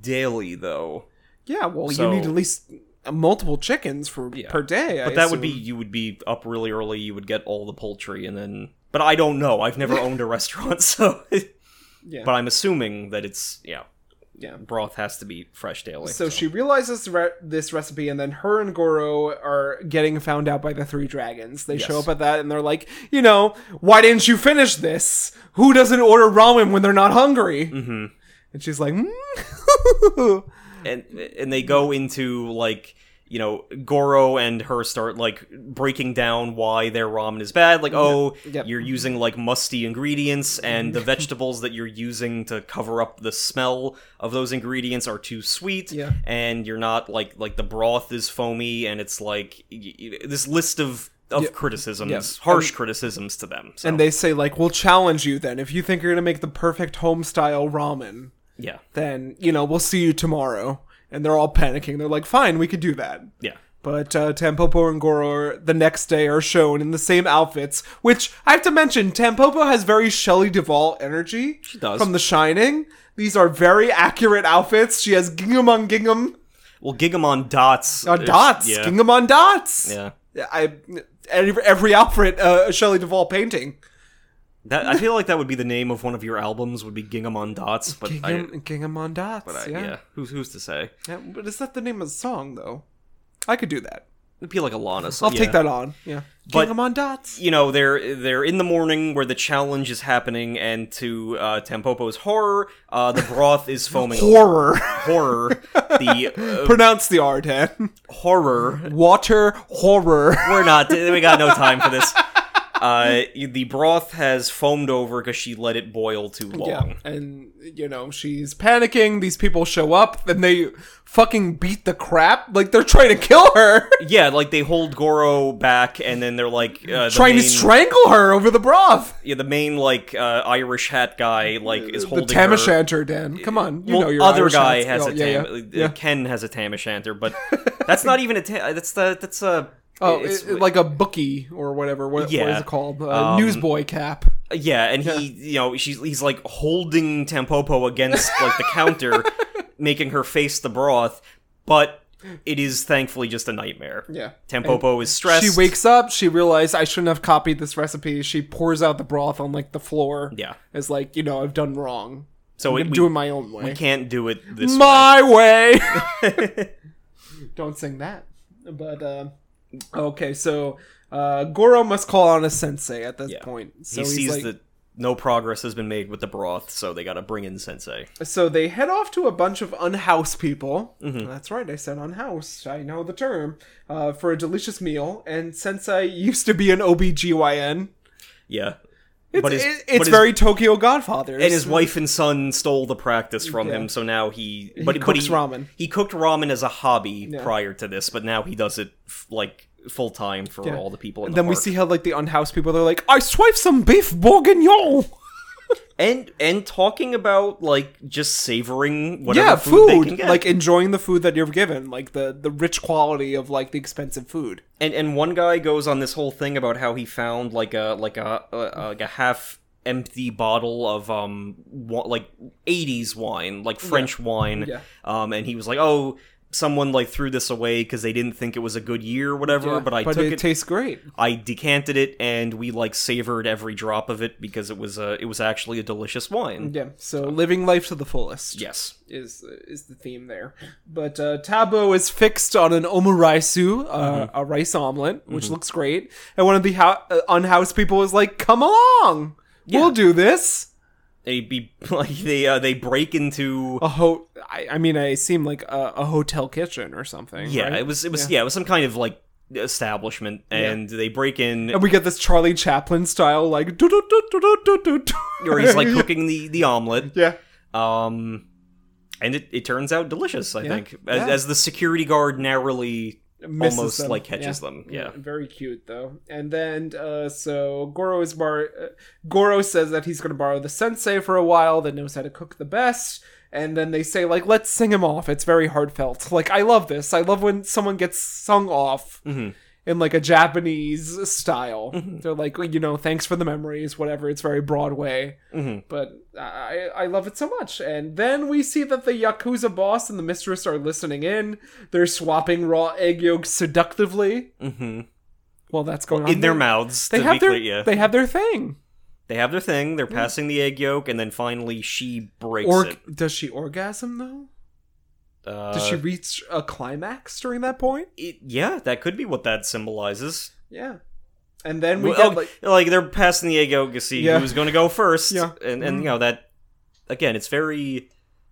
C: daily though,
B: Yeah, well,
C: So-
B: you need at least multiple chickens for
C: Yeah.
B: per day. I
C: but that would be
B: assume.
C: you would be up really early. You would get all the poultry, and then. But I don't know. I've
B: <laughs>
C: never owned a restaurant, <laughs> so.
B: Yeah.
C: But I'm assuming that it's yeah.
B: yeah.
C: broth has to be fresh daily.
B: So she realizes re- this recipe, and then her and Goro are getting found out by the three dragons. They show
C: Yes.
B: up at that, and they're like, you know, why didn't you finish this? Who doesn't order ramen when they're not hungry? Mm-hmm. And she's like, mm.
C: and and they go into like you know Goro and her start like breaking down why their ramen is bad. Like oh,
B: Yep.
C: you're using like musty ingredients, and the
B: <laughs>
C: vegetables that you're using to cover up the smell of those ingredients are too sweet.
B: Yeah.
C: and you're not like like the broth is foamy, and it's like y- y- this list of. Of criticisms,
B: Yeah.
C: harsh criticisms to them. So,
B: and they say like, we'll challenge you then. If you think you're gonna make the perfect home style ramen,
C: yeah,
B: then you know we'll see you tomorrow. And they're all panicking. They're like, fine, we could do that.
C: yeah.
B: But uh, Tampopo and Goro are- the next day are shown in the same outfits, which I have to mention. Tampopo has very Shelley Duvall energy. She
C: does.
B: from The Shining. These are very accurate outfits. She has gingham on gingham
C: Well, Gigamon dots.
B: on
C: There's-
B: Uh, dots,
C: Yeah.
B: gingham on dots.
C: yeah.
B: I every, every outfit uh, a Shelley Duvall painting.
C: That I feel like that would be the name of one of your albums would be Gingham on Dots, but
B: Gingham,
C: I,
B: gingham on dots.
C: but I- yeah.
B: yeah.
C: who's who's to say?
B: Yeah, But is that the name of the song though? I could do that.
C: It'd be like Alana. So
B: I'll
C: yeah.
B: take that on. Yeah,
C: But-
B: gingham on dots.
C: You know, they're they're in the morning where the challenge is happening, and to uh, Tampopo's horror, uh, the broth is foaming.
B: Horror. <laughs>
C: horror, the uh,
B: Pronounce the R, Dan. <laughs>
C: horror.
B: Water horror.
C: We're not. We got no time for this. Uh, the broth has foamed over because she let it boil too
B: <laughs>
C: long.
B: Yeah, and you know she's panicking. These people show up, and they fucking beat the crap. Like they're trying to kill <laughs> her,
C: Yeah, like they hold Goro back, and then they're like uh, the
B: trying to
C: main-
B: strangle her over the broth.
C: yeah, the main like uh, Irish hat guy like is holding
B: the tam
C: her.
B: o' shanter, Dan. Come on, you
C: Well,
B: know your
C: other
B: Irish
C: guy
B: hats.
C: has
B: Oh,
C: a
B: yeah,
C: tam. uh,
B: yeah. yeah.
C: Ken has a tam o'
B: <laughs>
C: shanter, but that's not even a tam. That's the that's a.
B: Oh,
C: it's-
B: it- it- like a bookie or whatever. What, what
C: Yeah.
B: is it called? A
C: Um,
B: newsboy cap.
C: yeah, and he you know she's he's like holding Tampopo against like the
B: <laughs>
C: counter, making her face the broth, but it is thankfully just a nightmare.
B: Yeah.
C: Tampopo is stressed.
B: She wakes up. She realized I shouldn't have copied this recipe. She pours out the broth on like the floor.
C: Yeah.
B: it's like you know I've done wrong.
C: So it,
B: I'm
C: we,
B: doing my own
C: we
B: way.
C: can't do it this
B: My <laughs> way.
C: way.
B: Don't sing that. But uh, okay, so uh, Goro must call on a sensei at this
C: Yeah.
B: point. So
C: he
B: he's
C: sees
B: like,
C: that no progress has been made with the broth, so they got to bring in Sensei.
B: So they head off to a bunch of unhoused people.
C: Mm-hmm.
B: That's right, I said unhoused. I know the term. Uh, for a delicious meal. And Sensei used to be an OBGYN.
C: Yeah,
B: It's,
C: But his-
B: it-
C: but
B: it's
C: his-
B: very Tokyo Godfathers.
C: and his wife and son stole the practice from
B: Yeah.
C: him, so now he but but
B: cooks ramen.
C: He cooked ramen as a hobby
B: Yeah.
C: prior to this, but now he does it f- like full time for
B: Yeah.
C: all the people. In
B: And
C: the
B: then we
C: park.
B: see how like the unhoused people they're like, I swipe some beef bourguignon.
C: and and talking about like just savoring whatever
B: Yeah,
C: food, they
B: food.
C: can get.
B: Like enjoying the food that you're given, like the the rich quality of like the expensive food.
C: and and one guy goes on this whole thing about how he found like a like a uh, like a half empty bottle of um wa- like 80s wine like french wine
B: Yeah.
C: um and he was like oh someone like threw this away because they didn't think it was a good year or whatever but i took
B: it,
C: it
B: tastes great.
C: i decanted it and we like savored every drop of it because it was uh it was actually a delicious wine
B: Yeah. So living life to the fullest.
C: yes
B: is is the theme there. But uh, Tabo is fixed on an omuraisu, uh,
C: Mm-hmm.
B: a rice omelet, which looks great. And one of the ho- uh, unhoused people is like, "Come along, we'll do this."
C: they be <laughs> like they uh they break into
B: A ho- I, I mean, I seem like a, a hotel kitchen or something.
C: Yeah,
B: right?
C: it was it was yeah. it was some kind of like establishment and they break in
B: And we get this Charlie Chaplin style, like, do do do do do do do.
C: or he's
B: <laughs>
C: like cooking the the omelet.
B: yeah.
C: Um and it, it turns out delicious, I
B: Yeah.
C: think. As,
B: Yeah.
C: as the security guard narrowly
B: misses
C: almost
B: them.
C: like catches
B: Yeah. Mm,
C: them. Yeah.
B: very cute though. And then uh, so Goro is bar. Uh, Goro says that he's going to borrow the sensei for a while that knows how to cook the best. And then they say like, let's sing him off. It's very heartfelt. Like I love this. I love when someone gets sung off.
C: Mm-hmm.
B: In like a Japanese style, they're like, you know, thanks for the memories, whatever. It's very Broadway,
C: Mm-hmm.
B: but I I love it so much. And then we see that the yakuza boss and the mistress are listening in. They're swapping raw egg yolks seductively.
C: Mhm.
B: Well, that's going on
C: In their
B: there.
C: mouths.
B: They
C: to
B: have
C: be
B: their
C: clear, yeah.
B: they have their thing.
C: They have their thing, they're passing the egg yolk, and then finally she breaks
B: Or
C: it.
B: does she orgasm though?
C: Uh,
B: Does she reach a climax during that point?
C: it, yeah, that could be what that symbolizes.
B: Yeah. And then we
C: Well, oh,
B: get
C: like,
B: like
C: they're passing the egg yolk to see
B: Yeah.
C: who's going to go first.
B: Yeah. Mm-hmm.
C: and and you know that again, it's very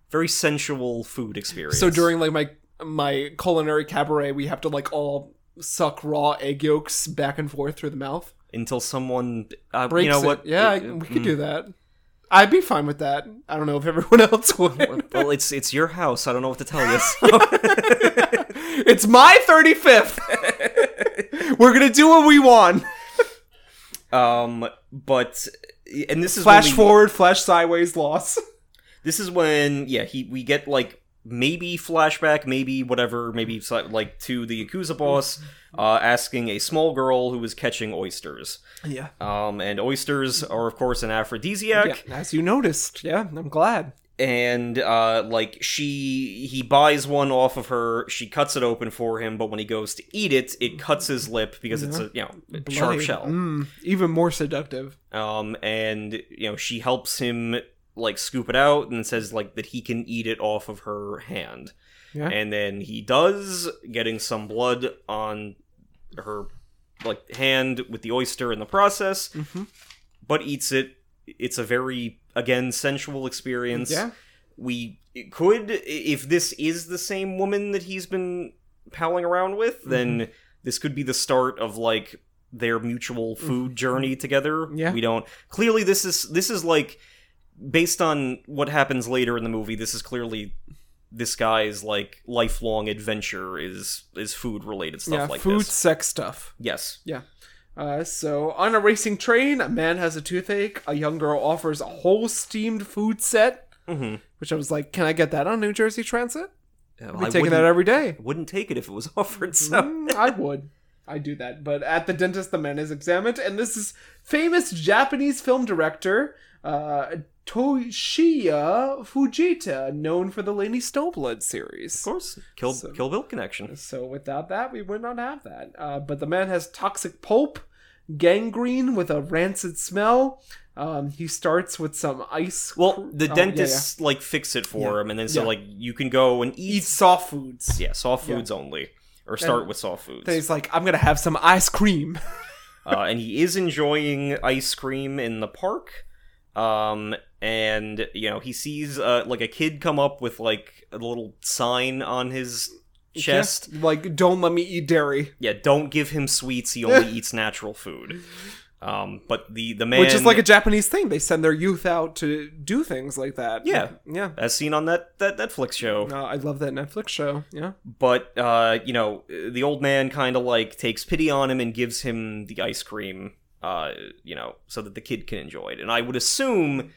C: very sensual food experience.
B: so during like my my culinary cabaret, we have to like all suck raw egg yolks back and forth through the mouth.
C: until someone uh,
B: Breaks
C: you know
B: it.
C: what
B: Yeah, I,
C: it- mm-hmm.
B: we could do that. I'd be fine with that. I don't know if everyone <laughs> else
C: <laughs>
B: would.
C: <laughs> Well, it's it's your house. I don't know what to tell you. so-
B: <laughs> it's my 35th. <laughs> We're going to do what we want.
C: um, but and this is when
B: Flash
C: we-
B: forward, flash sideways, loss.
C: This is when yeah he we get like maybe flashback, maybe whatever, maybe si- like to the Yakuza boss uh, asking a small girl who was catching oysters.
B: <laughs> Yeah.
C: Um, and oysters are, of course, an aphrodisiac.
B: as you noticed. Yeah, I'm glad.
C: And uh, like she, he buys one off of her. She cuts it open for him, but when he goes to eat it, it cuts his lip because it's a you know sharp
B: Bloody-
C: shell.
B: Mm, even more seductive.
C: Um, and you know she helps him like scoop it out and says like that he can eat it off of her hand.
B: Yeah.
C: And then he does, getting some blood on her like hand with the oyster in the process.
B: Mhm.
C: but eats it. It's a very again sensual experience.
B: Yeah.
C: We could if this is the same woman that he's been palling around with,
B: Mm-hmm.
C: then this could be the start of like their mutual food journey together.
B: Mm-hmm. Yeah.
C: We don't clearly this is this is like based on what happens later in the movie, this is clearly this guy's like lifelong adventure is is food related stuff
B: yeah,
C: like
B: food,
C: this.
B: sex stuff.
C: Yes.
B: Yeah. Uh, so, on a racing train, a man has a toothache. A young girl offers a whole steamed food set,
C: Mm-hmm.
B: which I was like, can I get that on New Jersey Transit? I'd be taking that every day.
C: wouldn't take it if it was <laughs> offered. So
B: Mm, I would. I do that. But at the dentist, the man is examined, and this is famous Japanese film director uh, Toshiya Fujita, known for the Lady Snowblood series.
C: Of course, Kill
B: So-
C: Kill Bill connection.
B: So without that, we would not have that. Uh, but the man has toxic pulp, gangrene with a rancid smell. Uh, Um, he starts with some ice.
C: Well,
B: cr-
C: the
B: oh,
C: dentist like fix it for
B: Yeah.
C: him, and then so
B: Yeah.
C: like you can go and
B: yeah, yeah.
C: eat.
B: eats soft foods.
C: Yeah, soft foods only, or start with soft foods.
B: Then he's like, I'm gonna have some ice cream. <laughs>
C: uh, and he is enjoying ice cream in the park. Um, and you know he sees uh, like a kid come up with like a little sign on his chest.
B: Yeah, like, don't let me eat dairy,
C: Yeah, don't give him sweets. He
B: <laughs>
C: only eats natural food. Um, but the the man,
B: which is like a Japanese thing. They send their youth out to do things like that.
C: Yeah.
B: yeah.
C: as seen on that that Netflix show.
B: Uh, I love that Netflix show. Yeah,
C: But uh, you know the old man kind of like takes pity on him and gives him the ice cream. Uh, you know, so that the kid can enjoy it. And I would assume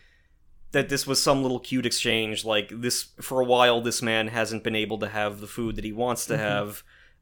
C: that this was some little cute exchange. Like this, for a while, this man hasn't been able to have the food that he wants
B: Mm-hmm.
C: to have.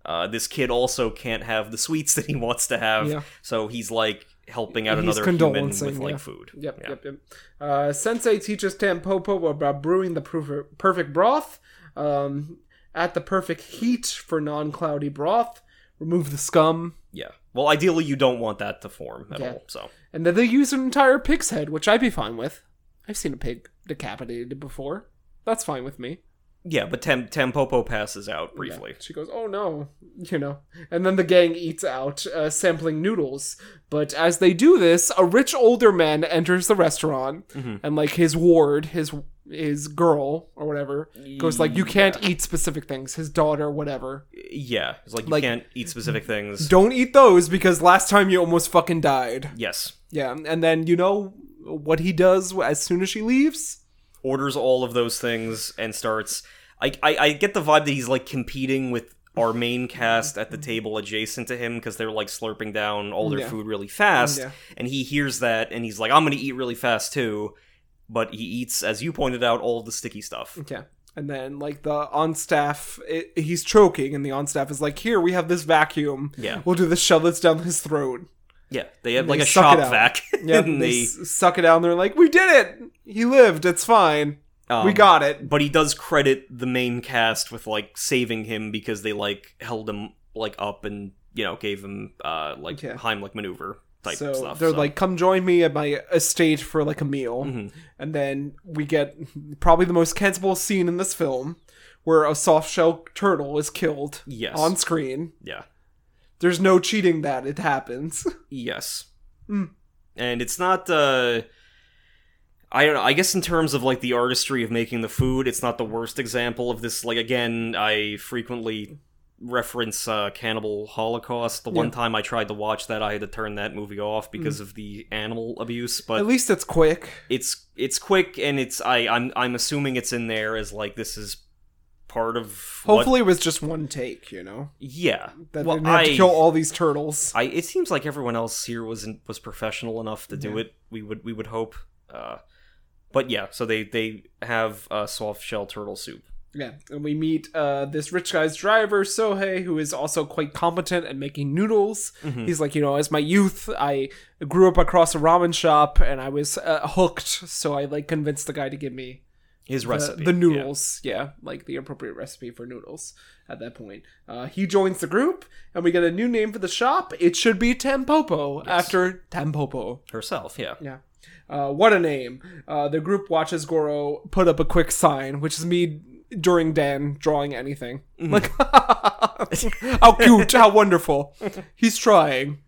C: Uh, this kid also can't have the sweets <laughs> that he wants to have.
B: Yeah.
C: So he's like helping out
B: He's
C: another human with
B: condolencing,
C: like
B: yeah.
C: food.
B: Yep,
C: Yeah.
B: yep, yep. Uh, sensei teaches Tampopo about brewing the perf- perfect broth, um, at the perfect heat for non cloudy broth, remove the scum,
C: Yeah. Well, ideally, you don't want that to form at
B: Yeah.
C: all. So
B: and then they use an entire pig's head, which I'd be fine with. I've seen a pig decapitated before. That's fine with me.
C: yeah, but Tem- Tempopo passes out briefly.
B: She goes, "Oh no," <laughs> you know. And then the gang eats out, uh, sampling noodles. But as they do this, a rich older man enters the restaurant, and like his ward, his his girl or whatever, goes like, "You can't eat specific things." His daughter, whatever,
C: Yeah, it's like you
B: Like-
C: can't eat specific things.
B: don't eat those because last time you almost fucking died.
C: yes,
B: Yeah, and then you know what he does as soon as she leaves.
C: orders all of those things and starts. I I, I get the vibe that he's like competing with our main cast at the table adjacent to him because they're like slurping down all their
B: Yeah.
C: food really fast,
B: Yeah.
C: and he hears that and he's like, "I'm gonna eat really fast too." But he eats, as you pointed out, all the sticky stuff.
B: Yeah. And then, like, the on staff, it, he's choking, and the on staff is like, Here, we have this vacuum.
C: Yeah.
B: We'll do this, shove this down his throat.
C: Yeah, they have
B: They
C: like a
B: suck
C: shop
B: it out.
C: vac.
B: Yeah.
C: <laughs> and
B: they s- suck it out, and they're like, We did it. He lived. It's fine. we
C: um,
B: got it.
C: but he does credit the main cast with like saving him because they like held him like up and you know gave him uh like
B: Yeah.
C: Heimlich maneuver type
B: so
C: stuff.
B: they're
C: so- Mm-hmm.
B: like, Come join me at my estate for, like, a meal. And then we get probably the most cancelable scene in this film where a soft shell turtle is killed
C: Yes.
B: on screen.
C: yeah,
B: There's no cheating that. It happens.
C: yes,
B: Mm.
C: and it's not. uh I don't know. I guess in terms of like the artistry of making the food, it's not the worst example of this. Like again, I frequently reference uh, Cannibal Holocaust. The one
B: Yeah. Hmm.
C: time I tried to watch that, I had to turn that movie off because of the animal abuse. But
B: at least it's quick.
C: it's it's quick and it's I I'm I'm assuming it's in there as like this is part of what-
B: Hopefully, it was just one take, you know?
C: yeah
B: that
C: well
B: they didn't have to
C: I-
B: kill all these turtles.
C: I it seems like everyone else here wasn't was professional enough to do it we would we would hope uh but yeah so they they have uh, soft shell turtle soup
B: Yeah, and we meet uh, this rich guy's driver Sohei, who is also quite competent at making noodles.
C: Mm-hmm.
B: He's like, you know, as my youth, I grew up across a ramen shop, and I was uh, hooked. So I like convinced the guy to give me
C: his
B: the,
C: recipe
B: the
C: yeah.
B: noodles. Yeah. like the appropriate recipe for noodles. At that point, uh, he joins the group, and we get a new name for the shop. It should be Tampopo after Tampopo.
C: herself yeah
B: Yeah. Uh, what a name. Uh, the group watches Goro put up a quick sign, which is me during Dan drawing anything.
C: Mm-hmm.
B: Like, <laughs> how cute, how wonderful. He's trying.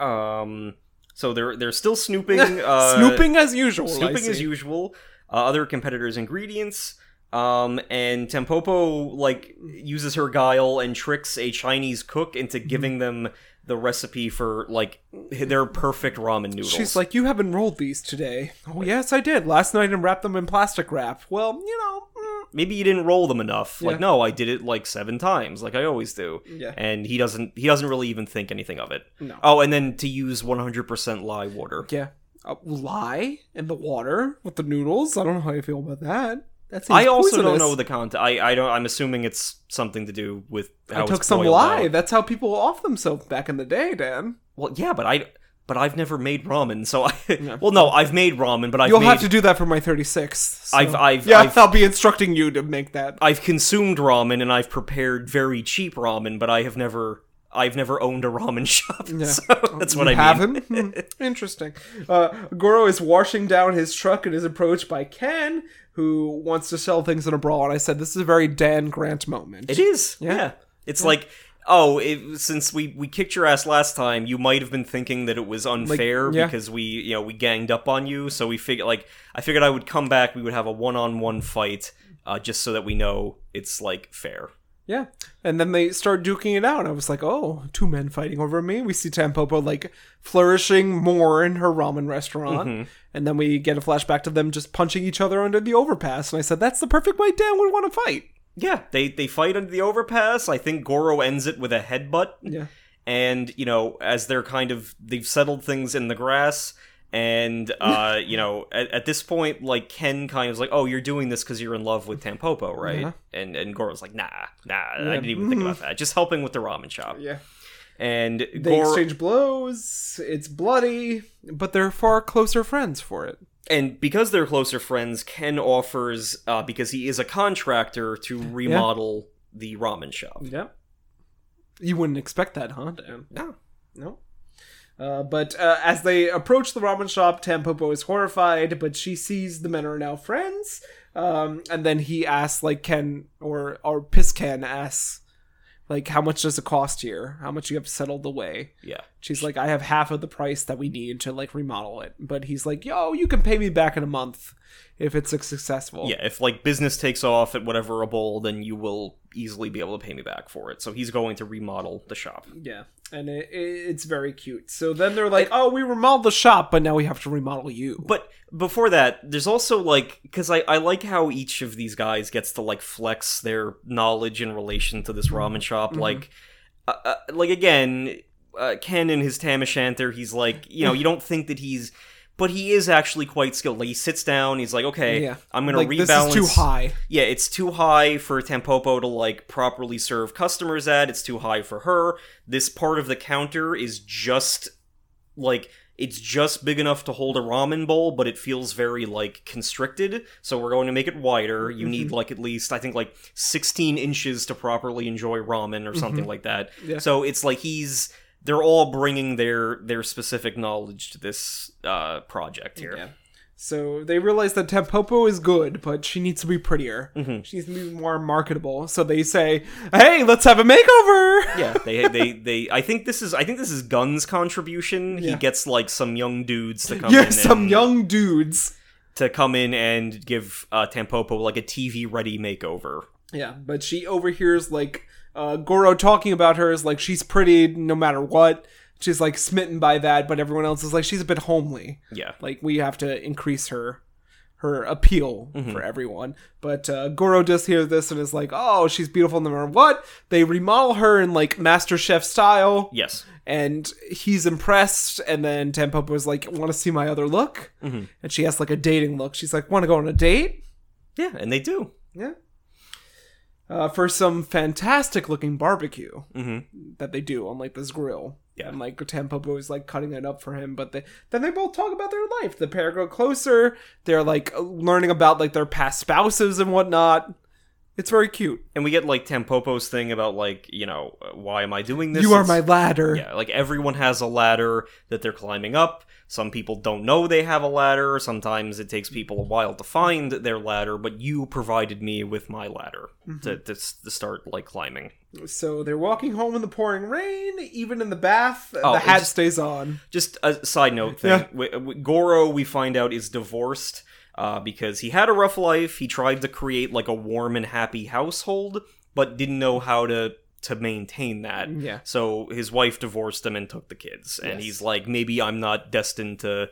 C: um so they're they're
B: <laughs>
C: still snooping uh
B: snooping as usual. I
C: snooping as
B: see.
C: usual uh, other competitors ingredients um, and Tempopo like uses her guile and tricks a Chinese cook into
B: Mm-hmm.
C: giving them the recipe for like their perfect ramen noodles.
B: She's like, You haven't rolled these today. Oh, yes, I did. Last night and wrapped them in plastic wrap. Well, you know. mm,
C: maybe you didn't roll them enough. Like
B: Yeah.
C: no, I did it like seven times, like I always do.
B: Yeah.
C: And he doesn't he doesn't really even think anything of it.
B: No.
C: Oh, and then to use 100% lye water.
B: Uh, Yeah. A lie in the water with the noodles. I don't know how you feel about that. That's
C: I also don't know the content. I, I don't. I'm assuming it's something to do with how
B: I
C: it's
B: took some
C: boiled
B: lie.
C: out.
B: That's how people off themselves back in the day, Dan.
C: Well, yeah, but I but I've never made ramen, so I <laughs> well no, I've made ramen, but I've
B: You'll
C: made,
B: have to do that for my 36th. so-
C: I've- I've-
B: yeah,
C: I've-
B: I'll be instructing
C: <laughs>
B: you to make that.
C: I've consumed ramen and I've prepared very cheap ramen, but I have never I've never owned a ramen <laughs> shop,
B: Yeah. Oh,
C: so <laughs> that's what
B: You
C: I mean.
B: haven't? Hmm,
C: <laughs>
B: Interesting. Uh, Goro is washing down his truck and is approached by Ken, who wants to sell things in a brawl. And I said, this is a very Dan Grant moment.
C: It is,
B: Yeah.
C: yeah. It's like, oh, it, since we we kicked your ass last time, you might have been thinking that it was unfair
B: yeah.
C: because we, you know, we ganged up on you. So we figured, like, I figured I would come back. We would have a one-on-one fight, uh, just so that we know it's like fair.
B: Yeah. And then they start duking it out. I was like, oh, two men fighting over me. We see Tampopo like flourishing more in her ramen restaurant.
C: Mm-hmm.
B: And then we get a flashback to them just punching each other under the overpass. And I said, that's the perfect way Dan would want to fight.
C: Yeah, they they fight under the overpass. I think Goro ends it with a headbutt.
B: Yeah.
C: and you know as they're kind of they've settled things in the grass
B: <laughs>
C: and uh you know at, at this point like ken kind of is like oh you're doing this because you're in love with tampopo right
B: Yeah.
C: and and goro's like nah nah i didn't even think about that just helping with the ramen shop
B: Mm. Yeah.
C: and
B: They
C: goro
B: exchange blows. It's bloody, but they're far closer friends for it.
C: and because they're closer friends ken offers uh because he is a contractor to remodel the ramen shop
B: Yeah. You wouldn't expect that, huh, Dan?
C: no
B: No. Uh, but uh, as they approach the ramen shop, Tampopo is horrified, but she sees the men are now friends. Um, and then he asks, like, Ken or or Piscan asks, like, how much does it cost here? How much you have settled away?
C: yeah
B: She's like, I have half of the price that we need to like remodel it. But he's like, Yo, you can pay me back in a month if it's successful.
C: Yeah, if like business takes off at whatever a bowl, then you will easily be able to pay me back for it. So he's going to remodel the shop.
B: Yeah, and it, it, it's very cute. So then they're like, "Oh, we remodeled the shop, but now we have to remodel you."
C: But before that, there's also like because I, I like how each of these guys gets to like flex their knowledge in relation to this ramen shop.
B: Mm-hmm.
C: Like, uh, uh, like again, uh, Ken and his Tam O'Shanter, he's like you know you don't think that he's. But he is actually quite skilled. Like he sits down, he's like, "Okay,
B: yeah,
C: I'm gonna
B: like,
C: rebalance."
B: This is too high.
C: yeah, it's too high for Tampopo to like properly serve customers at. It's too high for her. This part of the counter is just like it's just big enough to hold a ramen bowl, but it feels very like constricted. So we're going to make it wider.
B: Mm-hmm.
C: You need like at least I think like 16 inches to properly enjoy ramen or something like that.
B: Mm-hmm. Yeah.
C: So it's like he's they're all bringing their their specific knowledge to this uh project here.
B: Yeah. So they realize that Tempopo is good, but she needs to be prettier.
C: Mm-hmm.
B: She needs to be more marketable. So they say, "Hey, let's have a makeover."
C: yeah they they they i think this is i think this is gunn's contribution
B: Yeah.
C: he gets like some young
B: <laughs>
C: dudes to come
B: yeah,
C: in
B: some
C: and,
B: young dudes.
C: to come in and give uh tampopo like a tv ready makeover
B: Yeah, but she overhears like uh, Goro talking about her is like she's pretty no matter what. She's like smitten by that, but everyone else is like she's a bit homely.
C: yeah
B: like we have to increase her her appeal for everyone but uh, goro does hear this and is like oh she's beautiful no matter what they remodel her in like master chef style
C: yes
B: and he's impressed and then tampopo is like want to see my other look and she has like a dating look she's like want to go on a date
C: yeah and they do
B: yeah uh, for some fantastic looking barbecue
C: Mhm.
B: that they do on like this grill.
C: Yeah.
B: And like Tampopo is like cutting it up for him, but they then they both talk about their life. The pair go closer. They're like learning about like their past spouses and whatnot. It's very cute.
C: and we get like tampopo's thing about like you know why am i doing this
B: you are
C: It's-
B: my ladder.
C: yeah like everyone has a ladder that they're climbing up some people don't know they have a ladder sometimes it takes people a while to find their ladder but you provided me with my ladder
B: Mm-hmm.
C: to, to, s- to start like climbing
B: So they're walking home in the pouring rain, even in the bath.
C: Oh,
B: the
C: it
B: hat
C: just-
B: stays on.
C: Just a side note thing.
B: Yeah.
C: W- w- Goro, we find out, is divorced uh, because he had a rough life. He tried to create like a warm and happy household, but didn't know how to to maintain that.
B: Yeah.
C: So his wife divorced him and took the kids. And
B: Mm. Yes.
C: he's like, maybe I'm not destined to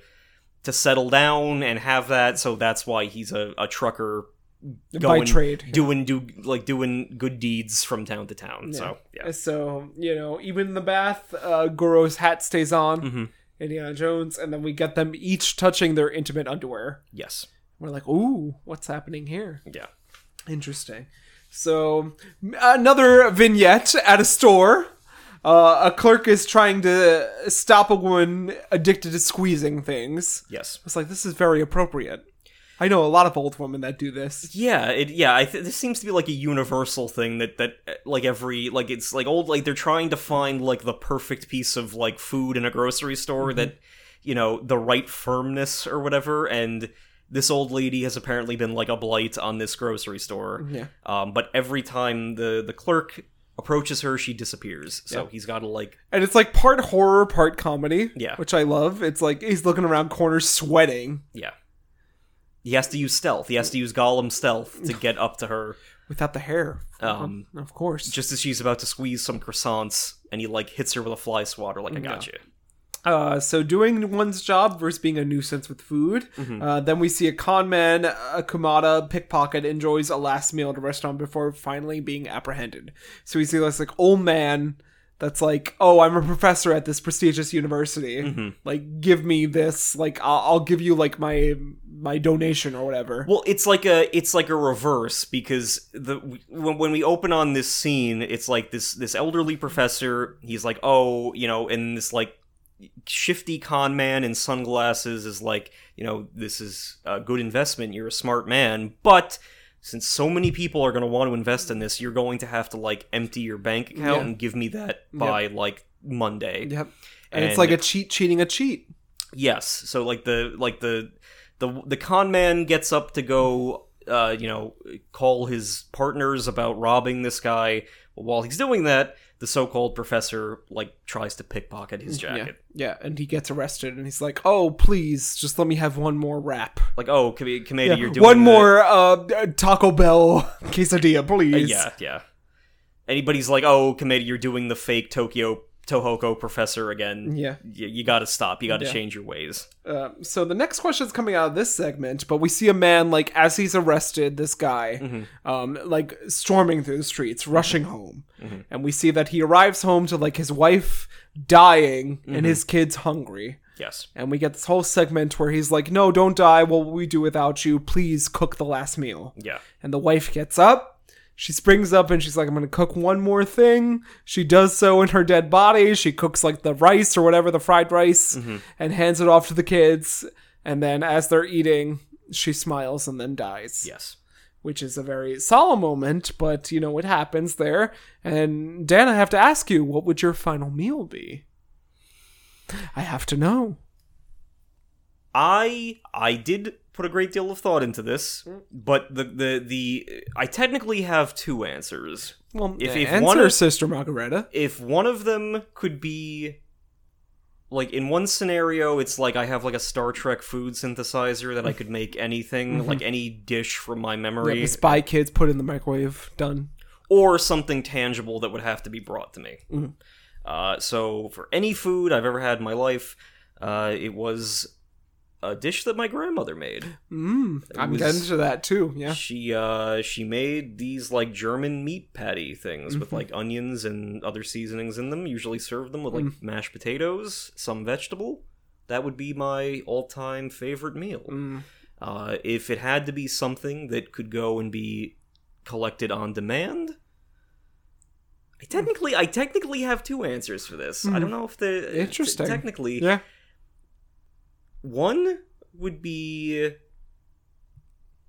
C: to settle down and have that. So that's why he's a, a trucker.
B: By trade.
C: doing do like doing good deeds from town to town. So yeah,
B: So, you know, even in the bath, uh, Goro's hat stays on.
C: Mm-hmm.
B: Indiana Jones, and then we get them each touching their intimate underwear.
C: yes,
B: We're like, ooh, what's happening here?
C: yeah.
B: Interesting. So, m- another vignette at a store. Uh, a clerk is trying to stop a woman addicted to squeezing things.
C: Yes.
B: It's like, this is very appropriate. I know a lot of old women that do this.
C: Yeah, it, yeah. I th- this seems to be like a universal thing that that uh, like every like it's like old like they're trying to find like the perfect piece of like food in a grocery store
B: Mm-hmm.
C: that you know the right firmness or whatever. And this old lady has apparently been like a blight on this grocery store.
B: Yeah.
C: Um, but every time the the clerk approaches her, she disappears. So
B: Yeah.
C: he's got to like
B: And it's like part horror, part comedy.
C: Yeah.
B: Which I love. It's like he's looking around corners sweating
C: yeah. He has to use stealth. He has to use Gollum stealth to get up to her.
B: without the hair.
C: Um,
B: of course.
C: just as she's about to squeeze some croissants and he like hits her with a fly swatter like i got you
B: Uh, so doing one's job versus being a nuisance with food. Uh, then we see a con man, a Kumada pickpocket, enjoys a last meal at a restaurant before finally being apprehended. So we see this like old man that's like, "Oh, I'm a professor at this prestigious university.
C: Mm-hmm.
B: Like, give me this. Like, I'll, I'll give you like my my donation or whatever."
C: well it's like a it's like a reverse because the when, when we open on this scene it's like this this elderly professor he's like oh you know and this like shifty con man in sunglasses is like you know this is a good investment you're a smart man but since so many people are going to want to invest in this you're going to have to like empty your bank account
B: Yeah.
C: and give me that by like monday
B: Yep. And, it's
C: And-
B: like a cheat cheating a cheat.
C: Yes. So like the like the the the con man gets up to go uh you know call his partners about robbing this guy. While he's doing that, the so-called professor like tries to pickpocket his jacket.
B: Mm, Yeah. Yeah, and he gets arrested and he's like, "Oh, please, just let me have one more wrap."
C: Like, "Oh, Kame- Kameda,
B: Yeah,
C: you're doing
B: one
C: the-
B: more uh, Taco Bell <laughs> quesadilla,
C: Uh,
B: please.
C: yeah, yeah. Anybody's like, "Oh, Kameda, you're doing the fake Tokyo Tohoku professor again."
B: Yeah.
C: You, you got to stop. You got to
B: Yeah.
C: change your ways.
B: Uh, so the next question is coming out of this segment, but we see a man like as he's arrested, this guy,
C: Mm-hmm.
B: um, like storming through the streets, rushing home,
C: Mm-hmm.
B: and we see that he arrives home to like his wife dying
C: Mm-hmm.
B: and his kids hungry.
C: Yes.
B: And we get this whole segment where he's like, "No, don't die. What will we do without you? Please cook the last meal."
C: Yeah.
B: And the wife gets up. She springs up and she's like, I'm going to cook one more thing. She does so in her dead body. She cooks like the rice or whatever, the fried rice, and hands it off to the kids. And then as they're eating, she smiles and then dies,
C: Yes.
B: which is a very solemn moment, but you know, it happens there. And Dan, I have to ask you, what would your final meal be? I have to know.
C: I I did put a great deal of thought into this,
B: Hmm.
C: but the the the I technically have two answers.
B: Well,
C: If-
B: if,
C: if
B: answer,
C: one of-
B: Sister Margareta.
C: If one of them could be like in one scenario it's like I have like a Star Trek food synthesizer that I could make anything, like any dish from my
B: Mm-hmm. Yeah,
C: memory
B: the spy kids put in the microwave. Done.
C: or something tangible that would have to be brought to me.
B: Mm-hmm.
C: Uh, so for any food I've ever had in my life, uh, it was a dish that my grandmother made.
B: Mm, I'm
C: was-
B: getting to that too. Yeah.
C: She uh she made these like German meat patty things
B: Mm-hmm.
C: with like onions and other seasonings in them. Usually served them with like
B: Mm.
C: mashed potatoes, some vegetable. That would be my all-time favorite meal.
B: Mm.
C: Uh, if it had to be something that could go and be collected on demand,
B: Mm.
C: I technically I technically have two answers for this. I don't know if the
B: Interesting.
C: technically
B: Yeah.
C: one would be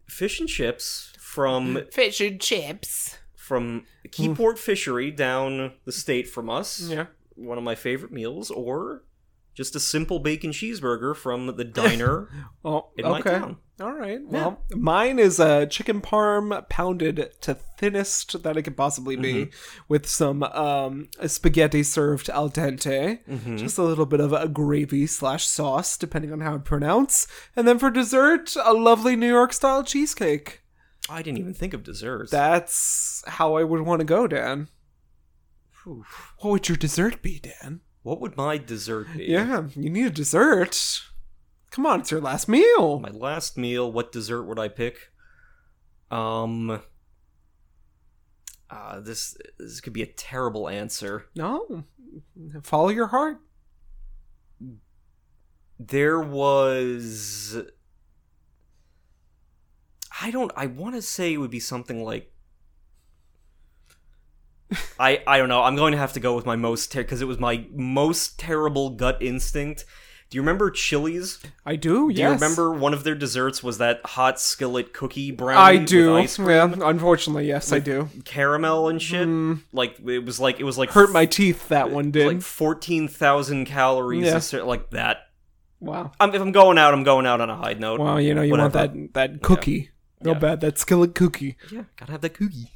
C: fish and chips from
B: Fish and chips.
C: from Keyport Fishery down the state from us.
B: Yeah.
C: One of my favorite meals, or just a simple bacon cheeseburger from
B: <laughs>
C: the diner.
B: Oh,
C: In my
B: okay.
C: town.
B: All right. Well, mine is a chicken parm pounded to thinnest that it could possibly be, with some um, spaghetti served al dente, just a little bit of a gravy slash sauce, depending on how it pronounce, and then for dessert, a lovely New York style cheesecake.
C: I didn't even think of desserts.
B: That's how I would want to go, Dan.
C: Phew.
B: What would your dessert be, Dan?
C: what would my dessert be?
B: Yeah, you need a dessert. Come on, it's your last meal.
C: My last meal, what dessert would I pick? Um. Uh, this this could be a terrible answer.
B: No. Follow your heart.
C: there was i don't i want to say it would be something like i i don't know i'm going to have to go with my most because it was my most terrible gut instinct Do you remember Chili's?
B: I do.
C: Do
B: yes.
C: you remember one of their desserts was that hot skillet cookie brownie
B: I do.
C: with ice
B: Yeah, unfortunately, yes, I do. Mm,
C: caramel and shit? Like it was like it was like
B: Hurt my teeth. That <laughs> one did.
C: like fourteen thousand calories,
B: Yeah.
C: a cer- like that.
B: wow.
C: I'm, if I'm going out, I'm going out on a high note.
B: Wow. You know, you
C: Whatever.
B: want that that cookie. No
C: Yeah.
B: bad. That skillet cookie.
C: Yeah, gotta have that cookie.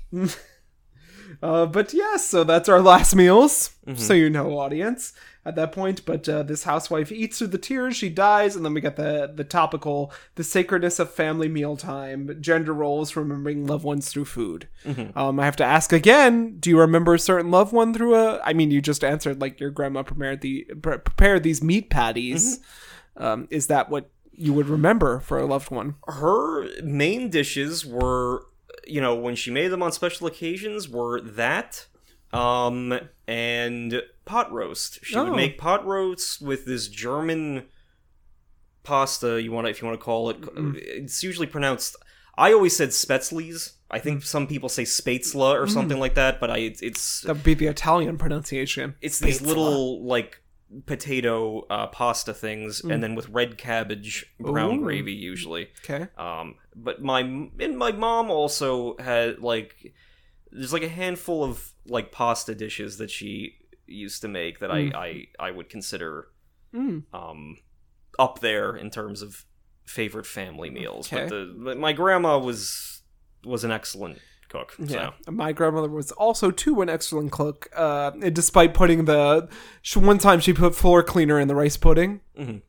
B: Uh, but yes, so that's our last meals.
C: Mm-hmm.
B: So you know, audience, at that point. But uh, this housewife eats through the tears, she dies, and then we got the the topical, the sacredness of family mealtime, gender roles, remembering loved ones through food.
C: Mm-hmm.
B: Um, I have to ask again: Do you remember a certain loved one through a? I mean, you just answered like your grandma prepared the pre- prepared these meat patties.
C: Mm-hmm.
B: Um, is that what you would remember for a loved one?
C: her main dishes were you know when she made them on special occasions were that um and pot roast she
B: Oh.
C: would make pot roast with this german pasta you want to if you want to call it it's usually pronounced i always said spetzlies i think some people say spätzle or something like that but i it's it's,
B: That would be the Italian pronunciation.
C: it's these little like potato uh, pasta things and then with red cabbage brown
B: Ooh.
C: gravy usually
B: Okay.
C: um, but my and my mom also had like there's like a handful of like pasta dishes that she used to make that I, I I would consider
B: Mm.
C: um up there in terms of favorite family meals.
B: Okay.
C: But the but my grandma was was an excellent cook.
B: Yeah,
C: So
B: my grandmother was also too an excellent cook. Uh, and despite putting the sh one time she put floor cleaner in the rice pudding.
C: Mhm.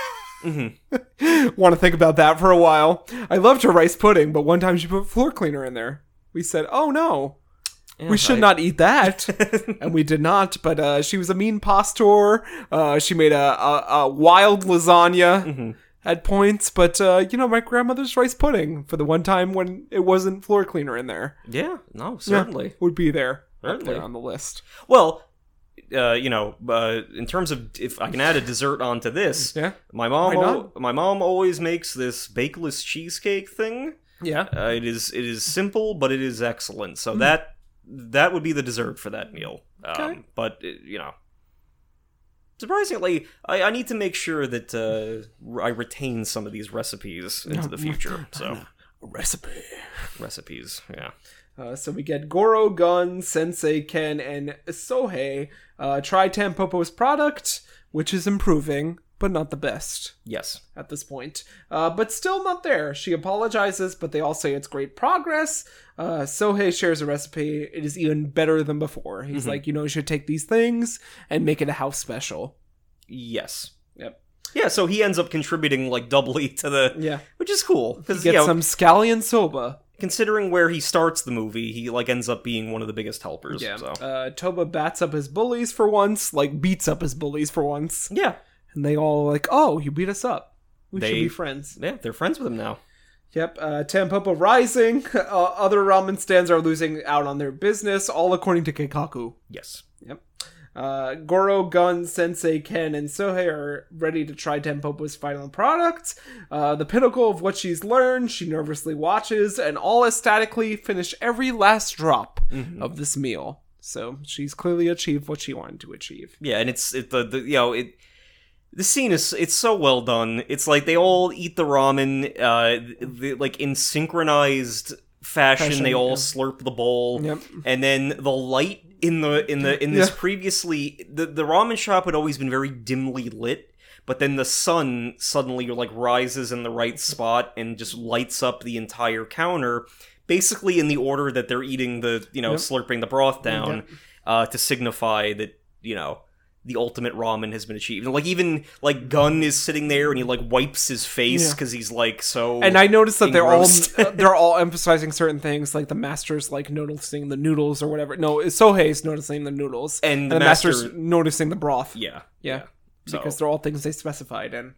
B: <laughs> Want to think about that for a while? I loved her rice pudding, but one time she put floor cleaner in there. We said, "Oh no, we should not eat that," and we did not. But uh, she was a mean pastor. Uh, she made a, a, a wild lasagna. At points, but uh, you know, my grandmother's rice pudding for the one time when it wasn't floor cleaner in there
C: Yeah, no, certainly.
B: <laughs> would be there. up
C: Certainly.
B: there on the list.
C: Well, uh, you know, uh, in terms of if I can add a dessert onto this,
B: Yeah.
C: my mom,
B: Why
C: al-
B: not?
C: my mom always makes this bakeless cheesecake thing.
B: Yeah.
C: Uh, it is it is simple, but it is excellent. So that that would be the dessert for that meal. Um,
B: Hmm. Okay.
C: But uh, you know, surprisingly, I, I need to make sure that uh, re- I retain some of these recipes into the future. So
B: Recipe.
C: recipes, yeah.
B: Uh, so we get Goro, Gun, Sensei, Ken, and Sohei uh, try Tampopo's product, which is improving, but not the best.
C: Yes.
B: at this point. Uh, but still not there. She apologizes, but they all say it's great progress. Uh, Sohei shares a recipe. It is even better than before. He's
C: Mm-hmm.
B: like, you know, you should take these things and make it a house special.
C: Yes.
B: Yep.
C: Yeah, so he ends up contributing like doubly to the
B: Yeah.
C: which is cool because
B: Get
C: you know,
B: some scallion soba.
C: considering where he starts the movie, he like ends up being one of the biggest helpers. So.
B: Uh, Toba bats up his bullies for once, like beats up his bullies for once.
C: yeah,
B: And they all like, oh, you beat us up. We should
C: They-
B: be friends.
C: yeah, they're friends with him now.
B: Yep, uh, Tampopo rising. <laughs> Uh, other ramen stands are losing out on their business, all according to Keikaku.
C: Yes.
B: Yep. Uh, Goro, Gun, Sensei, Ken, and Sohei are ready to try Tenpopo's final product. Uh, the pinnacle of what she's learned, she nervously watches and all ecstatically finish every last drop
C: Mm-hmm.
B: of this meal. So she's clearly achieved what she wanted to achieve.
C: Yeah, and it's it, the, the you know it. The scene is it's so well done. It's like they all eat the ramen, uh, the, like in synchronized fashion.
B: Fashion,
C: they all
B: yeah.
C: slurp the bowl,
B: Yep.
C: and then the light in the in the in this
B: Yeah.
C: previously the the ramen shop had always been very dimly lit. But then the sun suddenly like rises in the right spot and just lights up the entire counter, basically in the order that they're eating the you know
B: Yep.
C: slurping the broth down uh, to signify that you know the ultimate ramen has been achieved. And like even like Gun is sitting there and he like wipes his face
B: Yeah.
C: because he's like so.
B: And I noticed that they're all
C: Engrossed.
B: uh, they're
C: <laughs>
B: all emphasizing certain things, like the master's like noticing the noodles or whatever. No, Sohei's noticing the noodles,
C: And the
B: the master's
C: master-
B: noticing the broth.
C: yeah
B: Yeah.
C: So-
B: because they're all things they specified in.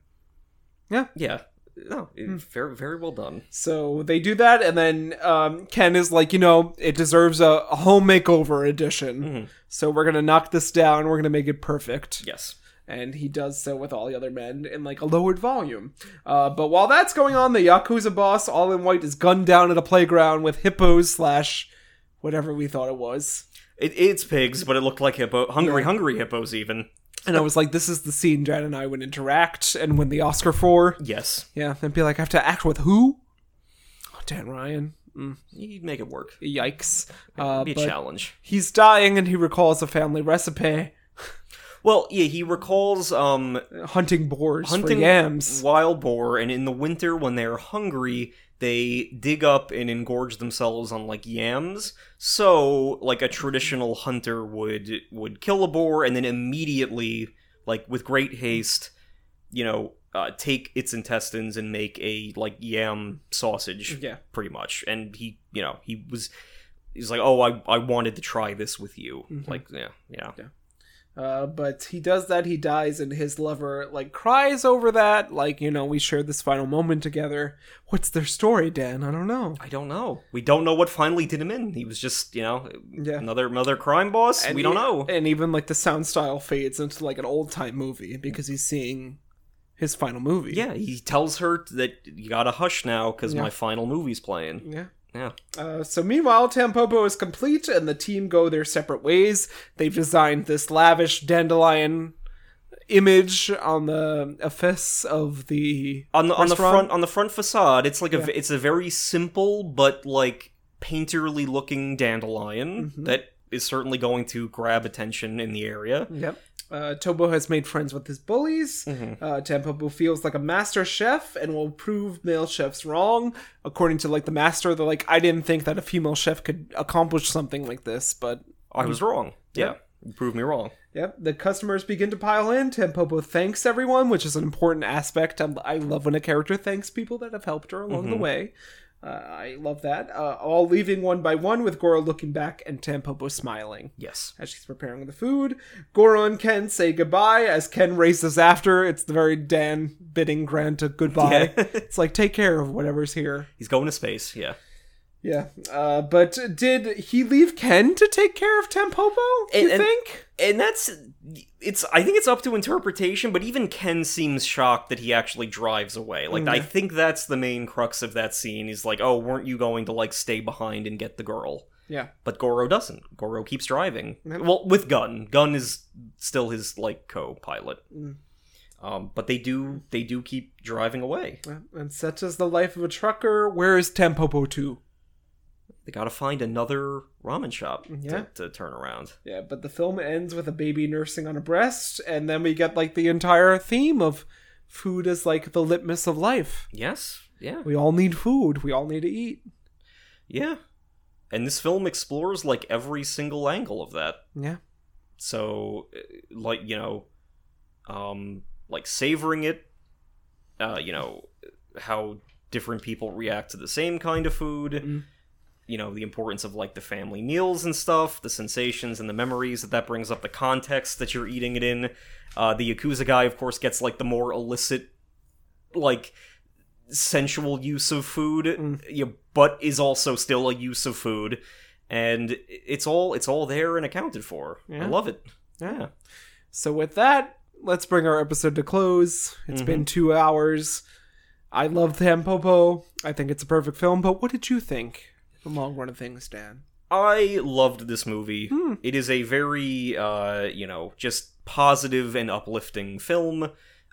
C: yeah no it-
B: Hmm.
C: very very well done.
B: So they do that, and then um, Ken is like, you know, it deserves a, a home makeover edition.
C: Mm-hmm.
B: So we're gonna knock this down. We're gonna make it perfect.
C: Yes.
B: And he does so with all the other men in like a lowered volume. Uh, but while that's going on, the yakuza boss, all in white, is gunned down at a playground with hippos slash whatever we thought it was.
C: It, it's pigs, but it looked like hippo, hungry, hungry hippos. Even
B: And I was like, this is the scene Dad and I would interact and win the Oscar for.
C: Yes,
B: Yeah, and be like, I have to act with who? Oh, Dan Ryan.
C: you'd make it work.
B: Yikes. Uh,
C: It'd be a
B: but
C: challenge.
B: he's dying and he recalls a family recipe
C: Well, yeah, he recalls um,
B: hunting boars
C: hunting
B: for yams.
C: wild boar, and in the winter when they're hungry, they dig up and engorge themselves on like yams. So, like a traditional hunter would would kill a boar and then immediately, like with great haste, you know, uh, take its intestines and make a like yam sausage.
B: Yeah.
C: pretty much. And he, you know, he was. He's like, oh, I, I wanted to try this with you.
B: Mhm.
C: Like, yeah, yeah.
B: Uh, but he does that, he dies, and his lover, like, cries over that. Like, you know, we shared this final moment together. What's their story, Dan? I don't know.
C: I don't know. We don't know what finally did him in. He was just, you know,
B: Yeah.
C: another another crime boss. we
B: e-
C: don't know.
B: And even, like, the sound style fades into, like, an old time movie because he's seeing his final movie.
C: yeah, he tells her that you gotta hush now because
B: Yeah.
C: my final movie's playing.
B: Yeah.
C: Yeah,
B: Uh, so meanwhile, Tampopo is complete, and the team go their separate ways. They've designed this lavish dandelion image on the office of the
C: on the on the
B: Restaurant?
C: front on the front facade, it's like a v it's a very simple but like painterly looking dandelion
B: Mm-hmm.
C: that is certainly going to grab attention in the area.
B: Yep. Uh, Tobo has made friends with his bullies. Uh, Tampopo feels like a master chef and will prove male chefs wrong. According to like the master, they're like, I didn't think that a female chef could accomplish something like this, but
C: I was
B: Mm.
C: wrong. Yeah, you proved me wrong.
B: Yep, the customers begin to pile in. Tampopo thanks everyone, which is an important aspect. i I love when a character thanks people that have helped her along the way. Uh, I love that. Uh, all leaving one by one, with Goro looking back and Tampopo smiling
C: Yes.
B: as she's preparing the food. Goro and Ken say goodbye as Ken races after. It's the very Dan bidding Grant a goodbye.
C: Yeah.
B: <laughs> it's like, take care of whatever's here.
C: He's going to space. Yeah.
B: Yeah, uh, but did he leave Ken to take care of Tampopo, you
C: And- and-
B: think?
C: and that's it's i think it's up to interpretation but even ken seems shocked that he actually drives away like i think that's the main crux of that scene he's like oh weren't you going to like stay behind and get the girl
B: Yeah.
C: but goro doesn't goro keeps driving well with gun gun is still his like co-pilot um, but they do they do keep driving away
B: And such is the life of a trucker. Where is Tampopo 2?
C: they gotta find another ramen shop
B: Yeah.
C: to, to turn around
B: Yeah, but the film ends with a baby nursing on a breast, and then we get like the entire theme of food is like the litmus of life.
C: yes yeah
B: We all need food. We all need to eat.
C: yeah and this film explores like every single angle of that
B: Yeah.
C: so uh, like you know um like savoring it uh you know how different people react to the same kind of food you know the importance of like the family meals and stuff the sensations and the memories that that brings up the context that you're eating it in uh the yakuza guy of course gets like the more illicit like sensual use of food you but is also still a use of food and it's all it's all there and accounted for i
B: Yeah.
C: love it yeah
B: So with that, let's bring our episode to close. It's been two hours. I love Tampopo. I think it's a perfect film. But what did you think? The long run of things, Dan.
C: i loved this movie it is a very uh you know just positive and uplifting film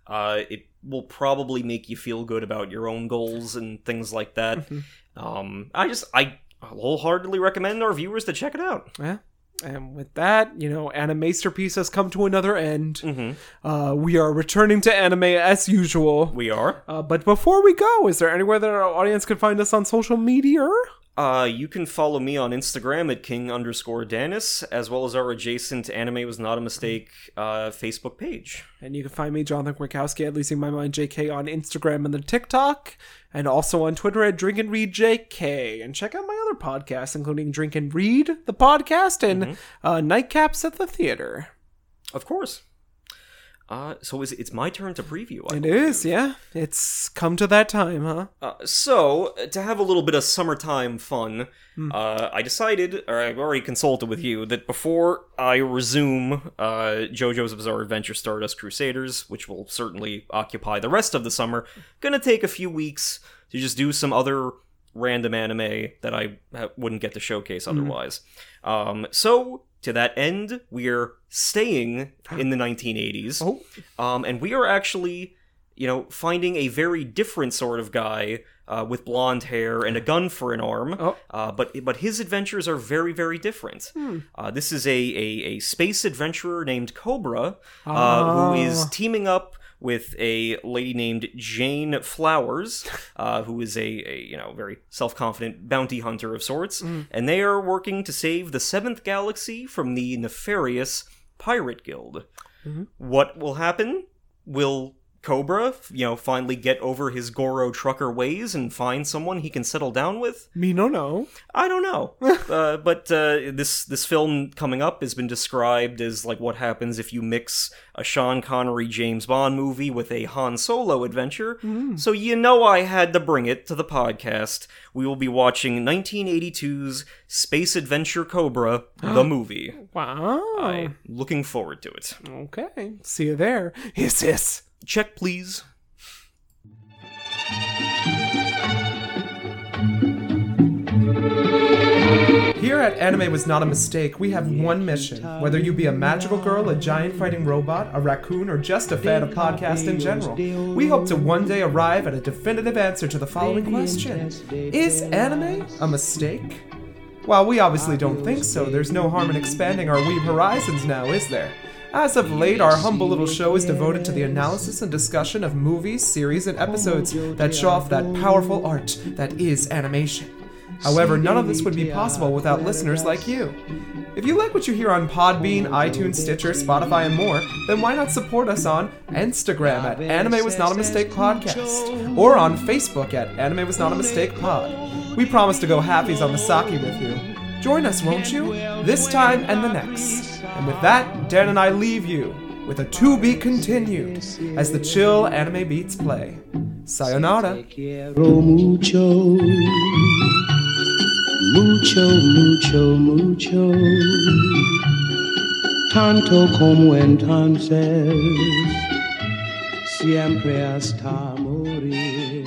C: uh it will probably make you feel good about your own goals and things like that um i just i wholeheartedly recommend our viewers to check it out
B: Yeah. And with that, you know, Anime Masterpiece has come to another end.
C: Mhm.
B: Uh, we are returning to anime as usual.
C: we are
B: Uh, but before we go, is there anywhere that our audience can find us on social media?
C: Uh, you can follow me on Instagram at king underscore danis, as well as our adjacent anime was not a mistake uh, Facebook page.
B: And you can find me, Jonathan Kwiatkowski, at Losing My Mind JK on Instagram and the TikTok, and also on Twitter at Drink and Read JK. And check out my other podcasts, including Drink and Read, the podcast, and uh, Nightcaps at the Theater.
C: Of course. Uh, so is, it's my turn to preview. I
B: It
C: hope.
B: is, yeah. It's come to that time, huh?
C: Uh, so uh, to have a little bit of summertime fun,
B: Hmm.
C: uh, I decided, or I've already consulted with you, that before I resume uh, JoJo's Bizarre Adventure: Stardust Crusaders, which will certainly occupy the rest of the summer, gonna take a few weeks to just do some other
B: Hmm.
C: random anime that I ha- wouldn't get to showcase otherwise. Um, so To that end, we're staying in the 1980s.
B: Oh.
C: Um, and we are actually, you know, finding a very different sort of guy uh, with blonde hair and a gun for an arm.
B: Oh.
C: Uh, but but his adventures are very very different. Uh, this is a, a a space adventurer named Cobra uh, who is teaming up. With a lady named Jane Flowers, uh, who is a, a you know very self confident bounty hunter of sorts, and they are working to save the seventh galaxy from the nefarious pirate guild what will happen? Will Cobra, you know, finally get over his Goro trucker ways and find someone he can settle down with?
B: Me no no.
C: I don't know. uh, but uh, this this film coming up has been described as like what happens if you mix a Sean Connery James Bond movie with a Han Solo adventure. So you know I had to bring it to the podcast. We will be watching 1982's Space Adventure Cobra, the movie.
B: Wow.
C: I'm looking forward to it.
B: Oh, Okay. See you there. Hiss hiss.
C: Check please.
B: Here at Anime Was Not a Mistake, we have one mission. Whether you be a magical girl, a giant fighting robot, a raccoon, or just a fan of podcasts in general, we hope to one day arrive at a definitive answer to the following question Is anime a mistake? While we obviously don't think so, there's no harm in expanding our weeb horizons now, is there? As of late, our humble little show is devoted to the analysis and discussion of movies, series, and episodes that show off that powerful art that is animation. However, none of this would be possible without listeners like you. If you like what you hear on Podbean, iTunes, Stitcher, Spotify, and more, then why not support us on Instagram at Anime Was Not a Mistake Podcast or on Facebook at Anime Was Not a Mistake Pod. We promise to go halfies on the sake with you. Join us, won't you? This time and the next. And with that, Dan and I leave you with a to be continued as the chill anime beats play. Sayonara.
A: Quiero mucho, mucho, mucho, mucho, tanto como entonces, siempre hasta morir.